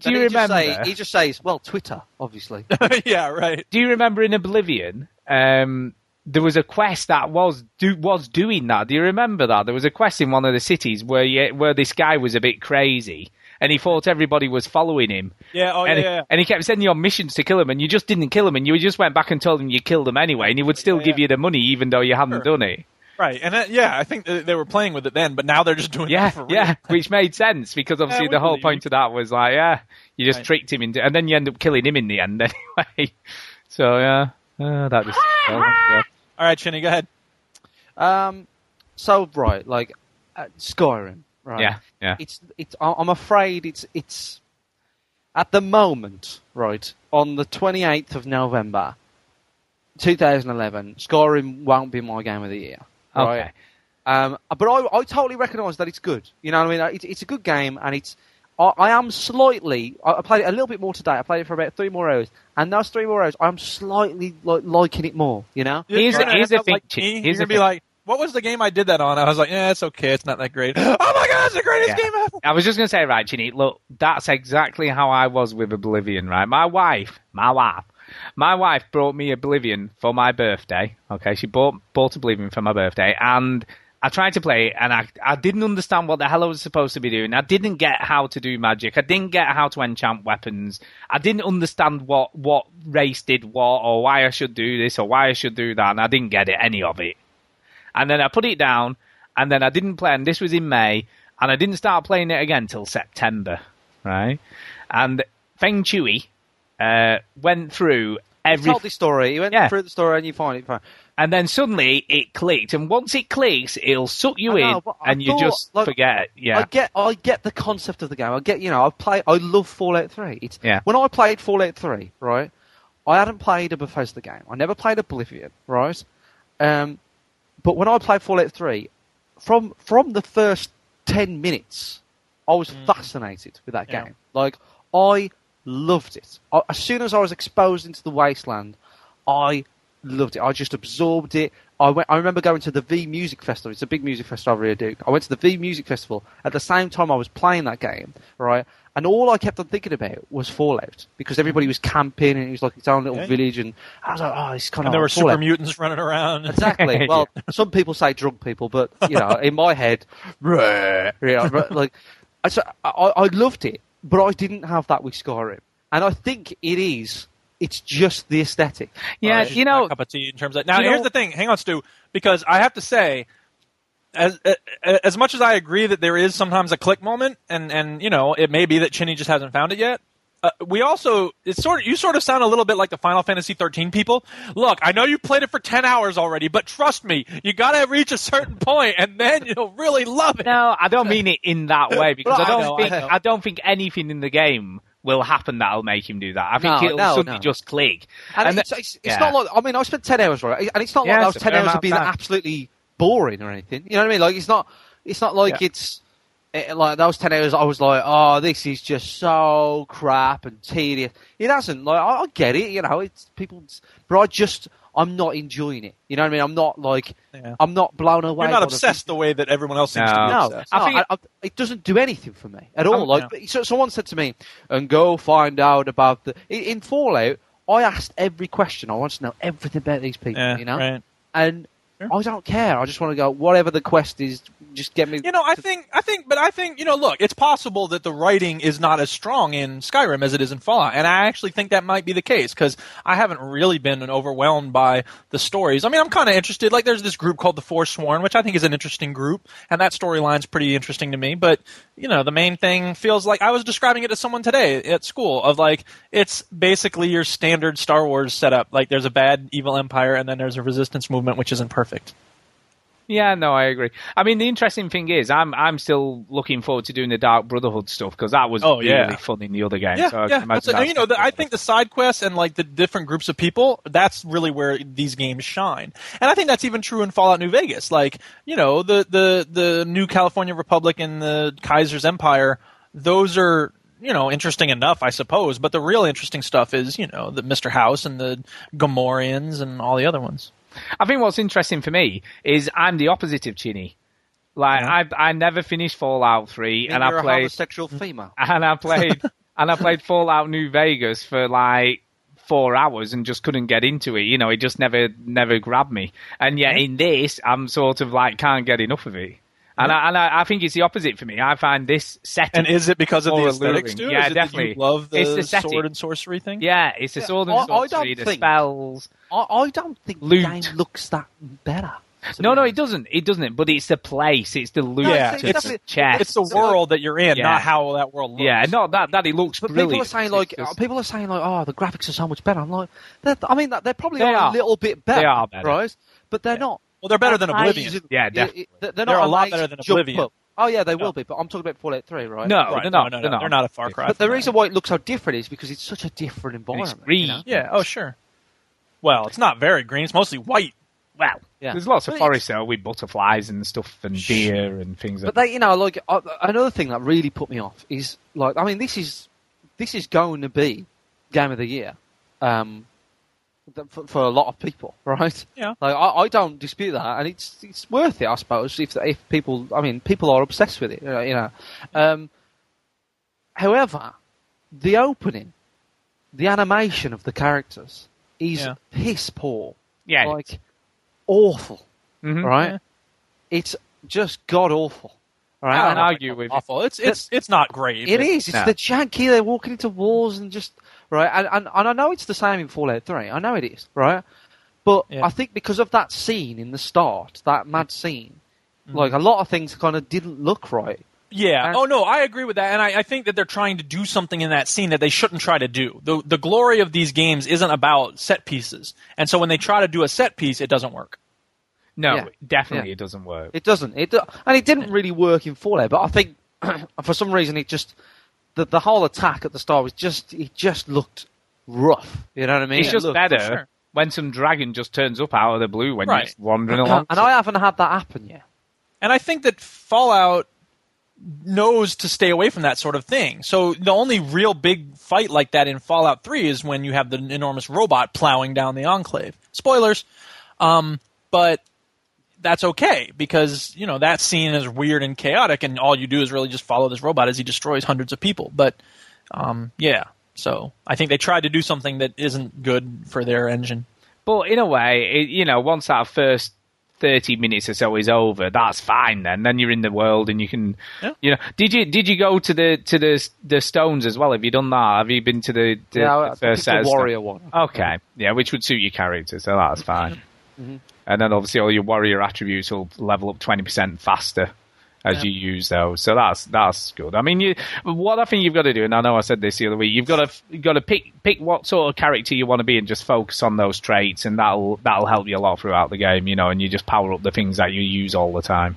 do And you he just remember? say- he just says, well, Twitter, obviously. yeah, right. Do you remember in Oblivion? Um, there was a quest that was do, was doing that. Do you remember that? There was a quest in one of the cities where you, where this guy was a bit crazy and he thought everybody was following him. Yeah, oh, and, yeah, yeah. and he kept sending you on missions to kill him, and you just didn't kill him, and you just went back and told him you killed him anyway, and he would still give you the money even though you hadn't done it. Right, and that, yeah, I think th- they were playing with it then, but now they're just doing Yeah, it for real. yeah, which made sense because obviously we the whole believe point of that was like, yeah, you just tricked him into, and then you end up killing him in the end anyway. So yeah, uh, that uh, just. All right, Chinny, go ahead. Um, so right, like uh, Skyrim, right? Yeah, yeah. It's it's. I- I'm afraid it's it's at the moment, right? On the 28th of November, 2011, Skyrim won't be my game of the year. Right? Okay. Um, but I, I totally recognise that it's good. You know what I mean? It's, it's a good game, and it's. I, I am slightly. I, I played it a little bit more today. I played it for about three more hours, and those three more hours, I'm slightly like, liking it more. You know. Here's You're the- gonna here's end the up like thing, me. Chin- You're here's the gonna be thing. like, "What was the game I did that on?" I was like, "Yeah, it's okay. It's not that great." oh my god, it's the greatest Yeah. game ever! I was just gonna say, right, Ginny, look, that's exactly how I was with Oblivion, right? My wife, my wife, my wife brought me Oblivion for my birthday. Okay, she bought bought Oblivion for my birthday, and I tried to play it, and I I didn't understand what the hell I was supposed to be doing. I didn't get how to do magic. I didn't get how to enchant weapons. I didn't understand what what race did what, or why I should do this, or why I should do that, and I didn't get it any of it and then I put it down, and then I didn't play. And this was in May, and I didn't start playing it again till September, right? And Feng Chui uh, went through every, told the story. You went Yeah. through the story and you find it fine. and then suddenly it clicked. And once it clicks, it'll suck you I know, in, but I and you thought, just like, forget. it. Yeah, I get I get the concept of the game. I get you know I play I love Fallout Three. It's Yeah. when I played Fallout Three, right? I hadn't played a Bethesda game. I never played Oblivion, right? Um, but when I played Fallout Three, from from the first ten minutes, I was fascinated with that Mm. Yeah. game. Like I loved it. I, as soon as I was exposed into the wasteland, I loved it. I just absorbed it. I went. I remember going to the V Music Festival. It's a big music festival over here, Duke. I went to the V Music Festival at the same time I was playing that game, right? And all I kept on thinking about was Fallout because everybody was camping and it was like its own little Yeah. village, and I was like, oh, it's kind And of there were like super Fallout. mutants running around. Exactly. Well, some people say drunk people, but you know, in my head, "Rah," you know, but, like I, so I, I loved it, but I didn't have that with Skyrim, and I think it is. It's just the aesthetic. yeah. Just You my know, cup of tea in terms of now. you know- here's the thing. Hang on, Stu, because I have to say, as a- a- as much as I agree that there is sometimes a click moment, and and you know it may be that Chinny just hasn't found it yet. Uh, we also it's sort of you sort of sound a little bit like the Final Fantasy 13 people. Look, I know you played it for 10 hours already, but trust me, you got to reach a certain point, and then you'll really love it. no, I don't mean it in that way because Well, I I don't know, I think know. I, don't think anything in the game will happen that'll make him do that. I think No, it'll no, suddenly no. just click. And, And it's, the- it's, it's yeah. not like I mean, I spent ten hours right, and it's not like Yeah, those it's a ten fair hours amount have of been time. absolutely boring or anything. You know what I mean? Like it's not, it's not like Yeah. it's eh, like those ten hours. I was like, oh, this is just so crap and tedious. It hasn't. Like I, I get it. You know, it's people, but I just I'm not enjoying it. You know what I mean? I'm not like Yeah. I'm not blown away. You're not by the- obsessed the way that everyone else seems No. to be. no, obsessed. I no, think- I- I- it doesn't do anything for me at all. Um, like, no. but- so, someone said to me, "And go find out about the in, in Fallout." I asked every question. I want to know everything about these people, Yeah, you know, right. and Sure. I don't care. I just want to go whatever the quest is. just get me. You know, I think, I think, but I think, you know, look, it's possible that the writing is not as strong in Skyrim as it is in Fallout, and I actually think that might be the case because I haven't really been overwhelmed by the stories. I mean, I'm kind of interested. Like, there's this group called the Forsworn, which I think is an interesting group, and that storyline's pretty interesting to me. But you know, the main thing feels like I was describing it to someone today at school of like it's basically your standard Star Wars setup. Like, there's a bad evil empire, and then there's a resistance movement, which isn't perfect. Yeah, no, I agree. I mean, the interesting thing is, I'm I'm still looking forward to doing the Dark Brotherhood stuff because that was Oh, really yeah. fun in the other game. Yeah, so I can yeah. imagine That's it. And, that's you know, the, I think the side quests and like the different groups of people, that's really where these games shine. And I think that's even true in Fallout New Vegas. Like, you know, the the the New California Republic and the Kaiser's Empire, those are you know interesting enough, I suppose. But the real interesting stuff is you know the Mister House and the Gamorreans and all the other ones. I think what's interesting for me is I'm the opposite of Chinny. Like I I never finished Fallout Three, Maybe and I you're a played homosexual female. and I played and I played Fallout New Vegas for like four hours and just couldn't get into it. You know, it just never never grabbed me. And yet in this, I'm sort of like can't get enough of it. And, I, and I, I think it's the opposite for me. I find this setting. And is it because of the more aesthetics, alluring. dude? Yeah, Is it that you definitely. love the it's the setting. sword and sorcery thing. Yeah, it's the sword and I- I don't sorcery, the think- spells. I, I don't think Loot. the game looks that better. No, no, it doesn't. It doesn't. But it's the place. It's the loot. No, Yeah, it's, it's- it's the definitely- chest. It's the world that you're in, Yeah. not how that world looks. Yeah, not that that it looks But brilliant. people are saying like uh, It's just- people are saying like oh the graphics are so much better. I'm like they're, I mean that- they're probably They are are. a little bit better, They are better. right? But they're not. Well, they're better than amazing. Oblivion. Yeah, It- definitely. it- they're not They're a lot amazing better than jump Oblivion. up. Oh yeah, they will be. But I'm talking about Fallout Three, right? no, Right, they're no, not. no, no, they're not. Oh, They're not a Far Cry. But the from reason why it looks so different is because it's such a different And It's environment. you green. know? that. Yeah. Oh, sure. Well, it's not very green. It's mostly white. Well, Yeah. there's lots of But forests there with butterflies and stuff and deer and things. But like they, you know, like uh, another thing that really put me off is like, I mean, this is this is going to be game of the year, um, th- for, for a lot of people, right? Yeah. Like, I, I don't dispute that, and it's it's worth it, I suppose, if if people, I mean, people are obsessed with it, uh, you know. You know. Um, however, the opening, the animation of the characters is Yeah. piss poor, yeah, like awful, Mhm. right? It's just god awful. Right? I don't And I- argue with you. Awful. It's it's it's not great. it but- is. It's No. the janky. They're walking into walls and just right. And, and and I know it's the same in Fallout Three. I know it is right. But Yeah. I think because of that scene in the start, that mad scene, Mm-hmm. like a lot of things kind of didn't look right. Yeah. And- Oh no, I agree with that, and I, I think that they're trying to do something in that scene that they shouldn't try to do. the The glory of these games isn't about set pieces, and so when they try to do a set piece, it doesn't work. no, yeah. definitely Yeah. it doesn't work. It doesn't. It do- and it didn't really work in Fallout. But I think for some reason it just the the whole attack at the start was just it just looked rough. You know what I mean? it's It just looked- better sure. when some dragon just turns up out of the blue when Right. you're just wandering along. And I haven't had that happen yet. And I think that Fallout knows to stay away from that sort of thing. So the only real big fight like that in Fallout 3 is when you have the enormous robot plowing down the enclave. Spoilers. Um, but that's okay because, you know, that scene is weird and chaotic and all you do is really just follow this robot as he destroys hundreds of people. But um, yeah. So I think they tried to do something that isn't good for their engine. But in a way, it, you know, once that first thirty minutes or so is over, that's fine. Then, then you're in the world and you can, Yeah. you know, did you did you go to the to the the stones as well? Have you done that? Have you been to the, the, Yeah, I the picked first set the of stones? warrior one. Okay, yeah, which would suit your character, so that's fine. Mm-hmm. And then obviously all your warrior attributes will level up twenty percent faster as you use those. So that's that's good. I mean, you, what I think you've got to do, and I know I said this the other week, you've got to you've got to pick pick what sort of character you want to be, and just focus on those traits, and that'll that'll help you a lot throughout the game, you know. And you just power up the things that you use all the time.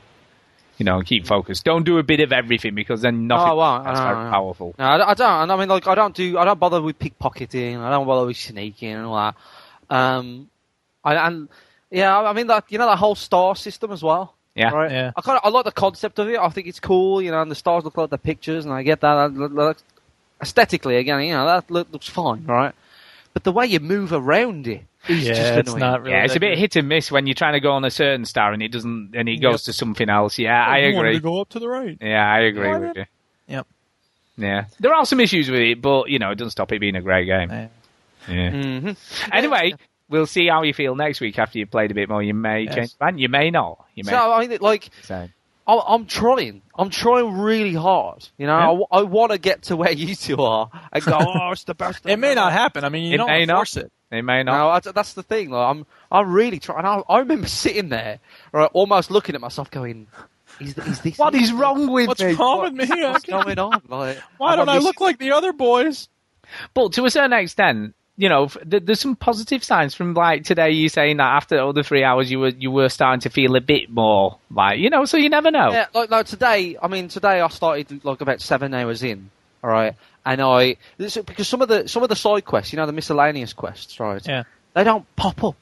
You know, and keep focused. Don't do a bit of everything because then nothing Oh, well, that's I very don't know. powerful. No, I, I don't. and I mean, like, I don't do. I don't bother with pickpocketing. I don't bother with sneaking and all that. Um, I, and yeah, I I mean, that you know, that whole star system as well. Yeah. Right. Yeah. I kind of I like the concept of it. I think it's cool. You know, and the stars look like the pictures, and I get that. that look- looks- aesthetically, again, you know, that look, looks fine, right? But the way you move around it is Yeah, just it's annoying. not really Yeah, it's a that bit good. hit and miss when you're trying to go on a certain star and it doesn't, and it goes to something else. Yeah, I You wanted agree. to go up to the right. Yeah, I agree Why with not? you. Yep. Yeah, there are some issues with it, but you know, it doesn't stop it being a great game. Yeah. Yeah. Mm. Mhm. Anyway, we'll see how you feel next week after you've played a bit more. You may Yes. uh, change your mind. You may not. You may. So I mean, like, So, I'm, I'm trying. I'm trying really hard. You know, I w- I, want to get to where you two are and go. oh, it's the best. It may not happen. I mean, you It don't may wanna not. force it. They may No, I, that's the thing. Like, I'm I'm really trying. I, I remember sitting there, right, almost looking at myself, going, "Is, th- is this What is wrong with What's me? wrong with me? I what's can't- going on? Like, Why I'm don't I obviously- look like the other boys? But to a certain extent, you know, f- th- there's some positive signs from like today. You saying that after all the three hours, you were you were starting to feel a bit more like you know. So you never know. Yeah, like no. Today, I mean, today I started like about seven hours in. All right, and I this, because some of the some of the side quests, you know, the miscellaneous quests, right? Yeah. They don't pop up.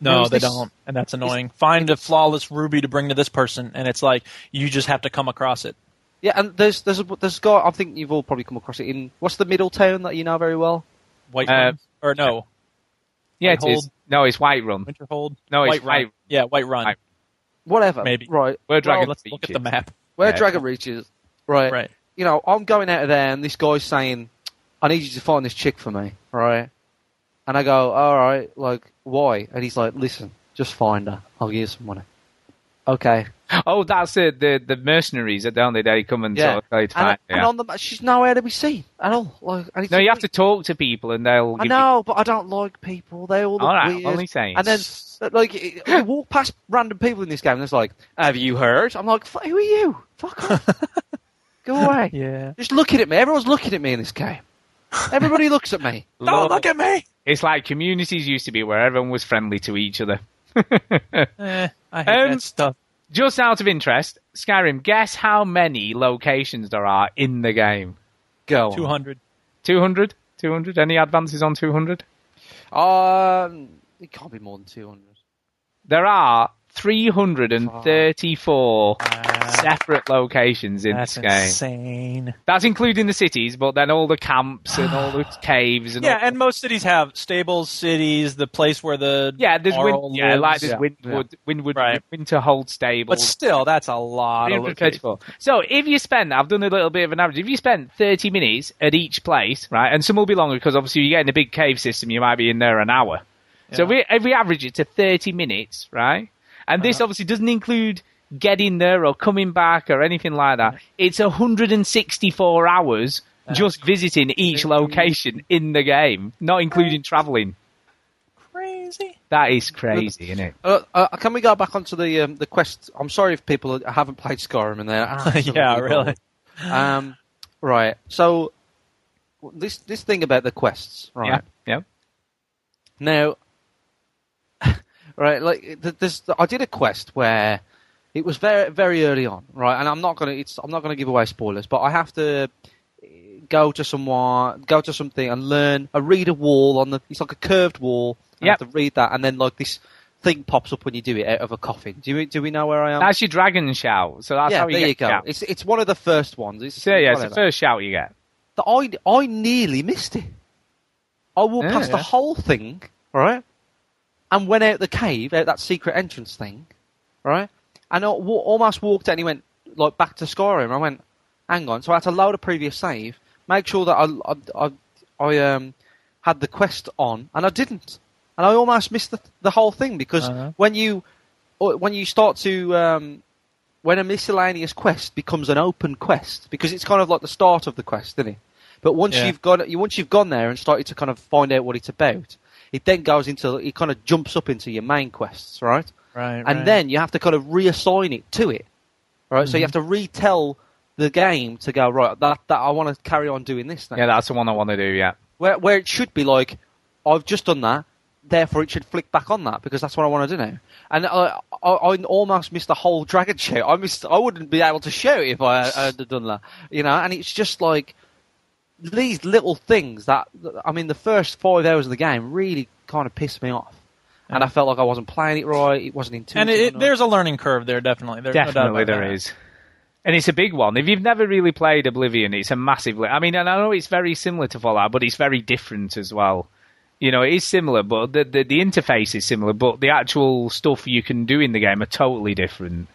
There No, was they this- don't, and that's annoying. Find a flawless ruby to bring to this person, and it's like you just have to come across it. Yeah, and there's there's a, there's a guy. I think you've all probably come across it in what's the middle town that you know very well. White Uh, Run? or no? Yeah, it Whitehold? is. No, it's White Run. Winterhold. No, white it's run. White- Yeah, White Run. White- Whatever. Maybe. Right. Where Dragon Let's look at the Reaches. map. Where Yeah. Dragon reaches. Right. Right. You know, I'm going out of there, and this guy's saying, "I need you to find this chick for me." Right. And I go, "All right, like why?" And he's like, "Listen, just find her. I'll give you some money." Okay. Oh, that's the the, the mercenaries, don't they? They come and Yeah. talk, they And, fight. and yeah. on the ma- she's nowhere to be seen at all. Like, and it's No, you like- have to talk to people, and they'll. I give know, but I don't like people. They all look All right, weird. only saying. And then, like, it- you walk past random people in this game, and it's like, "Have you heard?" I'm like, "F- "Who are you? Fuck off! Go away! Yeah. Just looking at me. Everyone's looking at me in this game. Everybody looks at me. You, Don't look at me. It's like communities used to be where everyone was friendly to each other. Eh, I hate Um, that stuff. Just out of interest, Skyrim. Guess how many locations there are in the game? Go Two on. hundred. 200? 200? Any advances on 200? Um, it can't be more than 200. There are 334 separate locations in That's this game. insane. That's including the cities, but then all the camps and all the caves and Yeah, all- and most cities have stables, cities, the place where the yeah, there's Jarl win- yeah, like lives. there's Yeah. Windwood, Windwood, Right. Winterhold But stables. still, that's a lot of locations. 334. So if you spend, I've done a little bit of an average. If you spend 30 minutes at each place, right, and some will be longer because obviously you get in a big cave system, you might be in there an hour. So Yeah. we, if we average it to 30 minutes, right, and this obviously doesn't include getting there or coming back or anything like that. It's 164 hours just visiting each location in the game, not including traveling. Crazy. That is crazy, isn't it? Uh, uh, can we go back onto the um, the quest? I'm sorry if people haven't played Skyrim and they're absolutely Yeah, really. bored. Um, right. So this this thing about the quests, right? Yeah, yeah. Now, right, like th- this, I did a quest where it was very, very early on, right, and I'm not gonna, it's, I'm not gonna give away spoilers, but I have to eh, go to someone, go to something, and learn. I read a wall on the, it's like a curved wall. and I Yep. have to read that, and then like this thing pops up when you do it out of a coffin. Do we, do we know where I am? That's your dragon shout. So that's yeah, how you there get you go. shout. It's, it's one of the first ones. It's, So yeah, it's the whatever. first shout you get. that I, I nearly missed it. I walked Yeah, past the yeah. whole thing, right? And went out the cave, out that secret entrance thing, right? And I wa- almost walked out and he went, like, back to Skyrim. I went, hang on. So I had to load a previous save, make sure that I, I, I, I um, had the quest on, and I didn't. And I almost missed the, the whole thing because Uh-huh. when you or when you start to um, when a miscellaneous quest becomes an open quest because it's kind of like the start of the quest, isn't it? But once Yeah. you've gone, you once you've gone there and started to kind of find out what it's about, it then goes into it kind of jumps up into your main quests, right? Right. and right. Mm-hmm. then you have to kind of reassign it to it, right? So you have to retell the game to go right. That that I want to carry on doing this now Yeah, that's the one I want to do. Yeah, where where it should be like, I've just done that, therefore it should flick back on that because that's what I want to do now. And I, I, I almost missed the whole dragon show. I missed. I wouldn't be able to show it if I had done that, you know. And it's just like these little things that I mean, the first five hours of the game really kind of pissed me off, and I felt like I wasn't playing it right. It wasn't intuitive. and it, it, enough. there's a learning curve there, definitely. There's no definitely doubt about there that. is, and it's a big one. If you've never really played Oblivion, it's a massive. li- I mean, and I know it's very similar to Fallout, but it's very different as well. You know, it is similar, but the, the the interface is similar, but the actual stuff you can do in the game are totally different.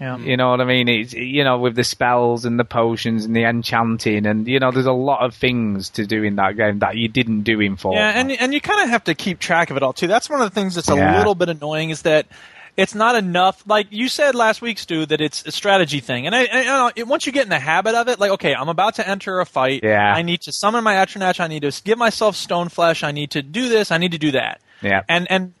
Yeah. You know what I mean? It's you know with the spells and the potions and the enchanting, and you know there's a lot of things to do in that game that you didn't do in Fallout. Yeah, and and you kind of have to keep track of it all too. That's one of the things that's a Yeah. little bit annoying is that it's not enough. Like you said last week, Stu, that it's a strategy thing, and I, and, you know, it- once you get in the habit of it, like okay, I'm about to enter a fight. Yeah. I need to summon my Atronach. I need to give myself Stone Flesh. I need to do this. I need to do that. Yeah. And and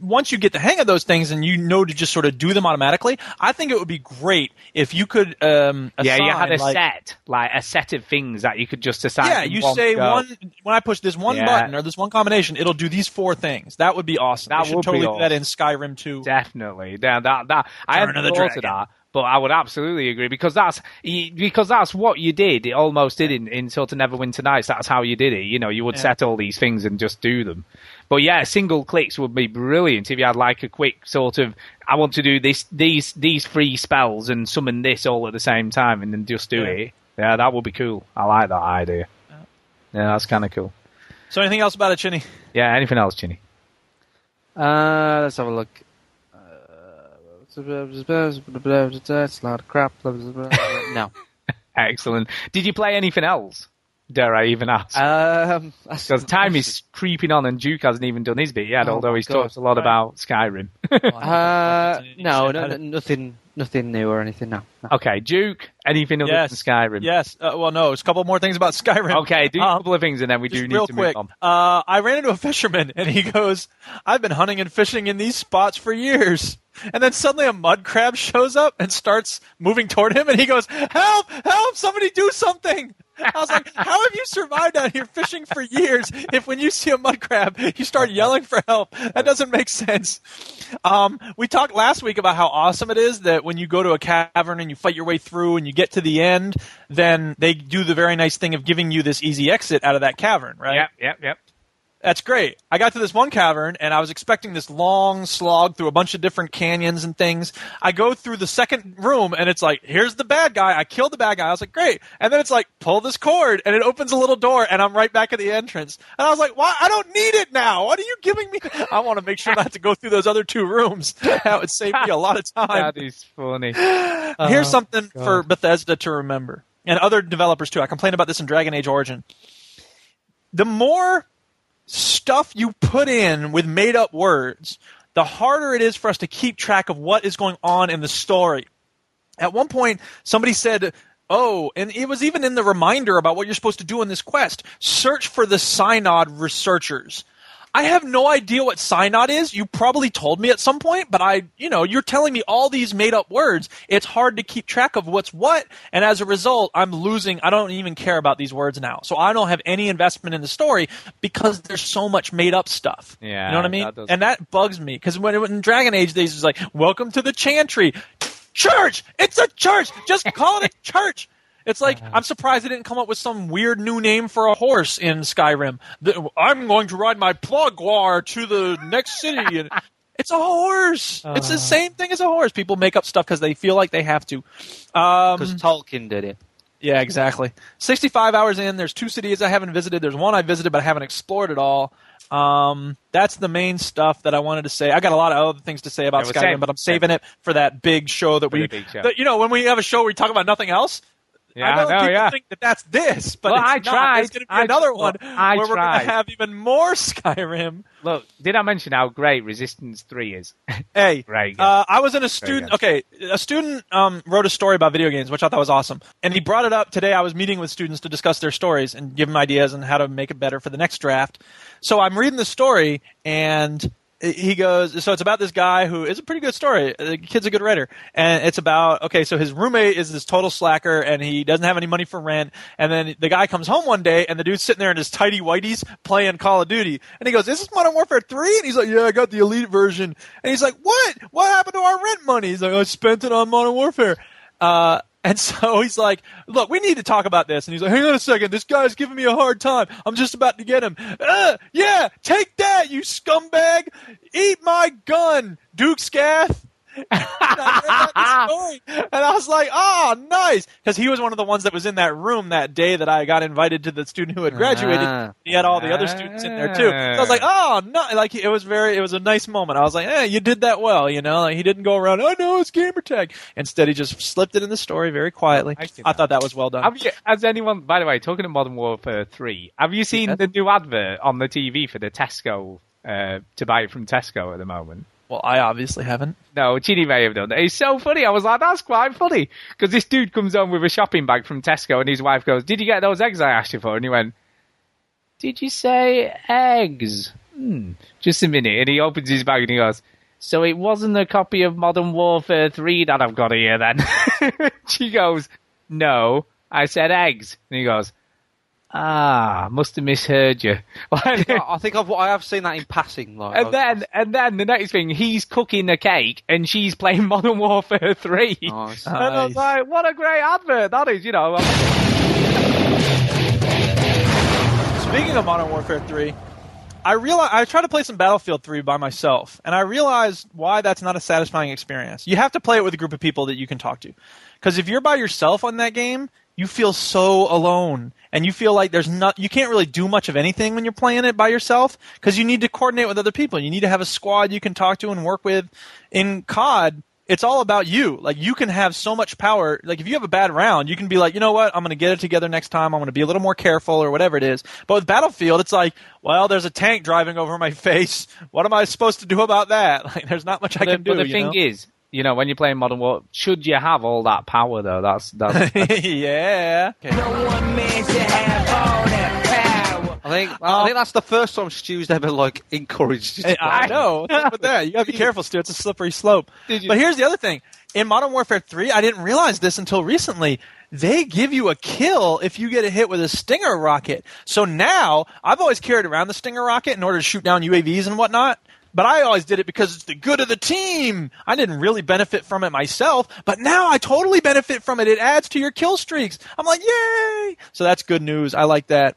once you get the hang of those things and you know to just sort of do them automatically, I think it would be great if you could. Um, yeah, you assign, had a like- set, like a set of things that you could just assign. Yeah, in you one say go. one when I push this one Yeah. button or this one combination, it'll do these four things. That would be awesome. That They should would be totally do that awesome. in Skyrim 2. Definitely, yeah, that that I Return hadn't of the thought of Dragon. that, but I would absolutely agree because that's y- because that's what you did. It almost did in, in sort of Neverwinter Nights. That's how you did it. You know, you would Yeah. set all these things and just do them. But yeah, single clicks would be brilliant if you had like a quick sort of I want to do this these these three spells and summon this all at the same time and then just do Yeah. it. Yeah, that would be cool. I like that idea. Yeah, that's kind of cool. So anything else about it, Chinny? Yeah, anything else, Chinny? Uh, let's have a look. It's a lot of crap. No. Excellent. Did you play anything else? Dare I even ask? Uh, Um, because time is creeping on, and Duke hasn't even done his bit yet. Oh although my he's God. talked a lot Right. about Skyrim. Uh, no, no, no, nothing, nothing new or anything. No. no. okay, Duke. Anything other Yes. than Skyrim? Yes. Uh, well, no. It's a couple more things about Skyrim. Okay, do a Um, couple of things, and then we do need real to quick. move on. Uh, I ran into a fisherman, and he goes, "I've been hunting and fishing in these spots for years." And then suddenly a mud crab shows up and starts moving toward him, and he goes, "Help! Help! Somebody do something!" I was like, "How have you survived out here fishing for years? If when you see a mud crab, you start yelling for help, that doesn't make sense." Um, we talked last week about how awesome it is that when you go to a cavern and you fight your way through and you get to the end, then they do the very nice thing of giving you this easy exit out of that cavern, right? Yep, yep, yep. That's great. I got to this one cavern and I was expecting this long slog through a bunch of different canyons and things. I go through the second room and it's like, here's the bad guy. I killed the bad guy. I was like, great. And then it's like, pull this cord and it opens a little door and I'm right back at the entrance. And I was like, why? I don't need it now. What are you giving me? I want to make sure not to go through those other two rooms. That would save me a lot of time. That is funny. Here's something God. for Bethesda to remember, and other developers too. I complained about this in Dragon Age Origin. The more stuff you put in with made up words, the harder it is for us to keep track of what is going on in the story. At one point, somebody said, Oh, and it was even in the reminder about what you're supposed to do in this quest search for the Synod researchers. I have no idea what Synod is. You probably told me at some point, but I, you know, you're telling me all these made up words. It's hard to keep track of what's what. And as a result, I'm losing. I don't even care about these words now. So I don't have any investment in the story because there's so much made up stuff. Yeah, You know what I mean? that does- and that bugs me because when in Dragon Age, they was like, "Welcome to the Chantry, church. It's a church. Just call it a church." It's like I'm surprised they didn't come up with some weird new name for a horse in Skyrim. The- I'm going to ride my Plogwar to the next city, and it's a horse. It's the same thing as a horse. People make up stuff because they feel like they have to. Um, Because Tolkien did it. yeah, exactly. 65 hours in, there's two cities I haven't visited. There's one I visited, but I haven't explored at all. Um, that's the main stuff that I wanted to say. I got a lot of other things to say about Yeah, Skyrim, well, same. but I'm saving it for that big show that For we, the big show. That, you know, when we have a show where we talk about nothing else. Yeah, I know know, people yeah. think that that's this, but Well, it's I not. tried. There's going to be I- another well, one I where we're tried. to have even more Skyrim. Look, did I mention how great Resistance Three is? Hey, Right. Uh, I was in a student. good. Okay, a student um, wrote a story about video games, which I thought was awesome, and he brought it up today. I was meeting with students to discuss their stories and give them ideas on how to make it better for the next draft. So I'm reading the story, and he goes, "So it's about this guy who is a pretty good story. Uh, The kid's a good writer, and it's about okay. So his roommate is this total slacker, and he doesn't have any money for rent. And then the guy comes home one day, and the dude's sitting there in his tidy whiteies playing Call of Duty, and he goes, "Is this Modern Warfare 3? And he's like, "Yeah, I got the Elite version." And he's like, "What? What happened to our rent money?" He's like, "I spent it on Modern Warfare." Uh, and so he's like, "Look, we need to talk about this." And he's like, "Hang on a second, this guy's giving me a hard time. I'm just about to get him." Uh, yeah, take that, you scumbag! Eat my gun, Duke Scath. and I read that story, and I was like, "Ah, nice," because he was one of the ones that was in that room that day that I got invited to the student who had graduated. Ah. he had all the other students in there too. So I was like, "Oh, no!" Like it was very, it was a nice moment. I was like, "Eh, you did that well," you know. Like, he didn't go around, "Oh no, it's gamer tag." Instead, he just slipped it in the story very quietly. I see I that. thought that was well done. Have you, has anyone, by the way, talking of Modern Warfare 3, have you seen Yeah. the new advert on the TV for the Tesco, uh, to buy it from Tesco at the moment? Well, I obviously haven't. No, Chini may have done that. It's so funny. I was like, that's quite funny. Because this dude comes home with a shopping bag from Tesco and his wife goes, Did you get those eggs I asked you for? And he went, Did you say eggs? Hmm. Just a minute. And he opens his bag and he goes, So it wasn't a copy of Modern Warfare 3 that I've got here then. she goes, No, I said eggs. And he goes, Ah, must have misheard you. Like, I think I've I have seen that in passing. Like, Oh. and I- then, and then the next thing, he's cooking a cake and she's playing Modern Warfare Three. Oh, Nice. And I was like, what a great advert that is, you know. Speaking of Modern Warfare 3, I realize I tried to play some Battlefield 3 by myself, and I realized why that's not a satisfying experience. You have to play it with a group of people that you can talk to. Because if you're by yourself on that game, you feel so alone, and you feel like there's not you can't really do much of anything when you're playing it by yourself because you need to coordinate with other people. You need to have a squad you can talk to and work with. In COD, it's all about you. Like you can have so much power. Like if you have a bad round, you can be like, you know what, I'm gonna get it together next time. I'm gonna be a little more careful or whatever it is. But with Battlefield, it's like, well, there's a tank driving over my face. What am I supposed to do about that? Like there's not much I can but, do. the you thing know? is, you know, when you're playing Modern War, should you have all that power though? That's that's. yeah. I think I think that's the first time Stu's ever like encouraged. you to Hey, I play. know, but there you gotta be careful, Stu. It's a slippery slope. you- But here's the other thing: in Modern Warfare 3, I didn't realize this until recently. They give you a kill if you get hit with a Stinger rocket. So now I've always carried around the Stinger rocket in order to shoot down UAVs and whatnot. But I always did it because it's the good of the team. I didn't really benefit from it myself, but now I totally benefit from it. It adds to your kill streaks. I'm like, yay! So that's good news. I like that.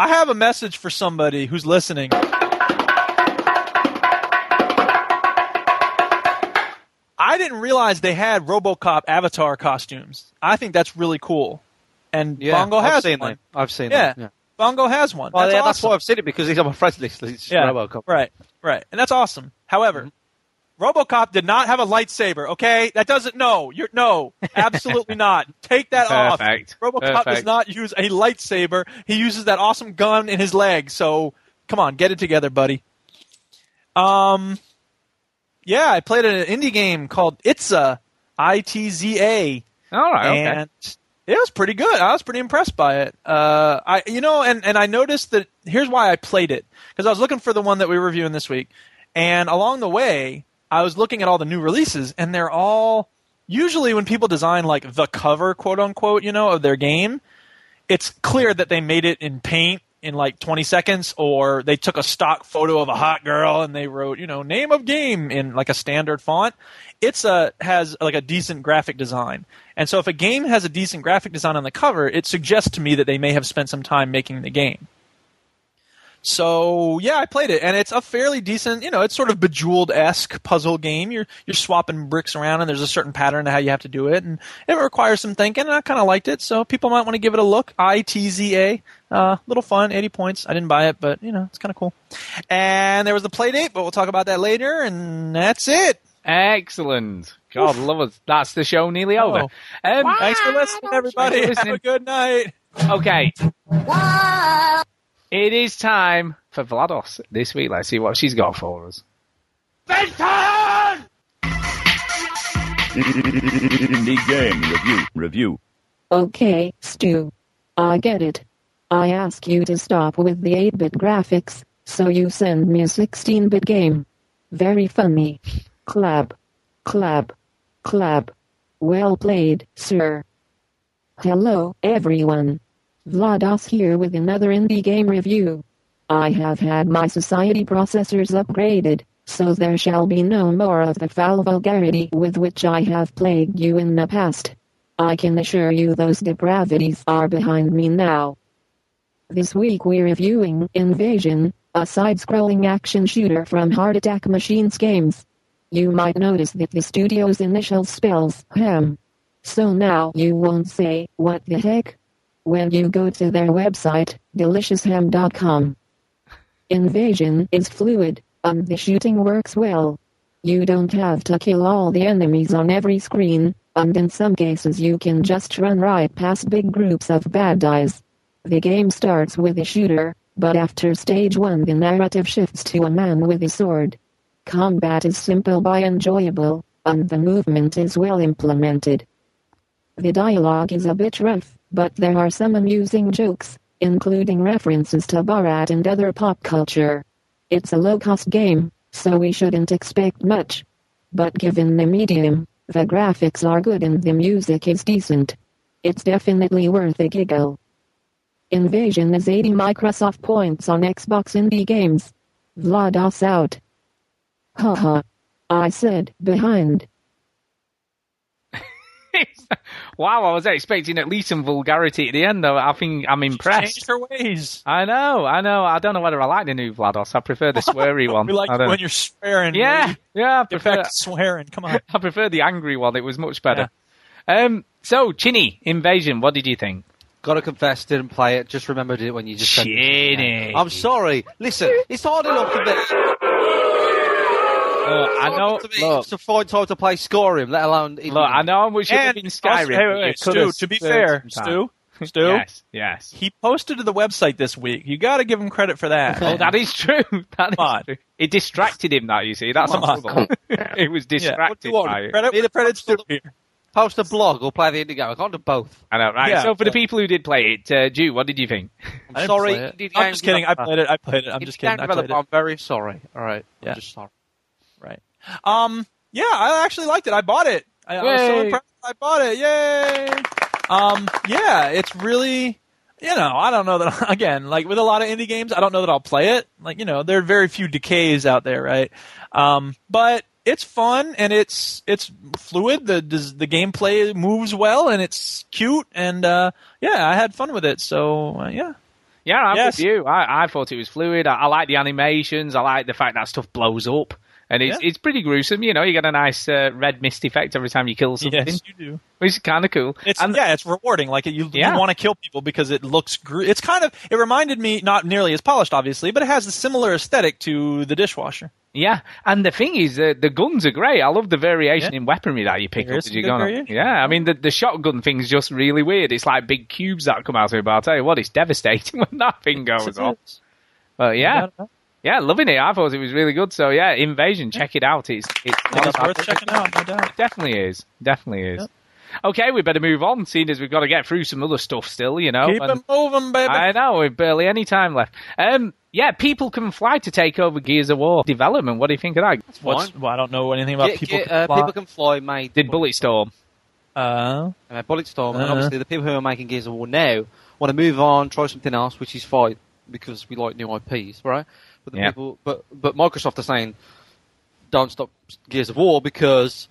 I have a message for somebody who's listening. I didn't realize they had RoboCop avatar costumes. I think that's really cool. And Yeah, Bongo I've has seen one. them. I've seen Yeah. them. Yeah. Bongo has one. Well, that's, yeah, that's awesome. why I've seen it because he's on my friends list. It's just Yeah. RoboCop. Right, right. And that's awesome. However, Mm-hmm. RoboCop did not have a lightsaber, okay? That doesn't no. You're no, absolutely not. Take that Perfect. off. RoboCop does Perfect. not use a lightsaber. He uses that awesome gun in his leg. So, come on, get it together, buddy. Um yeah, I played an indie game called Itza, I T Z A. All right, okay. And it was pretty good. I was pretty impressed by it. Uh, I you know, and and I noticed that here's why I played it because I was looking for the one that we were reviewing this week, and along the way I was looking at all the new releases, and they're all usually when people design like the cover, quote unquote, you know, of their game, it's clear that they made it in paint in like 20 seconds or they took a stock photo of a hot girl and they wrote you know name of game in like a standard font it's a has like a decent graphic design and so if a game has a decent graphic design on the cover it suggests to me that they may have spent some time making the game so yeah, I played it, and it's a fairly decent, you know, it's sort of bejeweled esque puzzle game. You're you're swapping bricks around, and there's a certain pattern to how you have to do it, and it requires some thinking. And I kind of liked it, so people might want to give it a look. I T Z A, uh, little fun, 80 points. I didn't buy it, but you know, it's kind of cool. And there was the play date, but we'll talk about that later. And that's it. Excellent. God love us. That's the show nearly over. Oh. Um, Thanks for listening, everybody. Thanks for Have a listening. good night. Okay. It is time for Vlados this week. Let's see what she's got for us. Indie game review. Review. Okay, Stu. I get it. I ask you to stop with the 8 bit graphics, so you send me a 16 bit game. Very funny. Clap. Clap. Clap. Well played, sir. Hello, everyone. Vlados here with another indie game review. I have had my society processors upgraded, so there shall be no more of the foul vulgarity with which I have plagued you in the past. I can assure you those depravities are behind me now. This week we're reviewing Invasion, a side-scrolling action shooter from Heart Attack Machines Games. You might notice that the studio's initial spells hem. So now you won't say, what the heck? When you go to their website, deliciousham.com. Invasion is fluid, and the shooting works well. You don't have to kill all the enemies on every screen, and in some cases you can just run right past big groups of bad guys. The game starts with a shooter, but after stage 1 the narrative shifts to a man with a sword. Combat is simple but enjoyable, and the movement is well implemented. The dialogue is a bit rough, but there are some amusing jokes, including references to Borat and other pop culture. It's a low cost game, so we shouldn't expect much. But given the medium, the graphics are good and the music is decent. It's definitely worth a giggle. Invasion is 80 Microsoft points on Xbox Indie Games. Vlados out. Haha. I said behind. Wow, I was expecting at least some vulgarity at the end, though. I think I'm impressed. Changed her ways. I know, I know. I don't know whether I like the new Vlados. I prefer the sweary one. We like Um, I don't- when you're swearing. Yeah, lady. yeah. I Get prefer back to swearing. Come on. I prefer the angry one. It was much better. Um, so, Chinny, Invasion, what did you think? Gotta confess, didn't play it. Just remembered it when you just said Chinny. I'm sorry. Listen, it's hard enough to be. Uh, Oh, I know. Look, to find time to play Skyrim, let alone. Look, I know we should have And been also- Skyrim. hey, but wait, you wait, could've Stu, to be spared fair, some Stu, time. Stu, Yes, yes. he posted to the website this week. You got to give him credit for that. Oh, that is true. That is true. It distracted him. That you see, that's Come the on. trouble. it was distracted by it. Credit where credit's due. Post a blog or play the Indigo. I can't do both. I know, right? Yeah. so, for the people who did play it, uh, Jew, what did you think? I'm sorry. play it. indie I'm game just kidding. I developer. played it. I played it. I'm Indie just kidding. game I played developer, it. I'm very sorry. All right. Yeah. I'm just sorry. Right. Um. Yeah, I actually liked it. I bought it. I, I was so Yay. impressed. I bought it. Yay! Um. Yeah, it's really. You know, I don't know that. Again, like with a lot of indie games, I don't know that I'll play it. Like you know, there are very few decays out there, right? Um. But it's fun and it's it's fluid. The does- the gameplay moves well and it's cute and uh, yeah, I had fun with it. So uh, yeah. Yeah, I'm Yes. with you. I, I thought it was fluid. I, I like the animations. I like the fact that stuff blows up, and it's Yeah. it's pretty gruesome. You know, you get a nice uh, red mist effect every time you kill something, Yes, you do. which is kind of cool. It's yeah, it's rewarding. Like you, Yeah. you want to kill people because it looks. Gr- it's kind of. It reminded me, not nearly as polished, obviously, but it has a similar aesthetic to the dishwasher. Yeah, and the thing is, the the guns are great. I love the variation in weaponry that you pick There up is as some you good go. on. variation. Yeah, I mean the the shotgun thing's just really weird. It's like big cubes that come out of it. But I'll tell you what, it's devastating when that thing goes off. But yeah, yeah, loving it. I thought it was really good. So yeah, Invasion, check it out. It's it's, I think it's worth checking out, no doubt. It definitely is. Definitely is. Okay, we better move on, seeing as we've got to get through some other stuff still, you know. Keep Oh, and- it moving, baby. I know, we've barely any time left. Um, yeah, people can fly to take over Gears of War development. What do you think of that? What's, well, I don't know anything about Get- people. get, can uh, fly. people can fly, mate. Did Bulletstorm? Uh, And Bulletstorm, and Uh-huh. obviously the people who are making Gears of War now want to move on, try something else, which is fine because we like new IPs, right? But the Yeah. people, but but Microsoft are saying, don't stop Gears of War because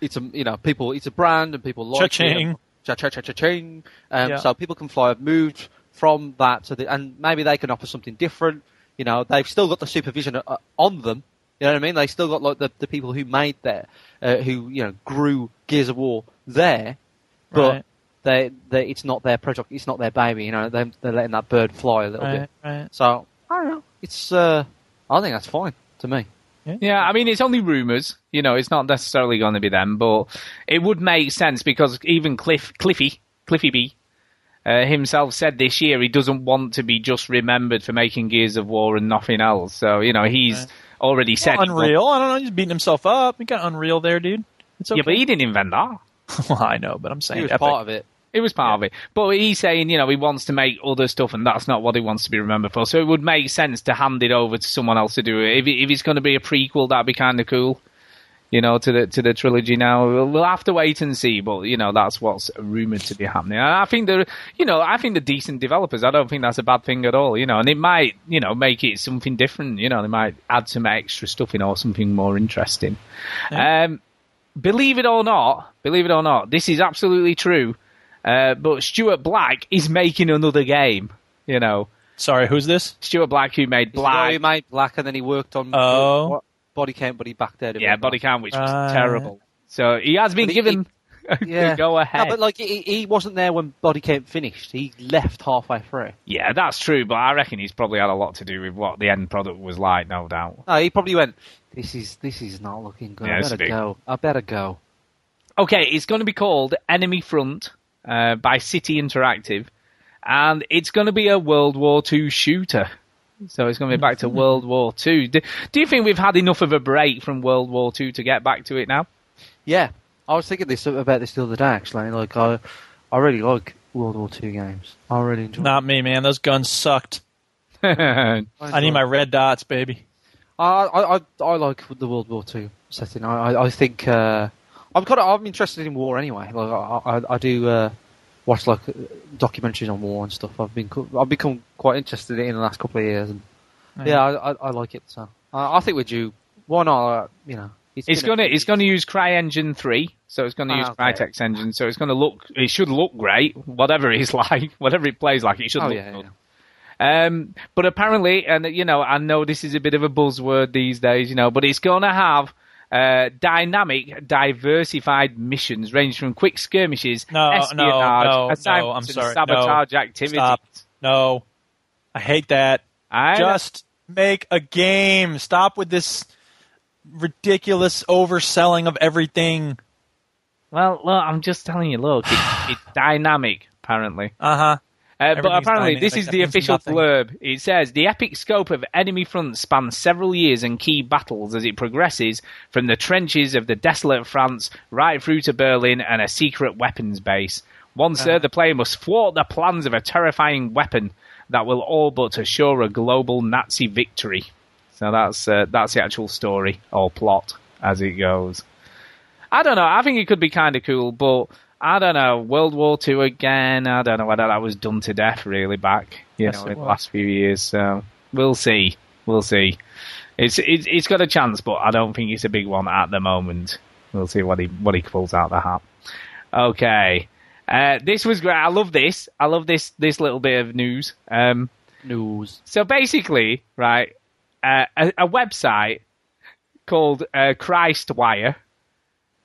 it's a you know people, it's a brand and people like Cha-ching. it. Cha cha cha cha ching. Um, Yeah. So people can fly have moved from that, so that, and maybe they can offer something different. You know, they've still got the supervision uh, on them. You know what I mean? They still got like the, the people who made there, uh, who you know grew Gears of War there, but Right. they, they it's not their project, it's not their baby. You know, they they're letting that bird fly a little Right, bit. right. So I don't know. It's uh, I think that's fine to me. Yeah, I mean, it's only rumours. You know, it's not necessarily going to be them, but it would make sense because even Cliff, Cliffy, Cliffy B, uh, himself said this year he doesn't want to be just remembered for making Gears of War and nothing else. So, you know, he's already said. unreal. I don't know. He's beating himself up. He got unreal there, dude. It's okay. Yeah, but he didn't invent that. well, I know, but I'm saying He was epic. part of it. It was part of it. But he's saying, you know, he wants to make other stuff and that's not what he wants to be remembered for. So it would make sense to hand it over to someone else to do it. If, it- if it's going to be a prequel, that'd be kind of cool. You know, to the to the trilogy now. We'll, we'll have to wait and see, but you know, that's what's rumored to be happening. And I think they're you know, I think they're decent developers. I don't think that's a bad thing at all, you know, and it might, you know, make it something different, you know, they might add some extra stuff in or something more interesting. Um believe it or not, believe it or not, this is absolutely true. Uh, but Stuart Black is making another game. You know, Sorry, who's this? Stuart Black who made He's the guy who Black. made Black, and then he worked on Oh. what- Body Count, but he backed out. of Yeah, it. body count, which was Right. terrible. So he has been But he- given Yeah. go No, ahead. but like he, he wasn't there when Body Count finished. He left halfway through. yeah, that's true. But I reckon he's probably had a lot to do with what the end product was like, no doubt. No, he probably went. This is this is not looking good. Yeah, I it's better big. go. I better go. Okay, it's going to be called Enemy Front uh, by City Interactive, and it's going to be a World War II shooter. So it's going to be back to World War Two. Do, do you think we've had enough of a break from World War Two to get back to it now? Yeah, I was thinking this about this the other day. Actually, like I, I really like World War Two games. I really enjoy. Not me, man. Those guns sucked. I need my red dots, baby. I, I, I, I like the World War Two setting. I, I, I think uh, I'm kind of I'm interested in war anyway. Like I, I, I do uh, watch like documentaries on war and stuff. I've been co- I've become quite interested in the last couple of years, and Yeah. yeah, I, I, I like it. So I, I think we're due. Why not? Uh, you know, It's been a- going to it's going to use CryEngine three, so it's going to Ah, use okay. Crytek's engine, so it's going to look it should look great, whatever it's like, whatever it plays like, it should Oh, look yeah, good. Um, but apparently, and you know, I know this is a bit of a buzzword these days, you know, but it's going to have uh, dynamic, diversified missions ranging from quick skirmishes, No, espionage, no, no, no. I'm assignments, and sorry. sabotage no. activities. Stop. No, I hate that. I just make a game. Stop with this ridiculous overselling of everything. Well, look, I'm just telling you, look, it's, it's dynamic, apparently. Uh-huh. Uh, but Everything's apparently, this dynamic. is That the means official nothing. blurb. It says the epic scope of enemy fronts spans several years and key battles as it progresses from the trenches of the desolate France right through to Berlin and a secret weapons base. Once Uh-huh. there, the player must thwart the plans of a terrifying weapon that will all but assure a global Nazi victory. So that's uh, that's the actual story or plot as it goes. I don't know. I think it could be kind of cool, but I don't know. World War Two again. I don't know whether that was done to death really back, you Yes, know, it in the was. last few years. So we'll see. We'll see. It's it's it's got a chance, but I don't think it's a big one at the moment. We'll see what he what he pulls out of the hat. Okay. Uh, this was great. I love this. I love this this little bit of news. Um, news. So basically, right, uh, a, a website called uh, Christwire.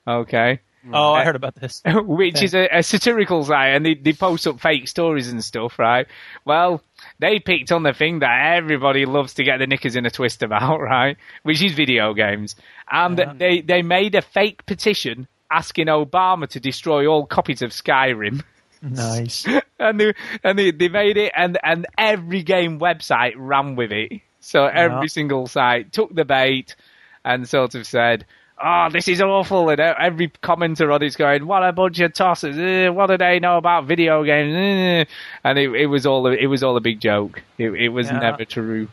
Okay. Oh, I Uh, heard about this. which Okay. is a, a satirical site, and they, they post up fake stories and stuff, right? Well, they picked on the thing that everybody loves to get the knickers in a twist about, right? Which is video games. And they, they made a fake petition asking Obama to destroy all copies of Skyrim. Nice. and they, and they, they made it, and, and every game website ran with it. So every Yeah. single site took the bait and sort of said, "Oh, this is awful," and e-, every commenter on it's going, "What a bunch of tossers! Eh, What do they know about video games?" Eh." And it, it was all a, it was all a big joke. It, it was Yeah. never true.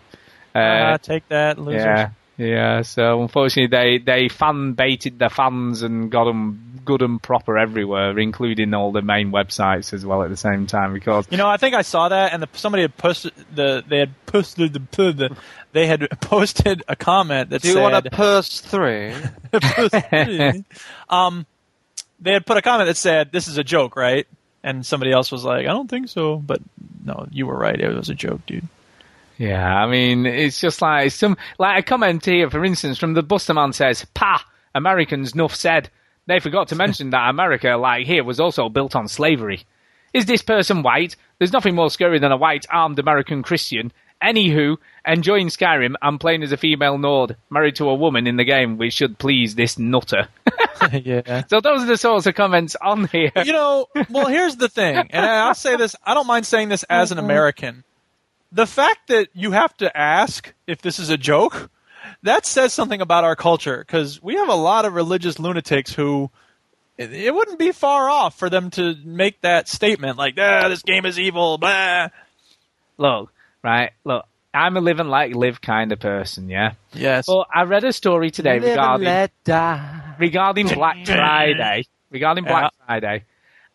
Uh, Ah, take that, losers. yeah, yeah. So unfortunately, they they fan baited the fans and got them good and proper everywhere, including all the main websites as well at the same time because. You know, I think I saw that, and the, somebody had posted the they had posted the, the they had posted a comment that Do you said, want to purse through? um, they had put a comment that said, "This is a joke, right?" And somebody else was like, "I don't think so," but no, you were right. It was a joke, dude. Yeah, I mean, it's just like some like a comment here, for instance, from the Busterman says, "Pa, Americans, nuff said." They forgot to mention that America, like here, was also built on slavery. Is this person white? There's nothing more scary than a white armed American Christian. Anywho, enjoying Skyrim and playing as a female Nord, married to a woman in the game, which should please this nutter. yeah. So those are the sorts of comments on here. you know, well, here's the thing, and I- I'll say this: I don't mind saying this as Mm-hmm. an American. The fact that you have to ask if this is a joke, that says something about our culture because we have a lot of religious lunatics who. It it wouldn't be far off for them to make that statement, like, "Ah, this game is evil." Blah. look, right, look. I'm a live and let live kind of person, yeah. Yes. Well, I read a story today Live and regarding let regarding Black Friday, regarding Black Friday,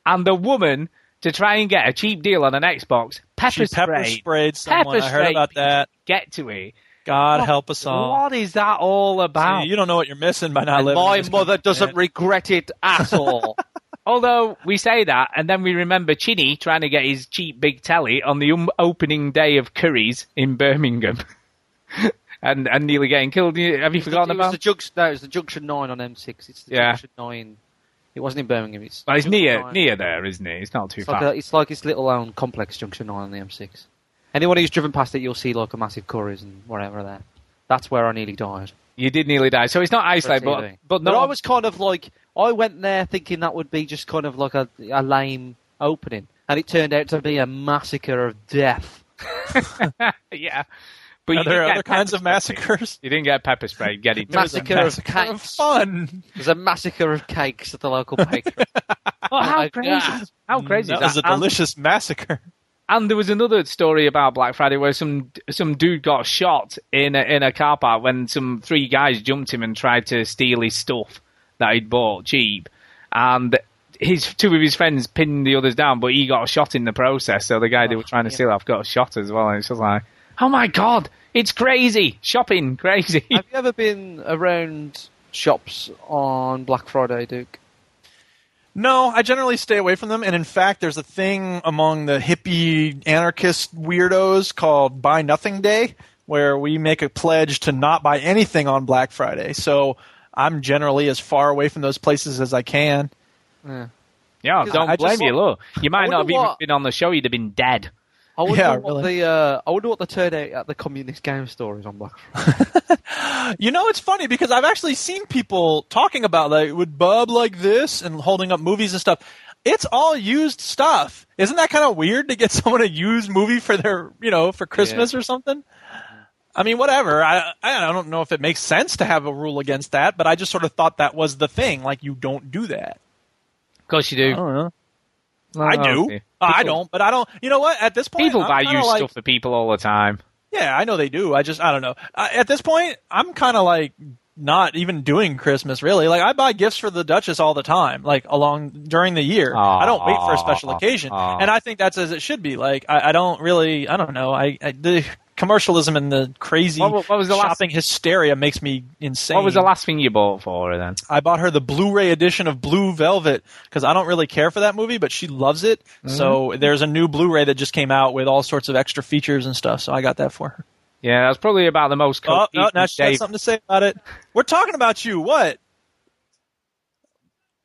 and the woman to try and get a cheap deal on an Xbox pepper She pepper sprayed, sprayed someone. pepper I heard sprayed about that. Get to it. God help us all. What is that all about? See, you don't know what you're missing by not living. in My this mother country, doesn't man. regret it at all. Although we say that, and then we remember Chinny trying to get his cheap big telly on the um- opening day of Curry's in Birmingham, and and nearly getting killed. Have you forgotten it was about? the junction. No, it was the junction nine on M6. It's the Yeah. junction nine. It wasn't in Birmingham. It's Well, it's Junction near 9. near there, isn't it? It's not too It's far. like, a, it's like its little own complex junction nine on the M6. Anyone who's driven past it, you'll see like a massive Curry's and whatever there. That's where I nearly died. You did nearly die, so it's not isolated, For but TV. but no, I was kind of like I went there thinking that would be just kind of like a, a lame opening, and it turned out to be a massacre of death. yeah. But Are you there did get other kinds pepper of massacres? You didn't get pepper spray. Get it. There was a Massacre of massacre of cakes. fun. There's a massacre of cakes at the local bakery. Oh, how Like, crazy! ah. How crazy! is That was a And- delicious massacre. And there was another story about Black Friday where some some dude got shot in a, in a car park when some three guys jumped him and tried to steal his stuff that he'd bought cheap, and his two of his friends pinned the others down, but he got shot in the process. So the guy Oh, they were trying to steal off got shot as well, and it's just like, oh my god, it's crazy shopping, crazy. Have you ever been around shops on Black Friday, Duke? No, I generally stay away from them. And in fact, there's a thing among the hippie anarchist weirdos called Buy Nothing Day, where we make a pledge to not buy anything on Black Friday. So I'm generally as far away from those places as I can. Yeah. Yeah, Because don't I just blame you, want- look. You might I not have wonder even what- been on the show; you'd have been dead. I wonder Yeah, what really. the uh, I wonder what the turnout at the communist game store is on Black Friday. You know, it's funny because I've actually seen people talking about like would Bub like this and holding up movies and stuff. It's all used stuff. Isn't that kind of weird to get someone a used movie for their, you know, for Christmas or something? I mean, whatever. I I don't know if it makes sense to have a rule against that, but I just sort of thought that was the thing. Like you don't do that. Of course, you do. I do. okay. I Oh, People- don't, but I don't. You know what? At this point, People I'm buy kinda used like- stuff for people all the time. Yeah, I know they do. I just I don't know. I, at this point, I'm kind of like not even doing Christmas really. Like I buy gifts for the Duchess all the time, like along during the year. I don't wait for a special Aw, occasion, aw. and I think that's as it should be. Like I, I don't really, I don't know. I, I the commercialism and the crazy What wa- what was the last- shopping hysteria makes me insane. What was the last thing you bought for her then? I bought her the Blu-ray edition of Blue Velvet because I don't really care for that movie, but she loves it. Mm-hmm. So there's a new Blu-ray that just came out with all sorts of extra features and stuff. So I got that for her. Yeah, that's probably about the most. Oh, cohesive oh, now she has Dave- something to say about it. We're talking about you. What?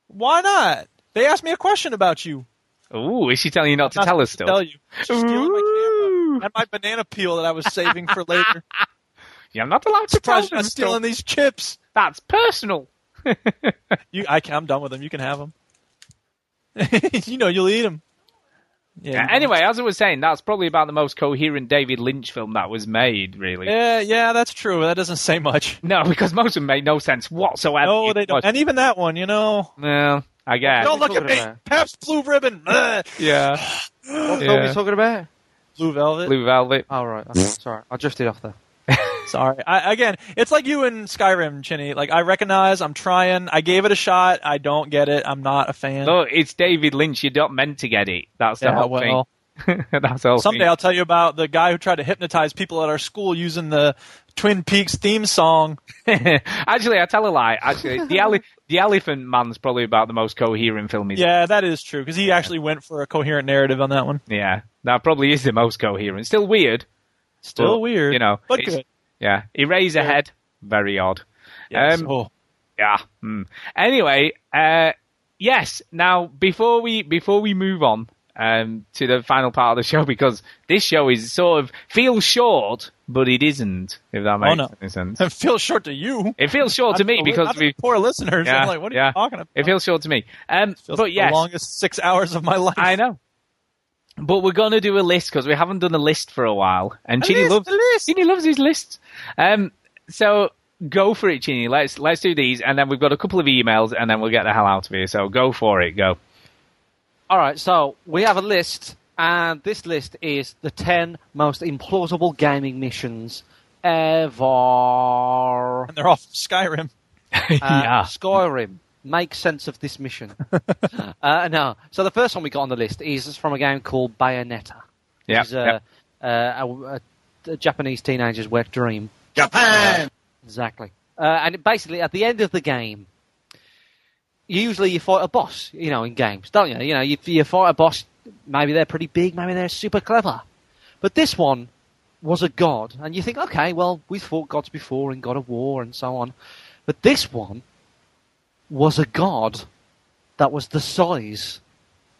Why not? They asked me a question about you. Ooh, is she telling you not to tell us still? Tell you. She's stealing my camera and my banana peel that I was saving for later. You're not allowed to tell Surprised you're them not stealing stuff. these chips. That's personal. You, I, can- I'm done with them. You can have them. you know you'll eat them. Yeah. Uh, Anyway, as I was saying, that's probably about the most coherent David Lynch film that was made, really. Yeah, yeah, that's true. That doesn't say much. No, because most of them made no sense whatsoever. No, they don't. Well, And even that one, you know. I guess. Don't look at me. Pabst Blue Ribbon. Ugh. Yeah. What film are Yeah. you talking about? Blue Velvet. Blue Velvet. Oh right, okay, sorry, I drifted off there. Sorry. I, again, it's like you in Skyrim, Chinny. Like I recognize, I'm trying. I gave it a shot. I don't get it. I'm not a fan. Look, it's David Lynch. You're not meant to get it. That's the Yeah, whole well. thing. that's the whole Someday thing. I'll tell you about the guy who tried to hypnotize people at our school using the Twin Peaks theme song. Actually, I tell a lie. Actually, the, ele- the Elephant Man's probably about the most coherent film he's Yeah, that is true because he actually went for a coherent narrative on that one. Yeah, that probably is the most coherent. Still weird. Still but, weird. You know, but it's- good. Yeah, Eraserhead, very odd. Yes. Um, Oh. Yeah. hmm. Anyway, uh, yes. Now before we before we move on um, to the final part of the show, because this show is sort of feels short, but it isn't. If that makes Oh, no. any sense. It feels short to you. It feels short to I'm me the- because I'm the we poor listeners. Yeah, I'm like, what are yeah. you talking about? it feels short to me. Um, Feels but like yes, the longest six hours of my life. I know. But we're gonna do a list because we haven't done a list for a while, and Chini list, loves a list. Chini loves his lists. Um, so go for it, Chini. Let's let's do these, and then we've got a couple of emails, and then we'll get the hell out of here. So go for it, go. All right, so we have a list, and this list is the ten most implausible gaming missions ever. And they're off Skyrim. Uh, yeah, Skyrim. Make sense of this mission. uh, no. So the first one we got on the list is from a game called Bayonetta. yeah, It's, uh, yeah. uh, a, a, a Japanese teenager's wet dream. Japan! Exactly. Uh, and it basically, at the end of the game, usually you fight a boss, you know, in games, don't you? You know, you, you fight a boss, maybe they're pretty big, maybe they're super clever. But this one was a god, and you think, okay, well, we fought gods before in God of War and so on. But this one was a god that was the size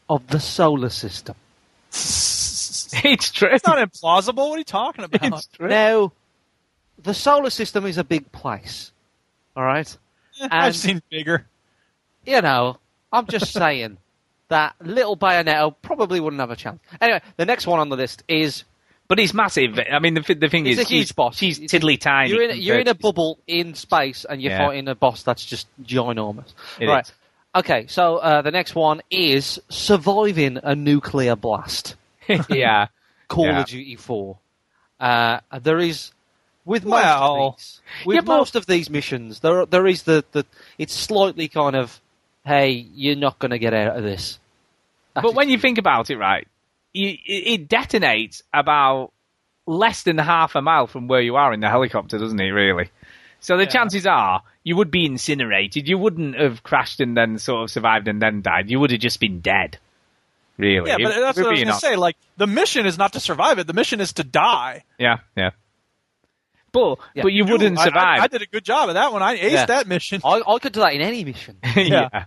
of the solar system. it's It's true. not implausible. What are you talking about? It's true. Now, the solar system is a big place, all right? I've And- seen bigger. you know, I'm just saying that little Bayonetta probably wouldn't have a chance. Anyway, the next one on the list is But it's massive. I mean, the, fi- the thing It's is, a huge she's, boss. She's tiddly tiny. You're in, you're in a compared- bubble in space, and you're Yeah. fighting a boss that's just ginormous. It right. is. Okay, so uh, the next one is surviving a nuclear blast. yeah. Call Yeah. of Duty Four. Uh, there is with most Well- of these, with most of these missions, there there is the, the it's slightly kind of, hey, you're not going to get out of this. But when you think about it, right, you, it- it detonates about less than half a mile from where you are in the helicopter, doesn't it? Really. So the chances are you would be incinerated. You wouldn't have crashed and then sort of survived and then died. You would have just been dead. Really. Yeah, but If- that's if what I was you're not- going to say. Like, the mission is not to survive it. The mission is to die. Yeah, yeah. But Yeah. but you Dude, wouldn't I- I- survive. I, did a good job of that one. I aced Yeah. that mission. I, I could do that in any mission. yeah.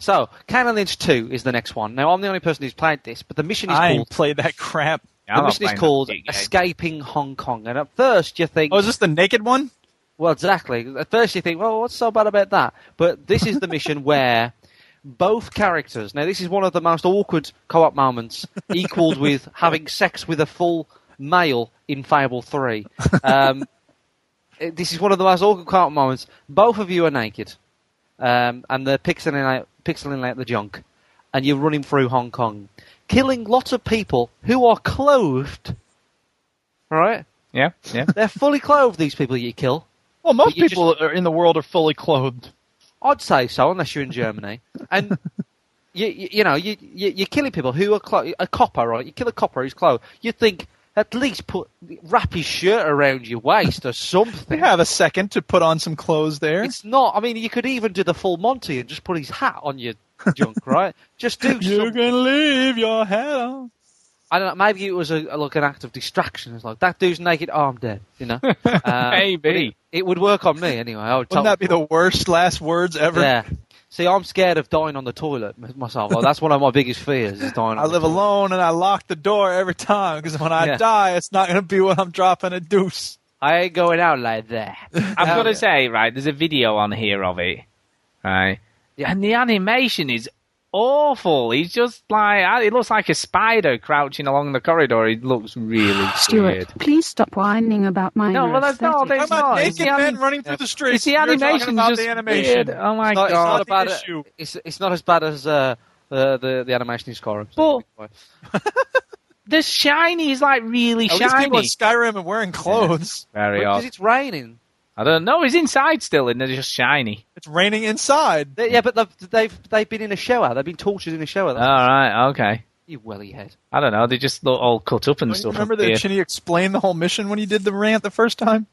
So, Cannon Lynch 2 is the next one. Now, I'm the only person who's played this, but the mission is I ain't called played that crap. the mission is called Escaping Hong Kong. And at first you think. Oh, is this the naked one? Well, exactly. At first you think, well, what's so bad about that? But this is the mission where both characters. Now, this is one of the most awkward co op moments, equaled with having sex with a full male in Fable 3. Um, it- this is one of the most awkward co op moments. Both of you are naked, um, and they're pixeling out, pixeling out the junk, and you're running through Hong Kong, killing lots of people who are clothed. Right? Yeah, yeah. They're fully clothed, these people you kill. Well, most You people that are in the world are fully clothed. I'd say so, unless you're in Germany. And you, you, you know, you, you you're killing people who are clo- a copper, right? You kill a copper who's clothed. You think at least put wrap his shirt around your waist or something. You have a second to put on some clothes there. It's not. I mean, you could even do the full Monty and just put his hat on your junk, right? Just do. You can leave your hat on. I don't know. Maybe it was a, a- like an act of distraction. It's like that dude's naked. Oh, I'm dead. You know. Uh, but Maybe. it, it would work on me anyway. I Wouldn't would totally- that be the worst last words ever? Yeah. See, I'm scared of dying on the toilet m- myself. Like, that's one of my biggest fears is dying. I on the live toilet. alone and I lock the door every time because when I Yeah. die, it's not going to be when I'm dropping a deuce. I ain't going out like that. I've got to say, right, there's a video on here of it, right? And the animation is awful. He's just like, it looks like a spider crouching along the corridor. It looks really Stuart, weird. please stop whining about my. No, well, that's not. That's aesthetics. not. It's the anim- It's the animation. just weird. Oh my It's not- god! It's not, about- it's, it's not as bad as uh, uh, the the animation in Skyrim. But the shiny is like really At least shiny. people in Skyrim are wearing clothes. Very because odd. it's raining. I don't know. He's inside still, and they're just shiny. It's raining inside. They- yeah, but they've, they've they've been in a shower. They've been tortured in a shower. All right. Okay. You welly head. I don't know. They just look all cut up and Don't you stuff. remember Yeah. that Chinny explained the whole mission when he did the rant the first time?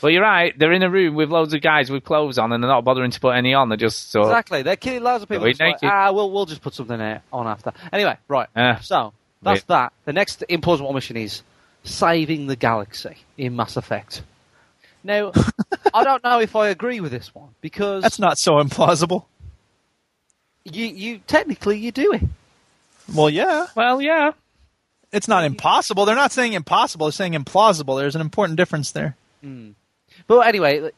But you're right. They're in a room with loads of guys with clothes on, and they're not bothering to put any on. They're just sort. of- Exactly. They're killing loads of people. They're It's like, naked. ah, we'll we'll just put something there on after. Anyway, right. Ah. so that's Wait. that. The next implausible mission is saving the galaxy in Mass Effect. Now, I don't know if I agree with this one because That's not so implausible. you you technically you do it. Well, yeah. Well, yeah. It's not impossible. They're not saying impossible. They're saying implausible. There's an important difference there. But anyway,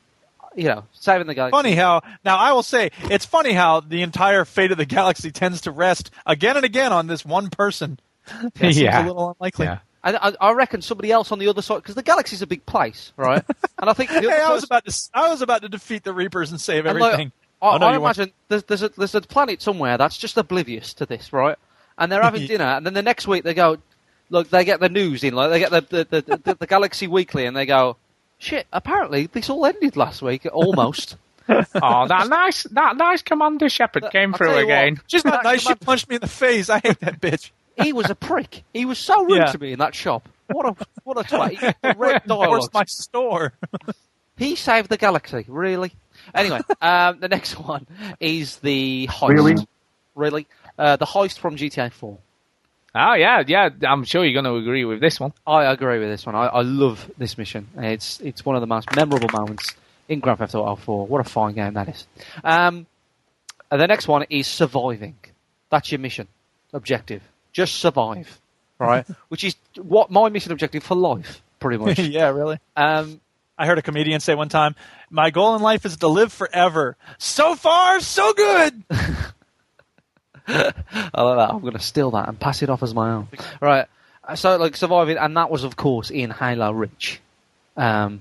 you know, saving the galaxy. Funny how now I will say it's funny how the entire fate of the galaxy tends to rest again and again on this one person. That seems Yeah. a little unlikely. Yeah. I, I, I reckon somebody else on the other side, because the galaxy's a big place, right? And I think the Hey, other I was person- about to s- I was about to defeat the Reapers and save and, like, everything. I, Oh, no, I you weren't. imagine there's, there's, a, there's a planet somewhere that's just oblivious to this, right? And they're having dinner, and then the next week they go, look, they get the news in, like they get the the, the, the, the Galaxy Weekly, and they go, shit, apparently this all ended last week, almost. oh, that nice, that nice Commander Shepard came I'll through tell you again. what, She's not that nice. She Commander- punched me in the face. I hate that bitch. he was a prick. He was so rude Yeah. to me in that shop. What a what a twat. He red dialogue. Forced my store. He saved the galaxy, really. Anyway, um, the next one is the heist. Really? Really? Uh, the heist from GTA 4. Oh yeah, yeah. I'm sure you're going to agree with this one. I agree with this one. I, I love this mission. It's it's one of the most memorable moments in Grand Theft Auto 4. What a fine game that is. Um, and the next one is surviving. That's your mission objective. Just survive, right? Which is what my mission objective for life, pretty much. yeah, really. Um, I heard a comedian say one time, "My goal in life is to live forever. So far, so good." I like that. I'm going to steal that and pass it off as my own. Right. Uh, so like surviving, and that was of course in Halo Reach. Um,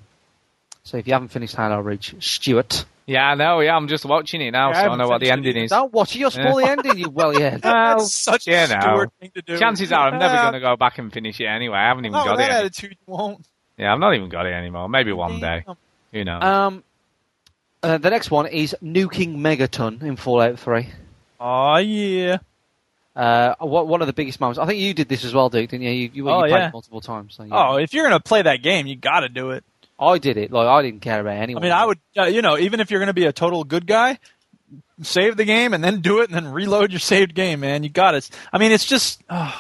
so if you haven't finished Halo Reach, Stuart. Yeah, I know. Yeah, I'm just watching it now, Yeah, I so I haven't know what the finished it ending is. Don't watch it. You'll spoil Yeah. the ending. You well, yeah. Well, you know, thing to do. Chances are I'm never Yeah. going to go back and finish it anyway. I haven't even No, got that it. any- attitude you won't. Yeah, I've not even got it anymore. Maybe one day. Who knows? Um, uh, the next one is nuking Megaton in Fallout Three. Oh yeah. Uh, wha- one of the biggest moments. I think you did this as well, Duke, didn't you? You, you, Oh, you played yeah. it multiple times. So yeah. Oh, if you're gonna play that game, you got to do it. I did it. Like I didn't care about I anyone. mean, I would. Uh, you know, even if you're gonna be a total good guy, save the game and then do it, and then reload your saved game, man. You got it. I mean, it's just. Uh,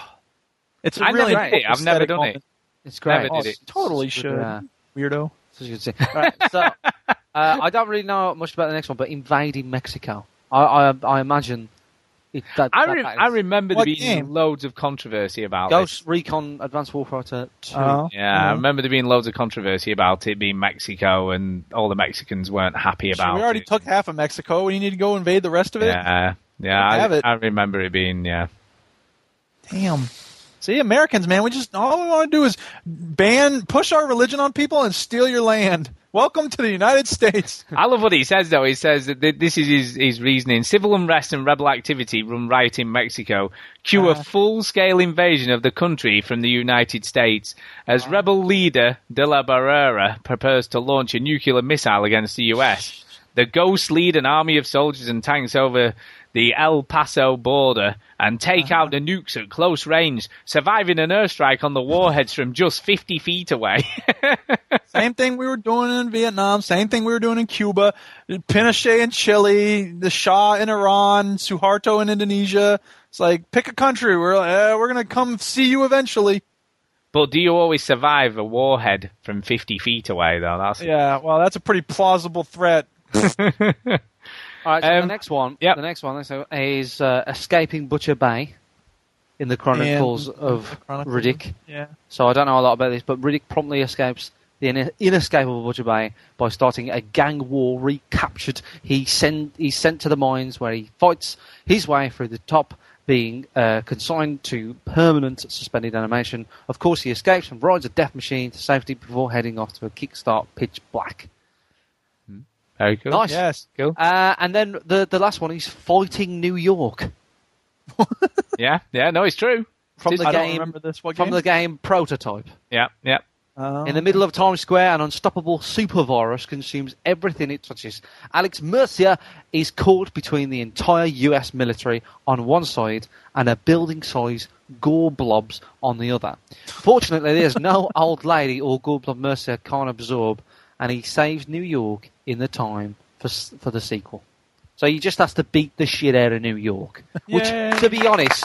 it's a I've never really. done it. important I've never aesthetic done it. moment. It's great. uh, Never did it. Totally should. Yeah. Weirdo. Such a good thing. Right, so, uh, I don't really know much about the next one, but invading Mexico. I I, I imagine. It, that, I, that- re- that I is- remember there What being game? loads of controversy about this. Ghost Recon Advanced Warfighter Two. Uh-huh. Yeah, Mm-hmm. I remember there being loads of controversy about it being Mexico, and all the Mexicans weren't happy Shit, about we already it. took half of Mexico. We need to go invade the rest of it. Yeah, yeah, I I, have it. I remember it being yeah. Damn. See, Americans, man, we just all we want to do is ban, push our religion on people, and steal your land. Welcome to the United States. I love what he says though. He says that th- this is his, his reasoning: civil unrest and rebel activity run riot in Mexico, cue a full-scale invasion of the country from the United States as rebel leader De La Barrera prepares to launch a nuclear missile against the U.S. The ghosts lead an army of soldiers and tanks over the El Paso border and take out the nukes at close range, surviving an airstrike on the warheads from just 50 feet away. same thing we were doing in Vietnam. Same thing we were doing in Cuba. Pinochet in Chile. The Shah in Iran. Suharto in Indonesia. It's like pick a country. We're like, eh, we're gonna come see you eventually. But do you always survive a warhead from 50 feet away, though? That's Yeah. Well, that's a pretty plausible threat. All right. So the next one. The next one. So is uh, escaping Butcher Bay in the Chronicles And- of Chronicles. Riddick. Yeah. So I don't know a lot about this, but Riddick promptly escapes the ine- inescapable Butcher Bay by starting a gang war. Recaptured, he send he's sent to the mines where he fights his way through the top, being uh, consigned to permanent suspended animation. Of course, he escapes and rides a death machine to safety before heading off to a kickstart pitch black. Very cool. Nice. Yes. Cool. Uh, and then the the last one is fighting New York Yeah, yeah, no, it's true. from the I don't game remember this. What from game? the game prototype. Yeah, yeah. Oh. In the middle of Times Square, an unstoppable supervirus consumes everything it touches. Alex Murcia is caught between the entire US military on one side and a building sized gore blobs on the other. Fortunately, there's no old lady or gore blob Murcia can't absorb, and he saves New York in the time for, s- for the sequel. So he just has to beat the shit out of New York. Which, Yay. to be honest,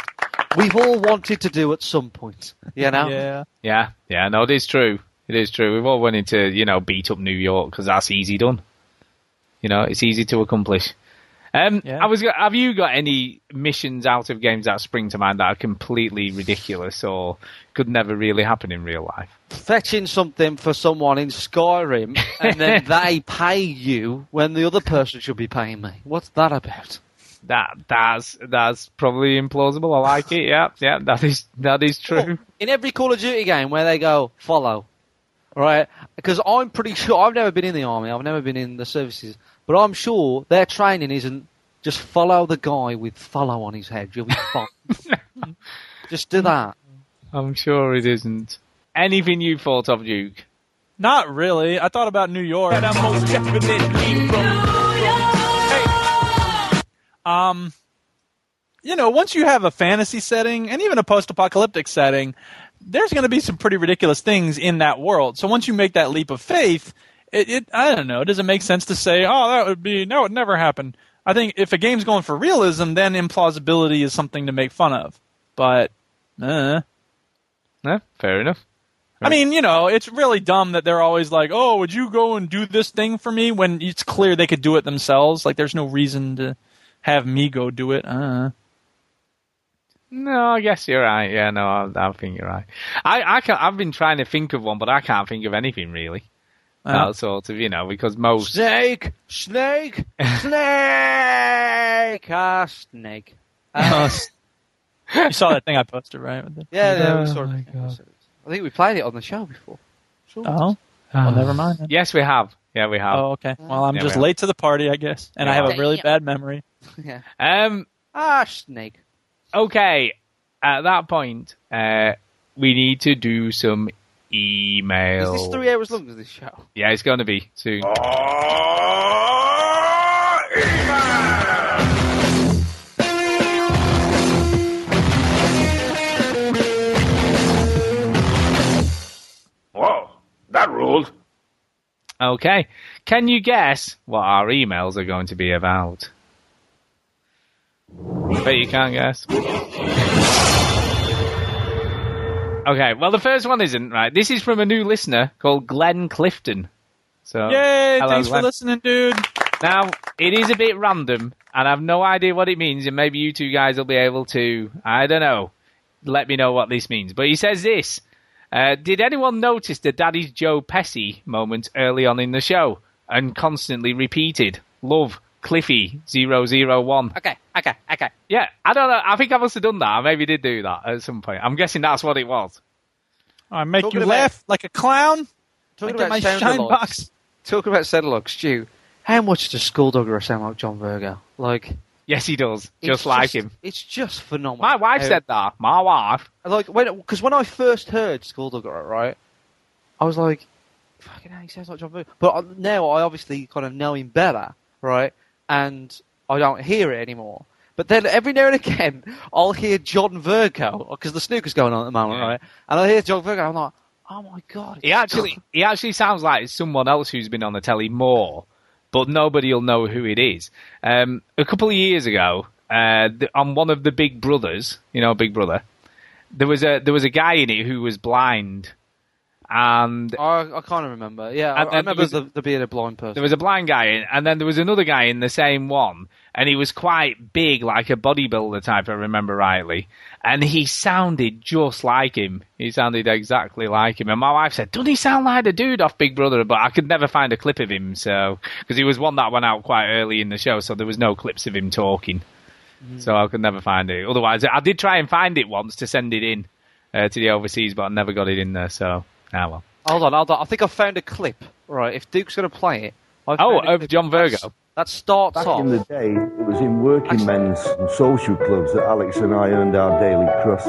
we've all wanted to do at some point. You know? Yeah. Yeah, yeah, no, it is true. It is true. We've all wanted to, you know, beat up New York because that's easy done. You know, it's easy to accomplish. Um, Yeah. I was. go- Have you got any missions out of games that spring to mind that are completely ridiculous or could never really happen in real life? fetching something for someone in Skyrim and then they pay you when the other person should be paying me. What's that about? That that's that's probably implausible. I like it. Yeah, yeah, that is that is true. In every Call of Duty game where they go, follow, right? Because I'm pretty sure, I've never been in the army, I've never been in the services, but I'm sure their training isn't just follow the guy with follow on his head. You'll be fine. just do that. I'm sure it isn't. Anything you thought of, Duke? Not really. I thought about New York. Um, you know, once you have a fantasy setting and even a post-apocalyptic setting, there's going to be some pretty ridiculous things in that world. So once you make that leap of faith, it, it I don't know, does it make sense to say, oh, that would be no, it never happened. I think if a game's going for realism, then implausibility is something to make fun of. But uh, No, fair enough. I mean, you know, it's really dumb that they're always like, "Oh, would you go and do this thing for me?" When it's clear they could do it themselves. Like, there's no reason to have me go do it. Uh, No, I guess you're right. Yeah, no, I, I think you're right. I, I can't, I've been trying to think of one, but I can't think of anything really. Uh-huh. That sort of, you know, because most. Snake, Oh, snake, snake, ah, snake. Uh, you saw that thing I posted, right? With the- Yeah, yeah, we Oh, saw it. my God. I think we played it on the show before. Sure. Oh, well, never mind. then. Yes, we have. Yeah, we have. Oh, okay. Well, I'm Yeah, just we have. late to the party, I guess, and I Yeah. have a really bad memory. Yeah. Um. Ah, snake. Okay. At that point, uh, we need to do some email. Is this three hours long? Is this show? Yeah, it's going to be soon. Whoa, that ruled. Okay. Can you guess what our emails are going to be about? Bet you can't guess. Okay, well, the first one isn't, right? This is from a new listener called Glenn Clifton. So, Yay! hello, thanks Glenn. for listening, dude. Now, it is a bit random, and I've no idea what it means, and maybe you two guys will be able to, I don't know, let me know what this means. But he says this uh, Did anyone notice the Daddy's Joe Pesci moment early on in the show and constantly repeated? Love, Cliffy, 001. Okay, okay, okay. Yeah, I don't know. I think I must have done that. I maybe did do that at some point. I'm guessing that's what it was. I make Talking you about- laugh like a clown. Talking Look at about my sound shine alarms. box. Talking about Sedlock, Stu. How much does Skulldugger sound like John Virgo? Like, Yes, he does. It's just like just- him. It's just phenomenal. My wife how- said that. My wife. Like, when because when I first heard Skulldugger, right, I was like, fucking hell, he sounds like John Virgo. But I- now I obviously kind of know him better, right? And I don't hear it anymore. But then every now and again, I'll hear John Virgo because the snooker's going on at the moment, right? And I hear John Virgo, I'm like, oh my god, He actually he actually sounds like it's someone else who's been on the telly more, but nobody'll know who it is. Um, a couple of years ago, uh, th- on one of the Big Brothers, you know, Big Brother, there was a there was a guy in it who was blind, and I, I can't remember. Yeah, I, And I then there remember was- the, the being a blind person. there was a blind guy in, and then there was another guy in the same one, and he was quite big, like a bodybuilder type, if I remember rightly. And he sounded just like him. He sounded exactly like him. And my wife said, "Doesn't he sound like the dude off Big Brother?" But I could never find a clip of him, so because he was one that went out quite early in the show, so there was no clips of him talking. Mm-hmm. So I could never find it. Otherwise, I did try and find it once to send it in uh, to the overseas, but I never got it in there. So ah well. Hold on, hold on. I think I found a clip. Right, if Duke's going to play it. I Oh, found a of clip. John That's- Virgo. That starts Back off. in the day, It was in working men's and social clubs that Alex and I earned our daily crust.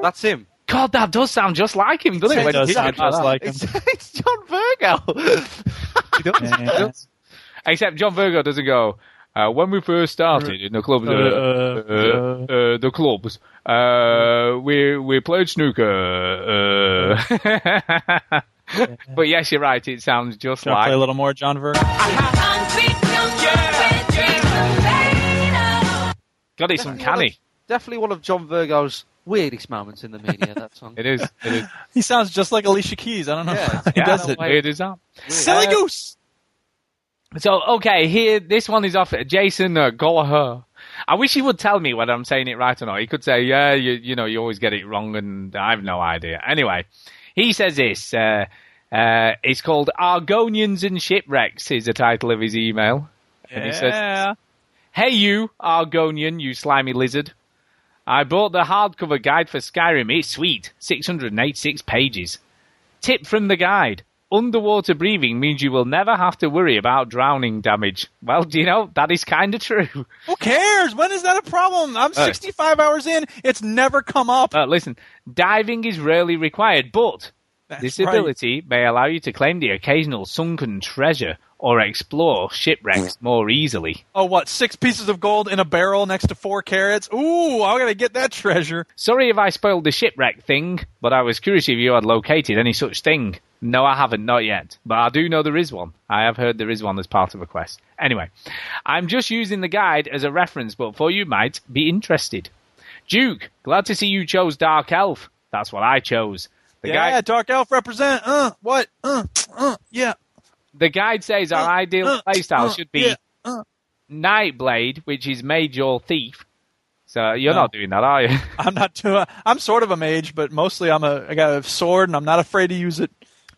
That's him. God, that does sound just like him, doesn't it? It when does you sound think about just that? like It's, it's John Virgo. He does, he does. Except John Virgo doesn't go. Uh, when we first started in the club, uh, Uh, uh, uh, uh, the clubs, uh, we we played snooker. Uh. but yes, you're right. It sounds just Should I like. play a little more John Virgo? God, it's uncanny. Definitely one of John Virgo's weirdest moments in the media, that song. It is. It is. He sounds just like Alicia Keys. I don't know. Yeah. he Yeah, does it. It is that. Silly Uh, goose. So okay, here this one is off Jason uh, Gallagher. I wish he would tell me whether I'm saying it right or not. He could say, "Yeah, you, you know, you always get it wrong," and I've no idea. Anyway, he says this. Uh, uh, it's called "Argonians and Shipwrecks" is the title of his email, and he says, "Hey, you Argonian, you slimy lizard." I bought the hardcover guide for Skyrim. It's sweet. 686 pages. Tip from the guide. Underwater breathing means you will never have to worry about drowning damage. Well, do you know, that is kind of true. Who cares? When is that a problem? I'm Uh, 65 hours in. It's never come up. But listen, diving is rarely required, but That's this right. ability may allow you to claim the occasional sunken treasure or explore shipwrecks more easily. Oh, what? Six pieces of gold in a barrel next to four carrots? Ooh, I'm going to get that treasure. Sorry if I spoiled the shipwreck thing, but I was curious if you had located any such thing. No, I haven't, not yet. But I do know there is one. I have heard there is one as part of a quest. Anyway, I'm just using the guide as a reference, but for you might be interested. Duke, glad to see you chose Dark Elf. That's what I chose. The yeah, guide Dark Elf represent. Uh, what? Uh, uh, yeah. the guide says our ideal uh, playstyle uh, should be yeah, uh. Nightblade, which is Mage or Thief. So you're No. not doing that, are you? I'm not too. uh, I'm sort of a mage, but mostly I'm a. I got a sword, and I'm not afraid to use it.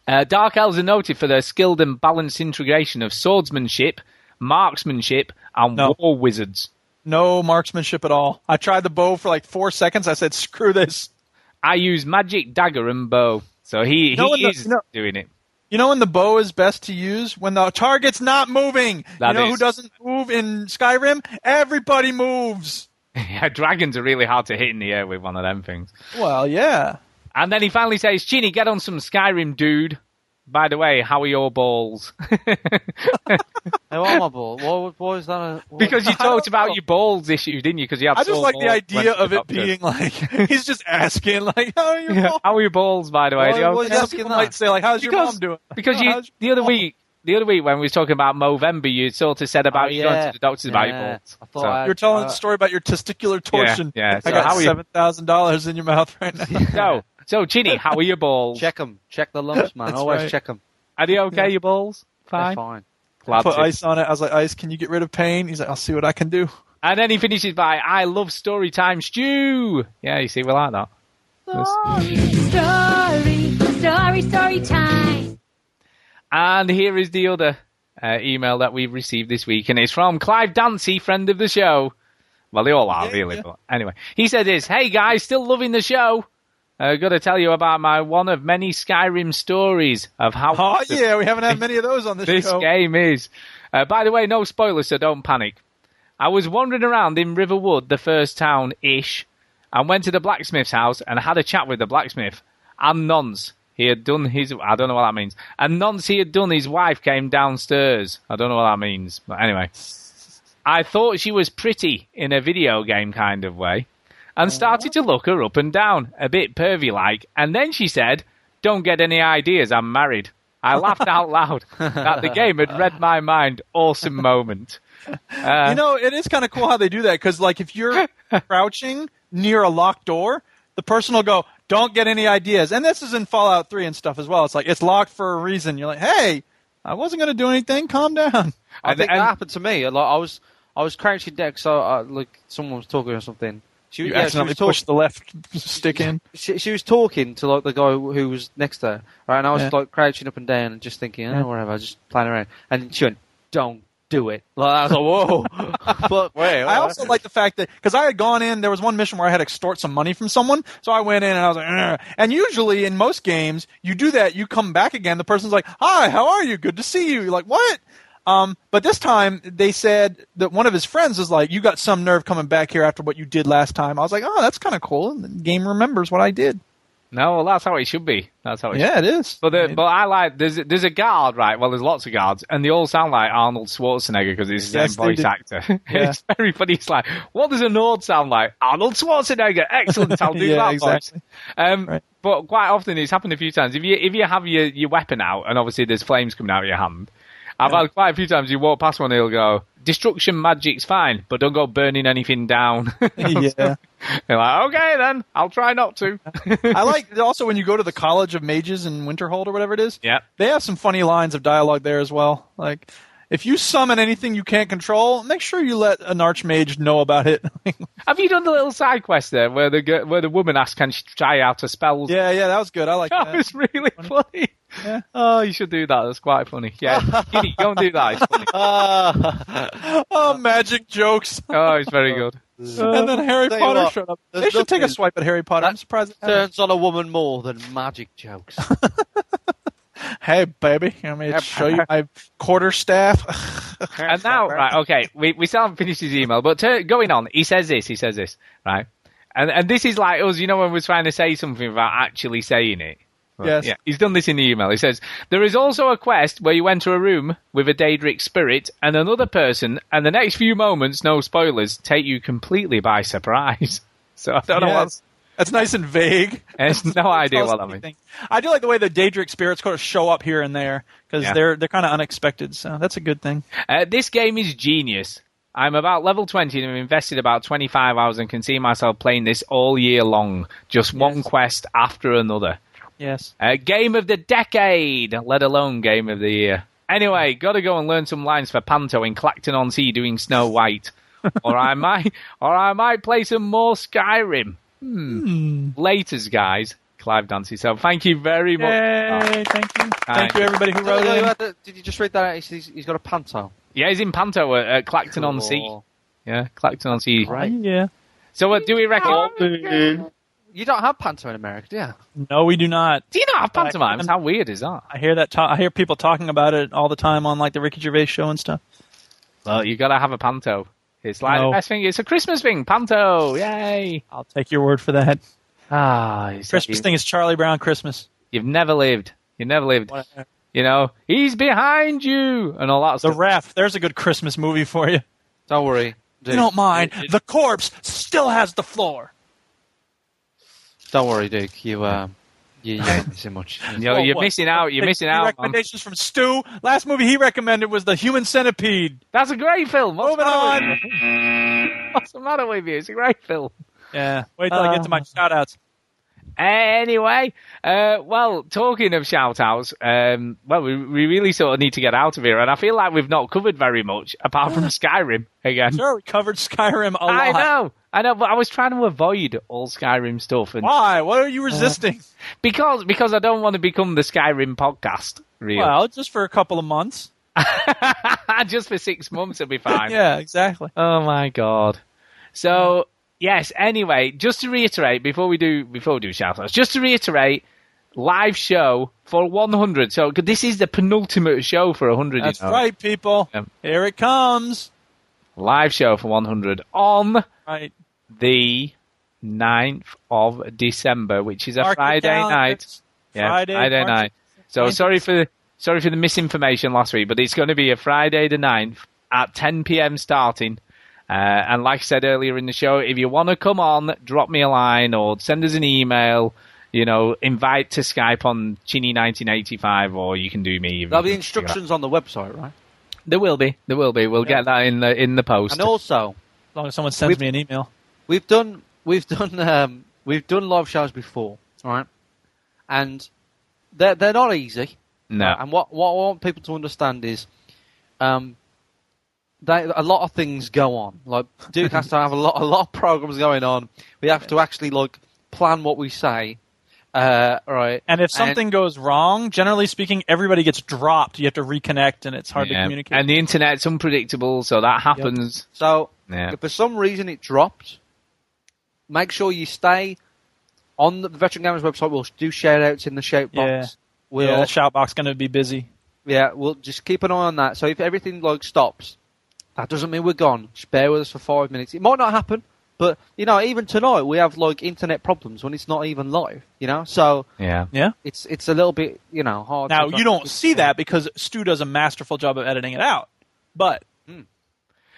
Uh, Dark Elves are noted for their skilled and balanced integration of swordsmanship, marksmanship, and war wizards. No marksmanship at all. I tried the bow for like four seconds. I said, "Screw this." I use magic dagger and bow, so he No, he and the- is no. doing it. You know when the bow is best to use? When the target's not moving. That you know is- who doesn't move in Skyrim? Everybody moves. Yeah, dragons are really hard to hit in the air with one of them things. Well, yeah. And then he finally says, "Chini, get on some Skyrim, dude." By the way, how are your balls? Now, on my ball. What, what is that? A, what- because you talked about your balls issue, didn't you? Because you had. I just sore like the balls, went idea to the of it doctor. being like he's just asking, like, "How are your Yeah, balls?" How are your balls, by the way? Why- Are you why is okay? he asking People that? might say, like, "How's your Because- mom doing?" Because Yeah, you, how's your the other week, the other week when we was talking about Movember, you sort of said about you going yeah. to the doctors about your Oh, Yeah, balls. I So- thought You're telling Uh, the story about your testicular torsion. yeah, so I got how are you- seven thousand dollars in your mouth right now. so, so Chini, how are your balls? Check them. Check the lumps, man. That's Always right. check them. Are they okay? Your balls? They're Fine. fine. Glad put to. ice on it. I was like, "Ice, can you get rid of pain?" He's like, "I'll see what I can do." And then he finishes by, "I love story time, stew." Yeah, you see, we like that. Story, story, story time. And here is the other uh, email that we've received this week, and it's from Clive Dancy, friend of the show. Well, they all are, really. But anyway, he said this Hey guys, still loving the show. Uh, Got to tell you about my one of many Skyrim stories of how. Oh yeah, we haven't had many of those on this, this show. game is. Uh, by the way, no spoilers, so don't panic. I was wandering around in Riverwood, the first town ish, and went to the blacksmith's house and had a chat with the blacksmith. And nonce, he had done his. I don't know what that means. And nonce, he had done his wife came downstairs. I don't know what that means, but anyway. I thought she was pretty in a video game kind of way and started to look her up and down, a bit pervy like. And then she said, Don't get any ideas, I'm married. I laughed out loud that the game had read my mind. Awesome moment. Uh, you know, it is kind of cool how they do that because, like, if you're crouching near a locked door, the person will go, "Don't get any ideas." And this is in Fallout Three and stuff as well. It's like it's locked for a reason. You're like, "Hey, I wasn't going to do anything. Calm down." I think and- that happened to me. Like, I was, I was crouching down, so I, like someone was talking or something. She, You yeah, she accidentally was talking. pushed the left stick in. she, she was talking to like the guy who who was next to her, right? And I was Yeah. like crouching up and down and just thinking, oh, Yeah. whatever, I was just playing around. And she went, "Don't do it." Like I was like, "Whoa!" Fuck, wait, I also like the fact that because I had gone in, there was one mission where I had to extort some money from someone, so I went in and I was like, "Ugh." and usually in most games, you do that, you come back again, the person's like, "Hi, how are you? Good to see you." You're like, "What?" Um, but this time they said that one of his friends is like, "You got some nerve coming back here after what you did last time." I was like, "Oh, that's kind of cool." And the game remembers what I did. no, well, that's how it should be. That's how it Yeah, should it is. But, the, but I like, there's, there's a guard, right? Well, there's lots of guards, and they all sound like Arnold Schwarzenegger because it's the Yes, same they voice do. actor. Yeah. it's very funny. It's like, what does a Nord sound like? Arnold Schwarzenegger. Excellent. I'll do Yeah, that voice. exactly. Um, But quite often, it's happened a few times. If you if you have your, your weapon out, and obviously there's flames coming out of your hand, I've had quite a few times. You walk past one, he'll go, "Destruction magic's fine, but don't go burning anything down." yeah. You're like, "Okay, then I'll try not to." I like also when you go to the College of Mages in Winterhold or whatever it is. Yeah. they have some funny lines of dialogue there as well. Like, if you summon anything you can't control, make sure you let an archmage know about it. Have you done the little side quest there where the gi- where the woman asks, "Can she try out a spell?" yeah, yeah, that was good. I like That that. was really funny. Oh, you should do that. That's quite funny. Yeah, Giddy, go and do that. It's funny. oh, magic jokes. Oh, it's very good. and then Harry Tell you Potter what, showed up. there's They should take a nothing- swipe at Harry Potter. I'm surprised. they Uh, haven't. turns on a woman more than magic jokes. Hey, baby, I'm going to show you my quarter staff. and now, right, okay, we, we still haven't finished his email, but to, going on, he says this, he says this, right? And and this is like us, you know, when we're trying to say something without actually saying it. Right, Yes. Yeah, he's done this in the email. He says, There is also a quest where you enter a room with a Daedric spirit and another person, and the next few moments, no spoilers, take you completely by surprise. So I don't know Yes. what's. That's nice and vague. There's no idea Tells what me that means. anything. I do like the way the Daedric spirits kind of show up here and there because Yeah. they're they're kind of unexpected. So that's a good thing. Uh, this game is genius. I'm about level 20 and I've invested about 25 hours and can see myself playing this all year long. Just one quest after another. Yes. Uh, game of the decade, let alone game of the year. Anyway, gotta go and learn some lines for Panto in Clacton on Sea doing Snow White. or I might or I might play some more Skyrim. Hmm. Laters, guys. Clive Dancy. So thank you very much. Yay! uh, Thank you. Thank you, everybody who wrote in. Did you just read that? He's, he's got a panto. Yeah, he's in Panto at, at Clacton on Sea. Cool. Yeah, Clacton on TV. Right. Yeah. So uh, do we reckon? You don't have pantomime in America, do you? No, we do not. Do you not have pantomimes? How weird is that? I hear that. Ta- I hear people talking about it all the time on like the Ricky Gervais show and stuff. Well, you gotta have a panto. It's like No. the best thing. It's a Christmas thing. Panto, yay! I'll take your word for that. Ah, is that Christmas you? thing is Charlie Brown Christmas. You've never lived. You've never lived. You know, he's behind you and all that The stuff. ref. There's a good Christmas movie for you. Don't worry. You don't mind. the corpse still has the floor. Don't worry, Duke. You um, you, you don't miss it much. You know, Oh, you're what? missing out. You're Take missing three out. man. Recommendations from Stu. Last movie he recommended was The Human Centipede. That's a great film. What's Moving the matter on. with you? What's the matter with you? It's a great film. Yeah. Wait till I get to Uh. my shout outs. Eh, Anyway, uh, well, talking of shout outs, um, well, we, we really sort of need to get out of here, and I feel like we've not covered very much apart from Skyrim again. Sure, we covered Skyrim a lot. I know, I know, but I was trying to avoid all Skyrim stuff, and Why? What are Uh, you resisting? because because I don't want to become the Skyrim podcast. Real, well, just for a couple of months. just for six months, it'll be fine. Yeah, exactly. Oh my god. So yes, anyway, just to reiterate before we do before we do shout outs, just to reiterate, live show for one hundred. So 'cause this is the penultimate show for hundred. That's right, people. Yep. Here it comes. Live show for one hundred on Right. the 9th of December, which is a Mark your Friday night. calendars. Yeah, Friday, Friday, March night. So 20th. sorry for the sorry for the misinformation last week, but it's going to be a Friday the 9th at 10 p.m. starting. Uh, and like I said earlier in the show, if you want to come on, drop me a line or send us an email. You know, invite to Skype on Chini1985, or you can do me. There'll be instructions on the website, right? There will be. There will be. We'll get that in the in the post. And also, As long as someone sends We've- me an email. we've done we've done um, we've done live shows before, all right? And they're they're not easy. No. Right? And what what I want people to understand is, um, they, a lot of things go on. Like Duke has to have a lot a lot of programs going on. We have to actually like plan what we say. Uh, right. And if something goes wrong, generally speaking, everybody gets dropped. You have to reconnect, and it's hard to Yeah. communicate. And the internet's unpredictable, so that happens. So Yeah. if for some reason it dropped, make sure you stay on the Veteran Gamers website. We'll do shout outs in the shout box. Yeah. We'll yeah, yeah, the shout box going to be busy. we'll just keep an eye on that. So if everything like stops, that doesn't mean we're gone. Just bear with us for five minutes. It might not happen, but you know, even tonight we have like internet problems when it's not even live. You know, so Yeah. Yeah. it's it's a little bit you know hard. Now to- you don't see that because Stu does a masterful job of editing it out, but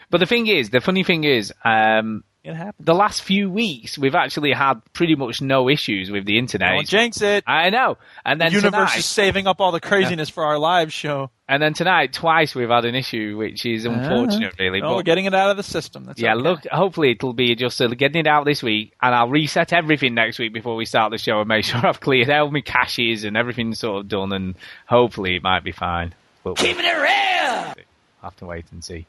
But the thing is, the funny thing is, um, it happens. the last few weeks we've actually had pretty much no issues with the internet. Don't jinx it. I know. And then universe tonight, is saving up all the craziness for our live show. and then tonight, twice we've had an issue, which is unfortunate, really. Ah. Oh, but- getting it out of the system. That's yeah, okay. look. Hopefully, it'll be just uh, getting it out this week, and I'll reset everything next week before we start the show and make sure I've cleared all my caches and everything's sort of done. And hopefully, it might be fine. But we'll- Keeping it real. have to wait and see.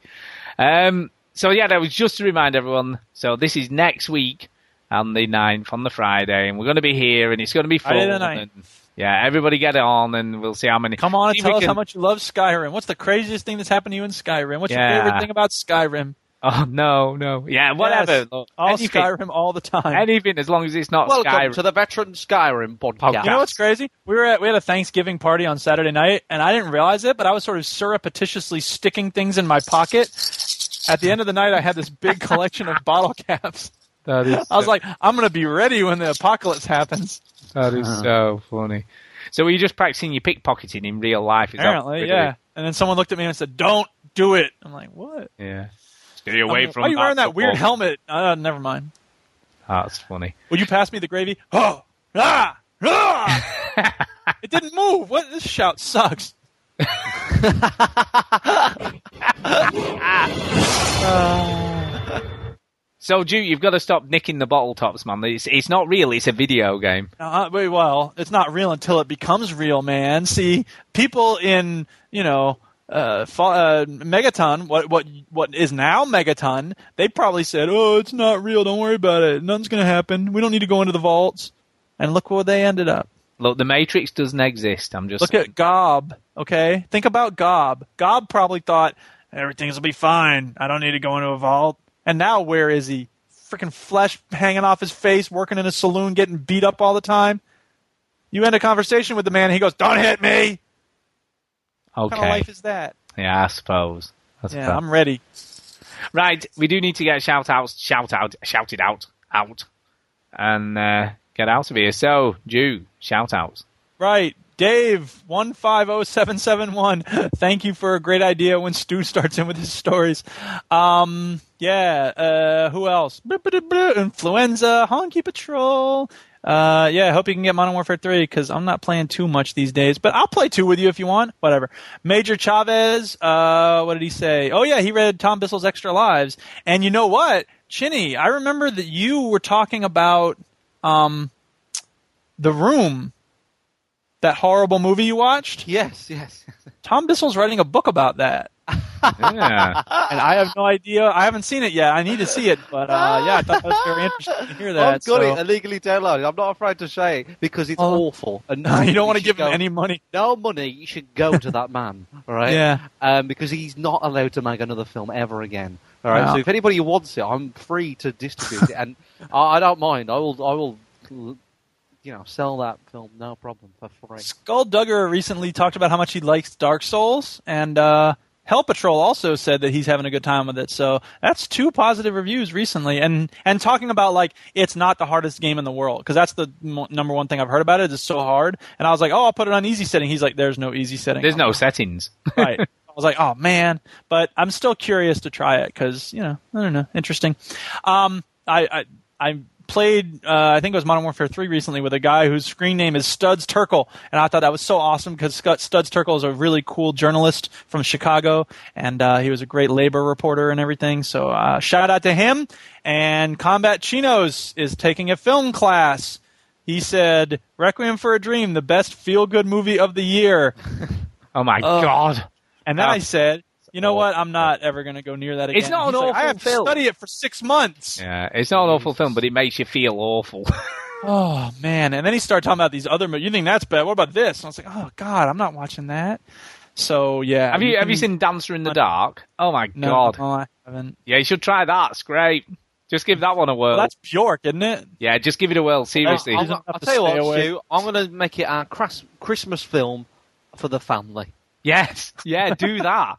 Um, so yeah, that was just to remind everyone. So this is next week on the 9th on the Friday, and we're going to be here, and it's going to be fun. Friday the and- yeah, everybody get on, and we'll see how many. Come on and See if we tell us can- how much you love Skyrim. What's the craziest thing that's happened to you in Skyrim? What's Yeah. your favorite thing about Skyrim? Oh no, no, yeah, whatever. Yes, Look, all anything, Skyrim all the time. anything, as long as it's not Welcome Skyrim. to the Veteran Skyrim podcast. You know what's crazy? We were at we had a Thanksgiving party on Saturday night, and I didn't realize it, but I was sort of surreptitiously sticking things in my pocket. At the end of the night, I had this big collection of bottle caps. That is I was so- like, I'm going to be ready when the apocalypse happens. that is so funny. So were you just practicing your pickpocketing in real life? Is that what Apparently, we're yeah. And then someone looked at me and said, "Don't do it." I'm like, "What?" doing? yeah. Stay away I'm like, from. Why are you wearing that football. weird helmet? Uh, never mind. That's funny. Will you pass me the gravy? Oh, ah, ah! it didn't move. What? This shout sucks. So, Duke, you've got to stop nicking the bottle tops, man. It's, it's not real. It's a video game. Uh, wait, well, it's not real until it becomes real, man. See, people in you know uh, fa- uh, Megaton, what what what is now Megaton? They probably said, "Oh, it's not real. Don't worry about it. Nothing's gonna happen. We don't need to go into the vaults." And look where they ended up. Look, the Matrix doesn't exist. I'm just Look at Gob. Okay, think about Gob. Gob probably thought everything's will be fine. I don't need to go into a vault. And now where is he? Freaking flesh hanging off his face, working in a saloon, getting beat up all the time. You end a conversation with the man, he goes, "Don't hit me." Okay. What kind of life is that? Yeah, I suppose. I suppose. Yeah, I'm ready. Right, we do need to get shout outs, shout out, shouted out, out, and uh, get out of here. So, Jew, shout outs. Right. Dave one five zero seven seven one. Thank you for a great idea when Stu starts in with his stories. Um, yeah. Uh, who else? Blah, blah, blah, blah. Influenza, Honky Patrol. Uh, yeah. Hope you can get Modern Warfare three because I'm not playing too much these days. But I'll play two with you if you want. Whatever. Major Chavez. Uh, what did he say? Oh yeah, he read Tom Bissell's Extra Lives. And you know what, Chinny? I remember that you were talking about um, the room that horrible movie you watched? Yes, yes. Tom Bissell's writing a book about that. Yeah. and I have no idea. I haven't seen it yet. I need to see it, but uh, yeah, I thought that was very interesting to hear that. I've so- got it illegally downloaded. I'm not afraid to say it because it's awful. And No, Oh. you don't wanna should give him go- any money. No money. You should go to that man, all right? Yeah. Um, because he's not allowed to make another film ever again. All right. Wow. So if anybody wants it, I'm free to distribute it, and I, I don't mind. I will. I will. You know, sell that film no problem for free. Skulldugger recently talked about how much he likes Dark Souls, and uh, Hell Patrol also said that he's having a good time with it. So that's two positive reviews recently, and and talking about like it's not the hardest game in the world because that's the m- number one thing I've heard about it. It's so hard, and I was like, oh, I'll put it on easy setting. He's like, there's no easy setting. There's I'm no settings. right. I was like, oh man, but I'm still curious to try it because you know, I don't know, interesting. Um, I I, I played, uh, I think it was Modern Warfare Three recently with a guy whose screen name is Studs Terkel, and I thought that was so awesome because Studs Terkel is a really cool journalist from Chicago, and uh, he was a great labor reporter and everything. So uh, shout out to him. And Combat Chinos is taking a film class. He said, "Requiem for a Dream, the best feel-good movie of the year." Oh my Ugh. god! And then Um, I said, you know what? I'm not ever going to go near that again. It's not He's an like, awful I have film. to study it for six months. Yeah, it's not an awful film, but it makes you feel awful. Oh, man. And then he started talking about these other movies. You think that's bad? What about this? And I was like, oh, God, I'm not watching that. So, yeah. have you have you can- seen Dancer in the Dark? Oh my No, god! no, I haven't. Yeah, you should try that. It's great. Just give that one a whirl. Well, that's Oh, Bjork, isn't it? yeah, just give it a whirl. Seriously. I'll, doesn't have I'll to tell you stay what, away. Stu. I'm going to make it our cras- Christmas film for the family. Yes, yeah, do that.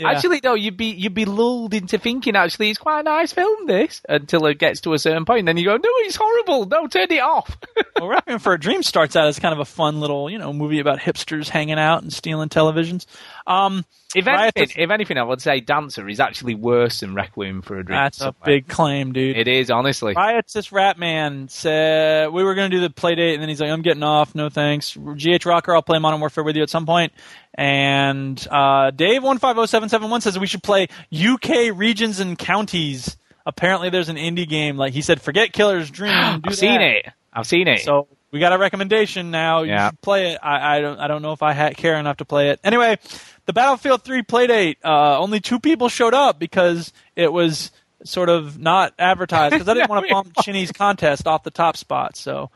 Yeah. Actually, no, you'd be you'd be lulled into thinking actually it's quite a nice film this until it gets to a certain point, then you go, no, it's horrible. No, turn it off. well, Requiem for a Dream starts out as kind of a fun little, you know, movie about hipsters hanging out and stealing televisions. Um, if Riot anything, is- if anything, I would say Dancer is actually worse than Requiem for a Dream. that's a somewhere. big claim, dude. It is honestly. Riotous Rat Man said we were going to do the play date, and then he's like, "I'm getting off. No thanks." GH Rocker, I'll play Modern Warfare with you at some point. And uh, Dave one five zero seven seven one says we should play UK regions and counties. Apparently, there's an indie game. Like he said, forget Killer's Dream. I've do seen that. it. I've seen it. So we got a recommendation now. Yeah. You should play it. I, I don't. I don't know if I ha- care enough to play it. Anyway, the Battlefield 3 playdate. Uh, only two people showed up because it was sort of not advertised because I didn't want to bump Chinny's contest off the top spot. So,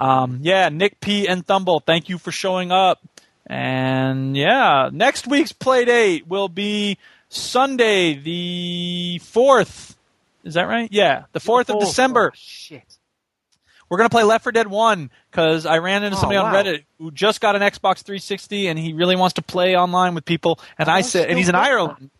um, yeah, Nick P and Thumble, thank you for showing up. And yeah, next week's playdate will be Sunday the fourth. Is that right? Yeah, the fourth of Oh, December. oh, shit. We're gonna play Left 4 Dead One because I ran into Oh, somebody on wow. Reddit who just got an Xbox 360 and he really wants to play online with people. And I I've said, and he's in still got Ireland.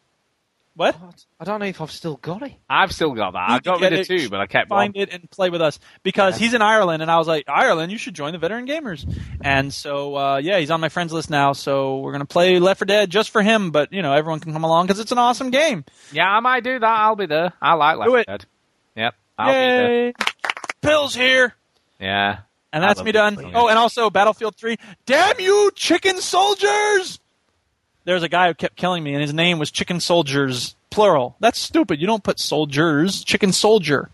What? I don't know if I've still got it. I've still got that. I You got get rid of it, two, but I kept one. find it and play with us because he's in Ireland, and I was like, Ireland, you should join the veteran gamers. And so, uh, yeah, he's on my friends list now. So we're gonna play Left 4 Dead just for him, but you know, everyone can come along because it's an awesome game. Yeah, I might do that. I'll be there. I like Left Do 4 it. Dead. Yep. I'll be there. Yay! Pills here. Yeah. And I that's love me this done. game. Oh, and also Battlefield 3. Damn you, chicken soldiers! There's a guy who kept killing me, and his name was Chicken Soldiers, plural. That's stupid. You don't put soldiers, chicken soldier.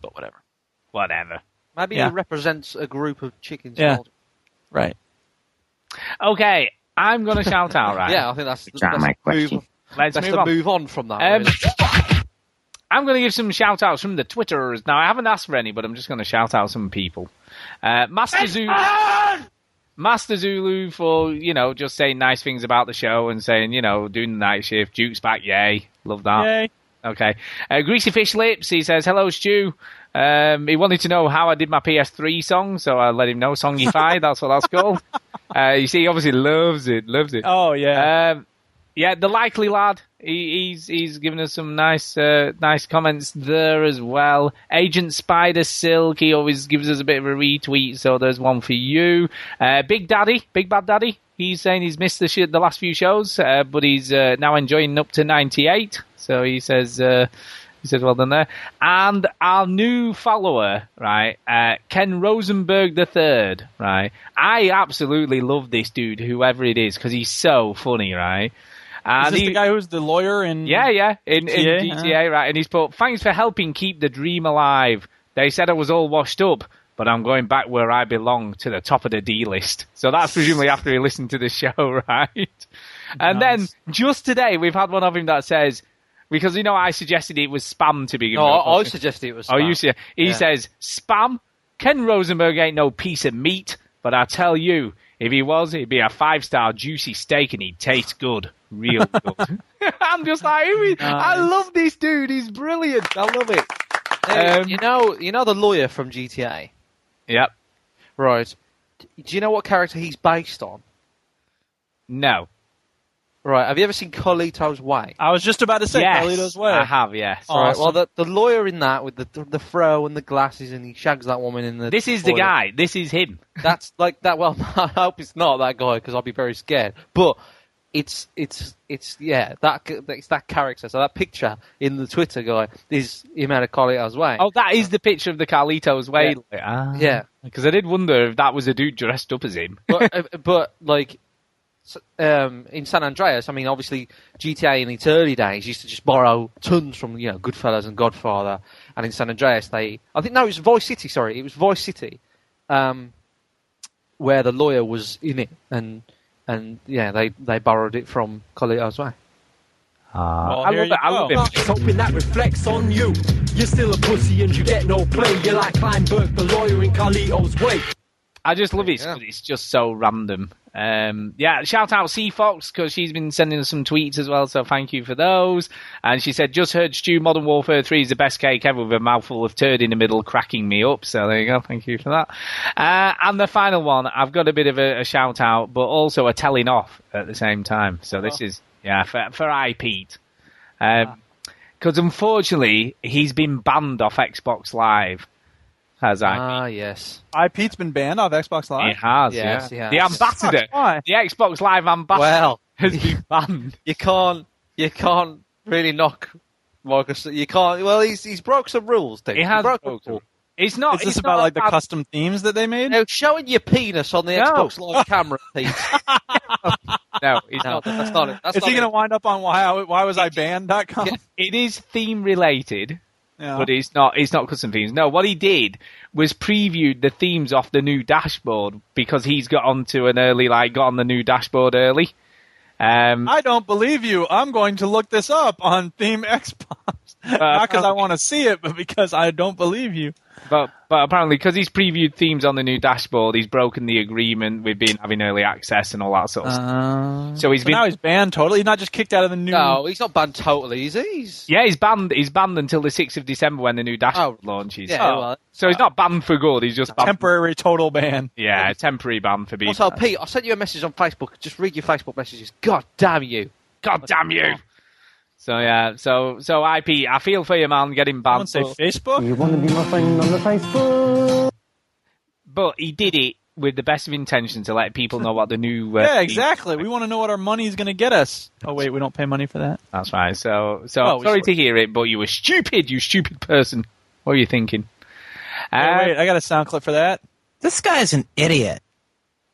But whatever. Whatever. Maybe Yeah. it represents a group of chickens. Yeah. called- Right. Okay, I'm gonna shout out right. yeah. I think that's the John, best my question. move. Let's Best move to on. move on from that. Um, really. I'm going to give some shout outs from the Twitterers. Now, I haven't asked for any, but I'm just going to shout out some people. Uh, Master Zulu. Master Zulu for, you know, just saying nice things about the show and saying, you know, doing the night shift. Duke's back, yay. Love that. Yay. Okay. Uh, Greasy Fish Lips, he says, Hello, Stu. Um, he wanted to know how I did my PS3 song, so I let him know. Songify, that's what that's called. Uh, you see, he obviously loves it, loves it. Oh, yeah. Um, yeah, the likely lad. He, he's he's given us some nice uh, nice comments there as well. Agent Spider Silk. He always gives us a bit of a retweet, so there's one for you. Uh, Big Daddy, Big Bad Daddy. He's saying he's missed the sh- the last few shows, uh, but he's uh, now enjoying up to 98. So he says. Uh, he says, "Well done there." And our new follower, right, uh, Ken Rosenberg the third, right. I absolutely love this dude, whoever it is, because he's so funny, right. And Is this he- the guy who's the lawyer in? Uh, yeah, yeah, in GTA, in GTA, GTA right? And he's put, "Thanks for helping keep the dream alive." They said I was all washed up, but I'm going back where I belong to the top of the D list. So that's presumably after he listened to the show, right? And then just today, we've had one of him that says. Because you know, I suggested it was spam to begin No, with. I, I suggested it was. Oh, spam. you see, he Yeah. says spam. Ken Rosenberg ain't no piece of meat, but I tell you, if he was, he'd be a five star juicy steak, and he'd taste good, real good. I'm just like, who is- I love this dude. He's brilliant. I love it. Now, Um, you know, you know the lawyer from GTA. Yep. Right. D- Do you know what character he's based on? No. Right. Have you ever seen Carlito's Way? I was just about to say Yes, Carlito's Way. I have, yes. All right. Well, the, the lawyer in that with the the fro and the glasses, and he shags that woman in the. This is the toilet. guy. This is him. That's like that. Well, I hope it's not that guy because I'll be very scared. But it's it's it's yeah that c- it's that character. So that picture in the Twitter guy is him out of Carlito's Way. Oh, that is the picture of the Carlitos way. Yeah. Because Ah. I did wonder if that was a dude dressed up as him. but uh, but like s- um, in San Andreas, I mean, obviously GTA in its early days used to just borrow tons from you know Goodfellas and Godfather, and in San Andreas they, I think no, it was Vice City. Sorry, it was Vice City, um, where the lawyer was in it, and and yeah, they they borrowed it from Carlito's Way. Oh, I love it. I love him. Hoping that reflects on you. You're still a pussy and you get no play. You're like Kleinberg, the lawyer in Carlito's way. I just love it. 'cause It's just so random. Um, yeah, shout out C Fox because she's been sending us some tweets as well, so thank you for those. And she said, "Just heard Stu Modern Warfare Three is the best cake ever with a mouthful of turd in the middle, cracking me up." So there you go. Thank you for that. Uh, and the final one, I've got a bit of a, a shout out, but also a telling off at the same time. So this is yeah for for I Pete. Um 'cause because unfortunately he's been banned off Xbox Live. Has I? Ah, yes. I Pete's been banned off Xbox Live. It has, Yes, yeah. it has. The ambassador, the Xbox Live ambassador, Well, has been banned. You can't you can't really knock Marcus. You can't. Well, he's he's broke some rules, dude. He has broke broke some rules. It's not. Is this it's about not like the about- custom themes that they made? No, showing your penis on the No. Xbox Live camera, Pete. No, it's No, not. that's not it. That's Is not he it. going to wind up on why, why was I banned.com? It is theme related, Yeah. but it's not. It's not custom themes. No, what he did was previewed the themes off the new dashboard because he's got onto an early, like got on the new dashboard early. Um, I don't believe you. I'm going to look this up on Theme Xbox. Uh, Not because I want to see it, but because I don't believe you. But but apparently, because he's previewed themes on the new dashboard, he's broken the agreement with being having early access and all that sort of stuff. So he's so been Uh, now he's banned totally. He's not just kicked out of the new. Oh. No, he's not banned totally, is he? He's, Yeah, he's banned. He's banned until the sixth of December when the new Oh. dashboard launches. yeah, well, so he's not banned for good. He's just banned. temporary total ban. yeah, temporary ban for being. also, Pete, I sent you a message on Facebook. Just read your Facebook messages. God damn you! God damn you! So yeah, so so IP, I feel for you, man. Getting banned. say but- Facebook. You want to be my friend on the Facebook? but he did it with the best of intentions to let people know what the new. Uh, Yeah, theme- exactly. We want to know what our money's going to get us. Oh wait, we don't pay money for that. That's right. So so Oh, we sorry should- to hear it, but you were stupid. You stupid person. What were you thinking? Oh, Uh, wait, I got a sound clip for that. This guy's an idiot.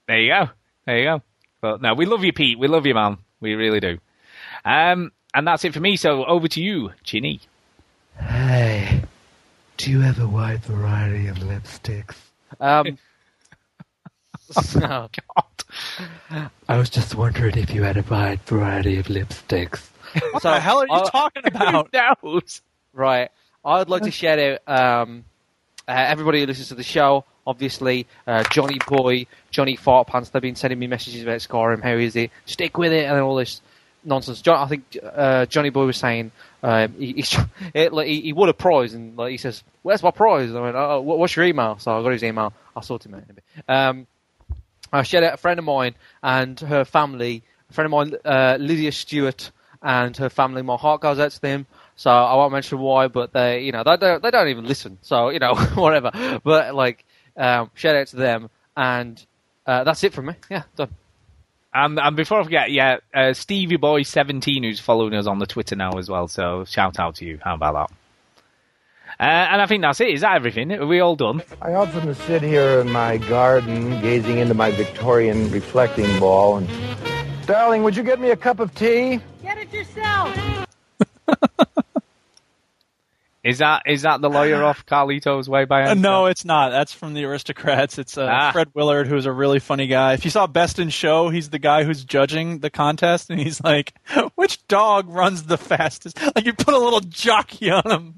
There you go. There you go. But no, we love you, Pete. We love you, man. We really do. Um, and that's it for me. So over to you, Chinny. Hey, do you have a wide variety of lipsticks? Um, no. I was just wondering if you had a wide variety of lipsticks. What the hell are you talking about? Right. I'd like to shout out um, uh, everybody who listens to the show. Obviously, uh, Johnny Boy, Johnny Fartpants. They've been sending me messages about Skyrim. How is it? Stick with it, and all this. nonsense. John, I think uh, Johnny Boy was saying um, he, he's, tr- it, like, he, he won a prize, and like, he says, "Where's my prize?" And I went, oh, wh- "What's your email?" So I got his email. I'll sort him out in a bit. Um, I shared out a friend of mine and her family. A friend of mine, uh, Lydia Stewart, and her family. My heart goes out to them. So I won't mention why, but they, you know, they don't, they don't even listen. So you know, whatever. But like, um, shout out to them, and uh, that's it from me. Yeah, done. And, and before I forget, yeah, uh, Stevie Boy Seventeen, who's following us on the Twitter now as well. So shout out to you. How about that? Uh, and I think that's it. Is that everything? Are we all done? I often sit here in my garden, gazing into my Victorian reflecting ball, and darling, would you get me a cup of tea? Get it yourself. Is that is that the lawyer off Carlito's way by? Uh, no, it's not. That's from the Aristocrats. It's uh, Ah. Fred Willard, who's a really funny guy. If you saw Best in Show, he's the guy who's judging the contest, and he's like, "Which dog runs the fastest?" Like you put a little jockey on him.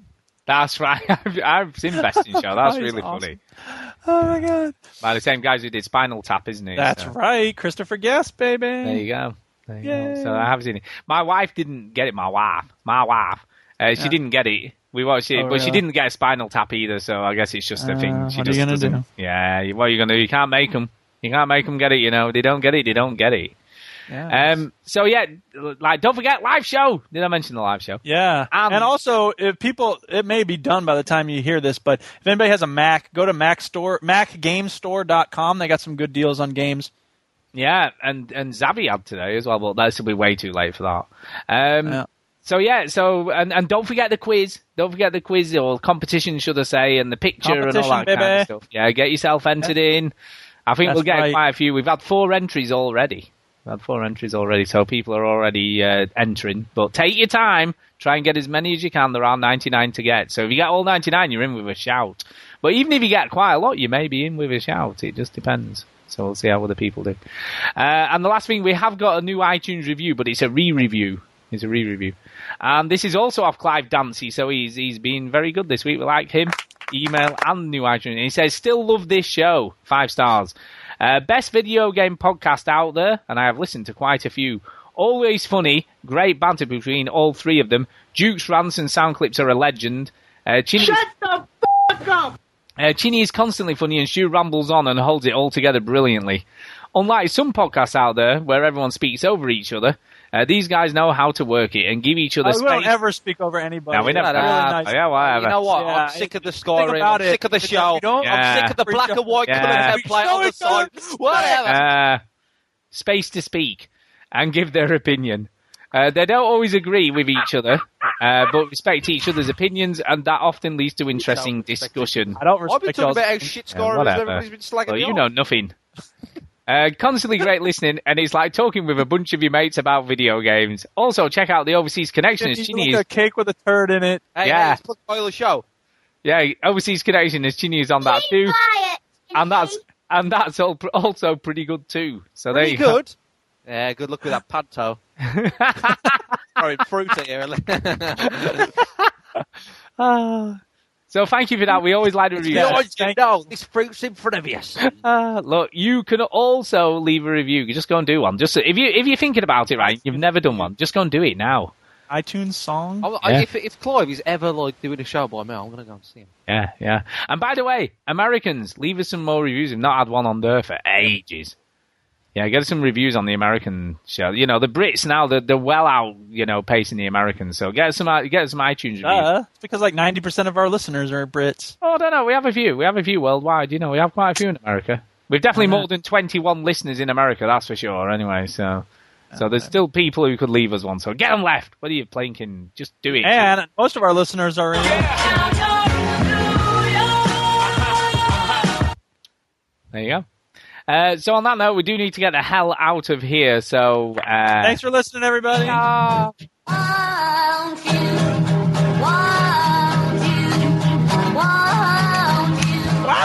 That's right. I've, I've seen Best in Show. That's He's really funny. awesome. Oh my god, By the same guys who did Spinal Tap, isn't it? that's So, right, Christopher Guest, baby. There you go. There you go. Yay. So I have seen it. My wife didn't get it. My wife. My wife. Uh, she Yeah. didn't get it. We watched it, Oh, but she really? didn't get a Spinal Tap either. So I guess it's just a Uh, thing. She what are just you gonna doesn't. do? Yeah. you- What are you gonna do? You can't make them. You can't make them get it. You know, they don't get it. They don't get it. Yeah. Um. So yeah, like don't forget live show. Did I mention the live show? Yeah. and also, if people, it may be done by the time you hear this, but if anybody has a Mac, go to Mac Store, MacGameStore.com. They got some good deals on games. Yeah, and and Zavi had today as well, but that's will be way too late for that. Mm. Um, So yeah, so and and don't forget the quiz. Don't forget the quiz or competition, should I say, and the picture and all that kind Competition, baby. of stuff. Yeah, get yourself entered in. I think That's we'll get right. quite a few. We've had four entries already. We've had four entries already, so people are already uh, entering. But take your time. Try and get as many as you can. There are 99 to get. So if you get all 99, you're in with a shout. But even if you get quite a lot, you may be in with a shout. It just depends. So we'll see how other people do. Uh, and the last thing, we have got a new iTunes review, but it's a re-review. It's a re-review. And this is also off Clive Dancy, so he's he's been very good this week. We like him. Email and new iTunes. And he says, still love this show. Five stars. Uh, best video game podcast out there, and I have listened to quite a few. Always funny, great banter between all three of them. Duke's rants and sound clips are a legend. Uh, Chin- Shut the fuck up. uh, Chini is constantly funny and Stu rambles on and holds it all together brilliantly. Unlike some podcasts out there where everyone speaks over each other, uh, these guys know how to work it and give each other I space. won't ever speak over anybody. No, we never- That's really Ah, nice. yeah, whatever. You know what? I'm sick of the Think scoring. about I'm it. sick of the Because show. you don't- Yeah. I'm sick of the black and white Yeah. colour template on the side. Whatever. uh, space to speak and give their opinion. Uh, they don't always agree with each other, uh, but respect each other's opinions, and that often leads to interesting discussion. I don't I've been talking about how shit scoring is. Everybody's been slagging well, me you off. know nothing. Uh, constantly great listening, and it's like talking with a bunch of your mates about video games. Also, check out the Overseas Connection. as It's Chinny like is, a cake with a turd in it. Hey, Yeah. hey, it's plugged by the show. yeah, Overseas Connection as Chinny is on Uh, that too, and that's and that's all, also pretty good too. So Pretty there you good. Yeah, good luck with that pad toe. Sorry, fruit at you. go. Ah. so thank you for that. We always like to review. No, you know, this fruit's in front of you. Uh, look, you can also leave a review. You Just go and do one. Just if you if you're thinking about it, right, you've never done one. Just go and do it now. iTunes song. I- I- Yeah. if, if Clive is ever like doing a show by me, I'm going to go and see him. Yeah, yeah. And by the way, Americans, leave us some more reviews. We've not had one on there for ages. Yeah, get us some reviews on the American show. You know, the Brits now they're, they're well out, you know, pacing the Americans. So get us some get us some iTunes reviews. Duh. It's because like 90% of our listeners are Brits. Oh, I don't know. We have a few. We have a few worldwide. You know, we have quite a few in America. We've definitely more than 21 listeners in America, that's for sure, anyway. So so there's still people who could leave us one. So get them left. What are you plinking? Just do it. And most of our listeners are in. There you go. Uh, so on that note, we do need to get the hell out of here. So uh, Thanks for listening, everybody.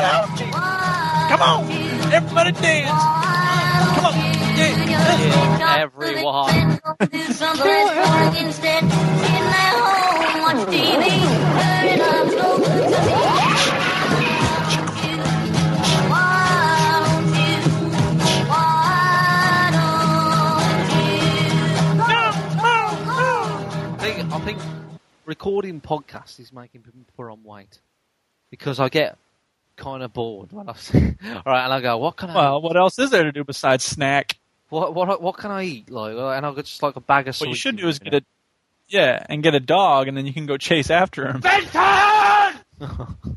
Come on, everybody dance. Come on, yeah, everyone. instead, sitting at home, watch TV, hurry up, go to the Why don't you? Why don't you? Go recording podcasts is making me put on weight because I get kind of bored. When I've seen, all right, and I go, what can I? Well, what else is there to do besides snack? What what what can I eat? Like, uh, and I've got just like a bag of. What you sweet- should do is get a yeah, and get a dog, and then you can go chase after him. Benton!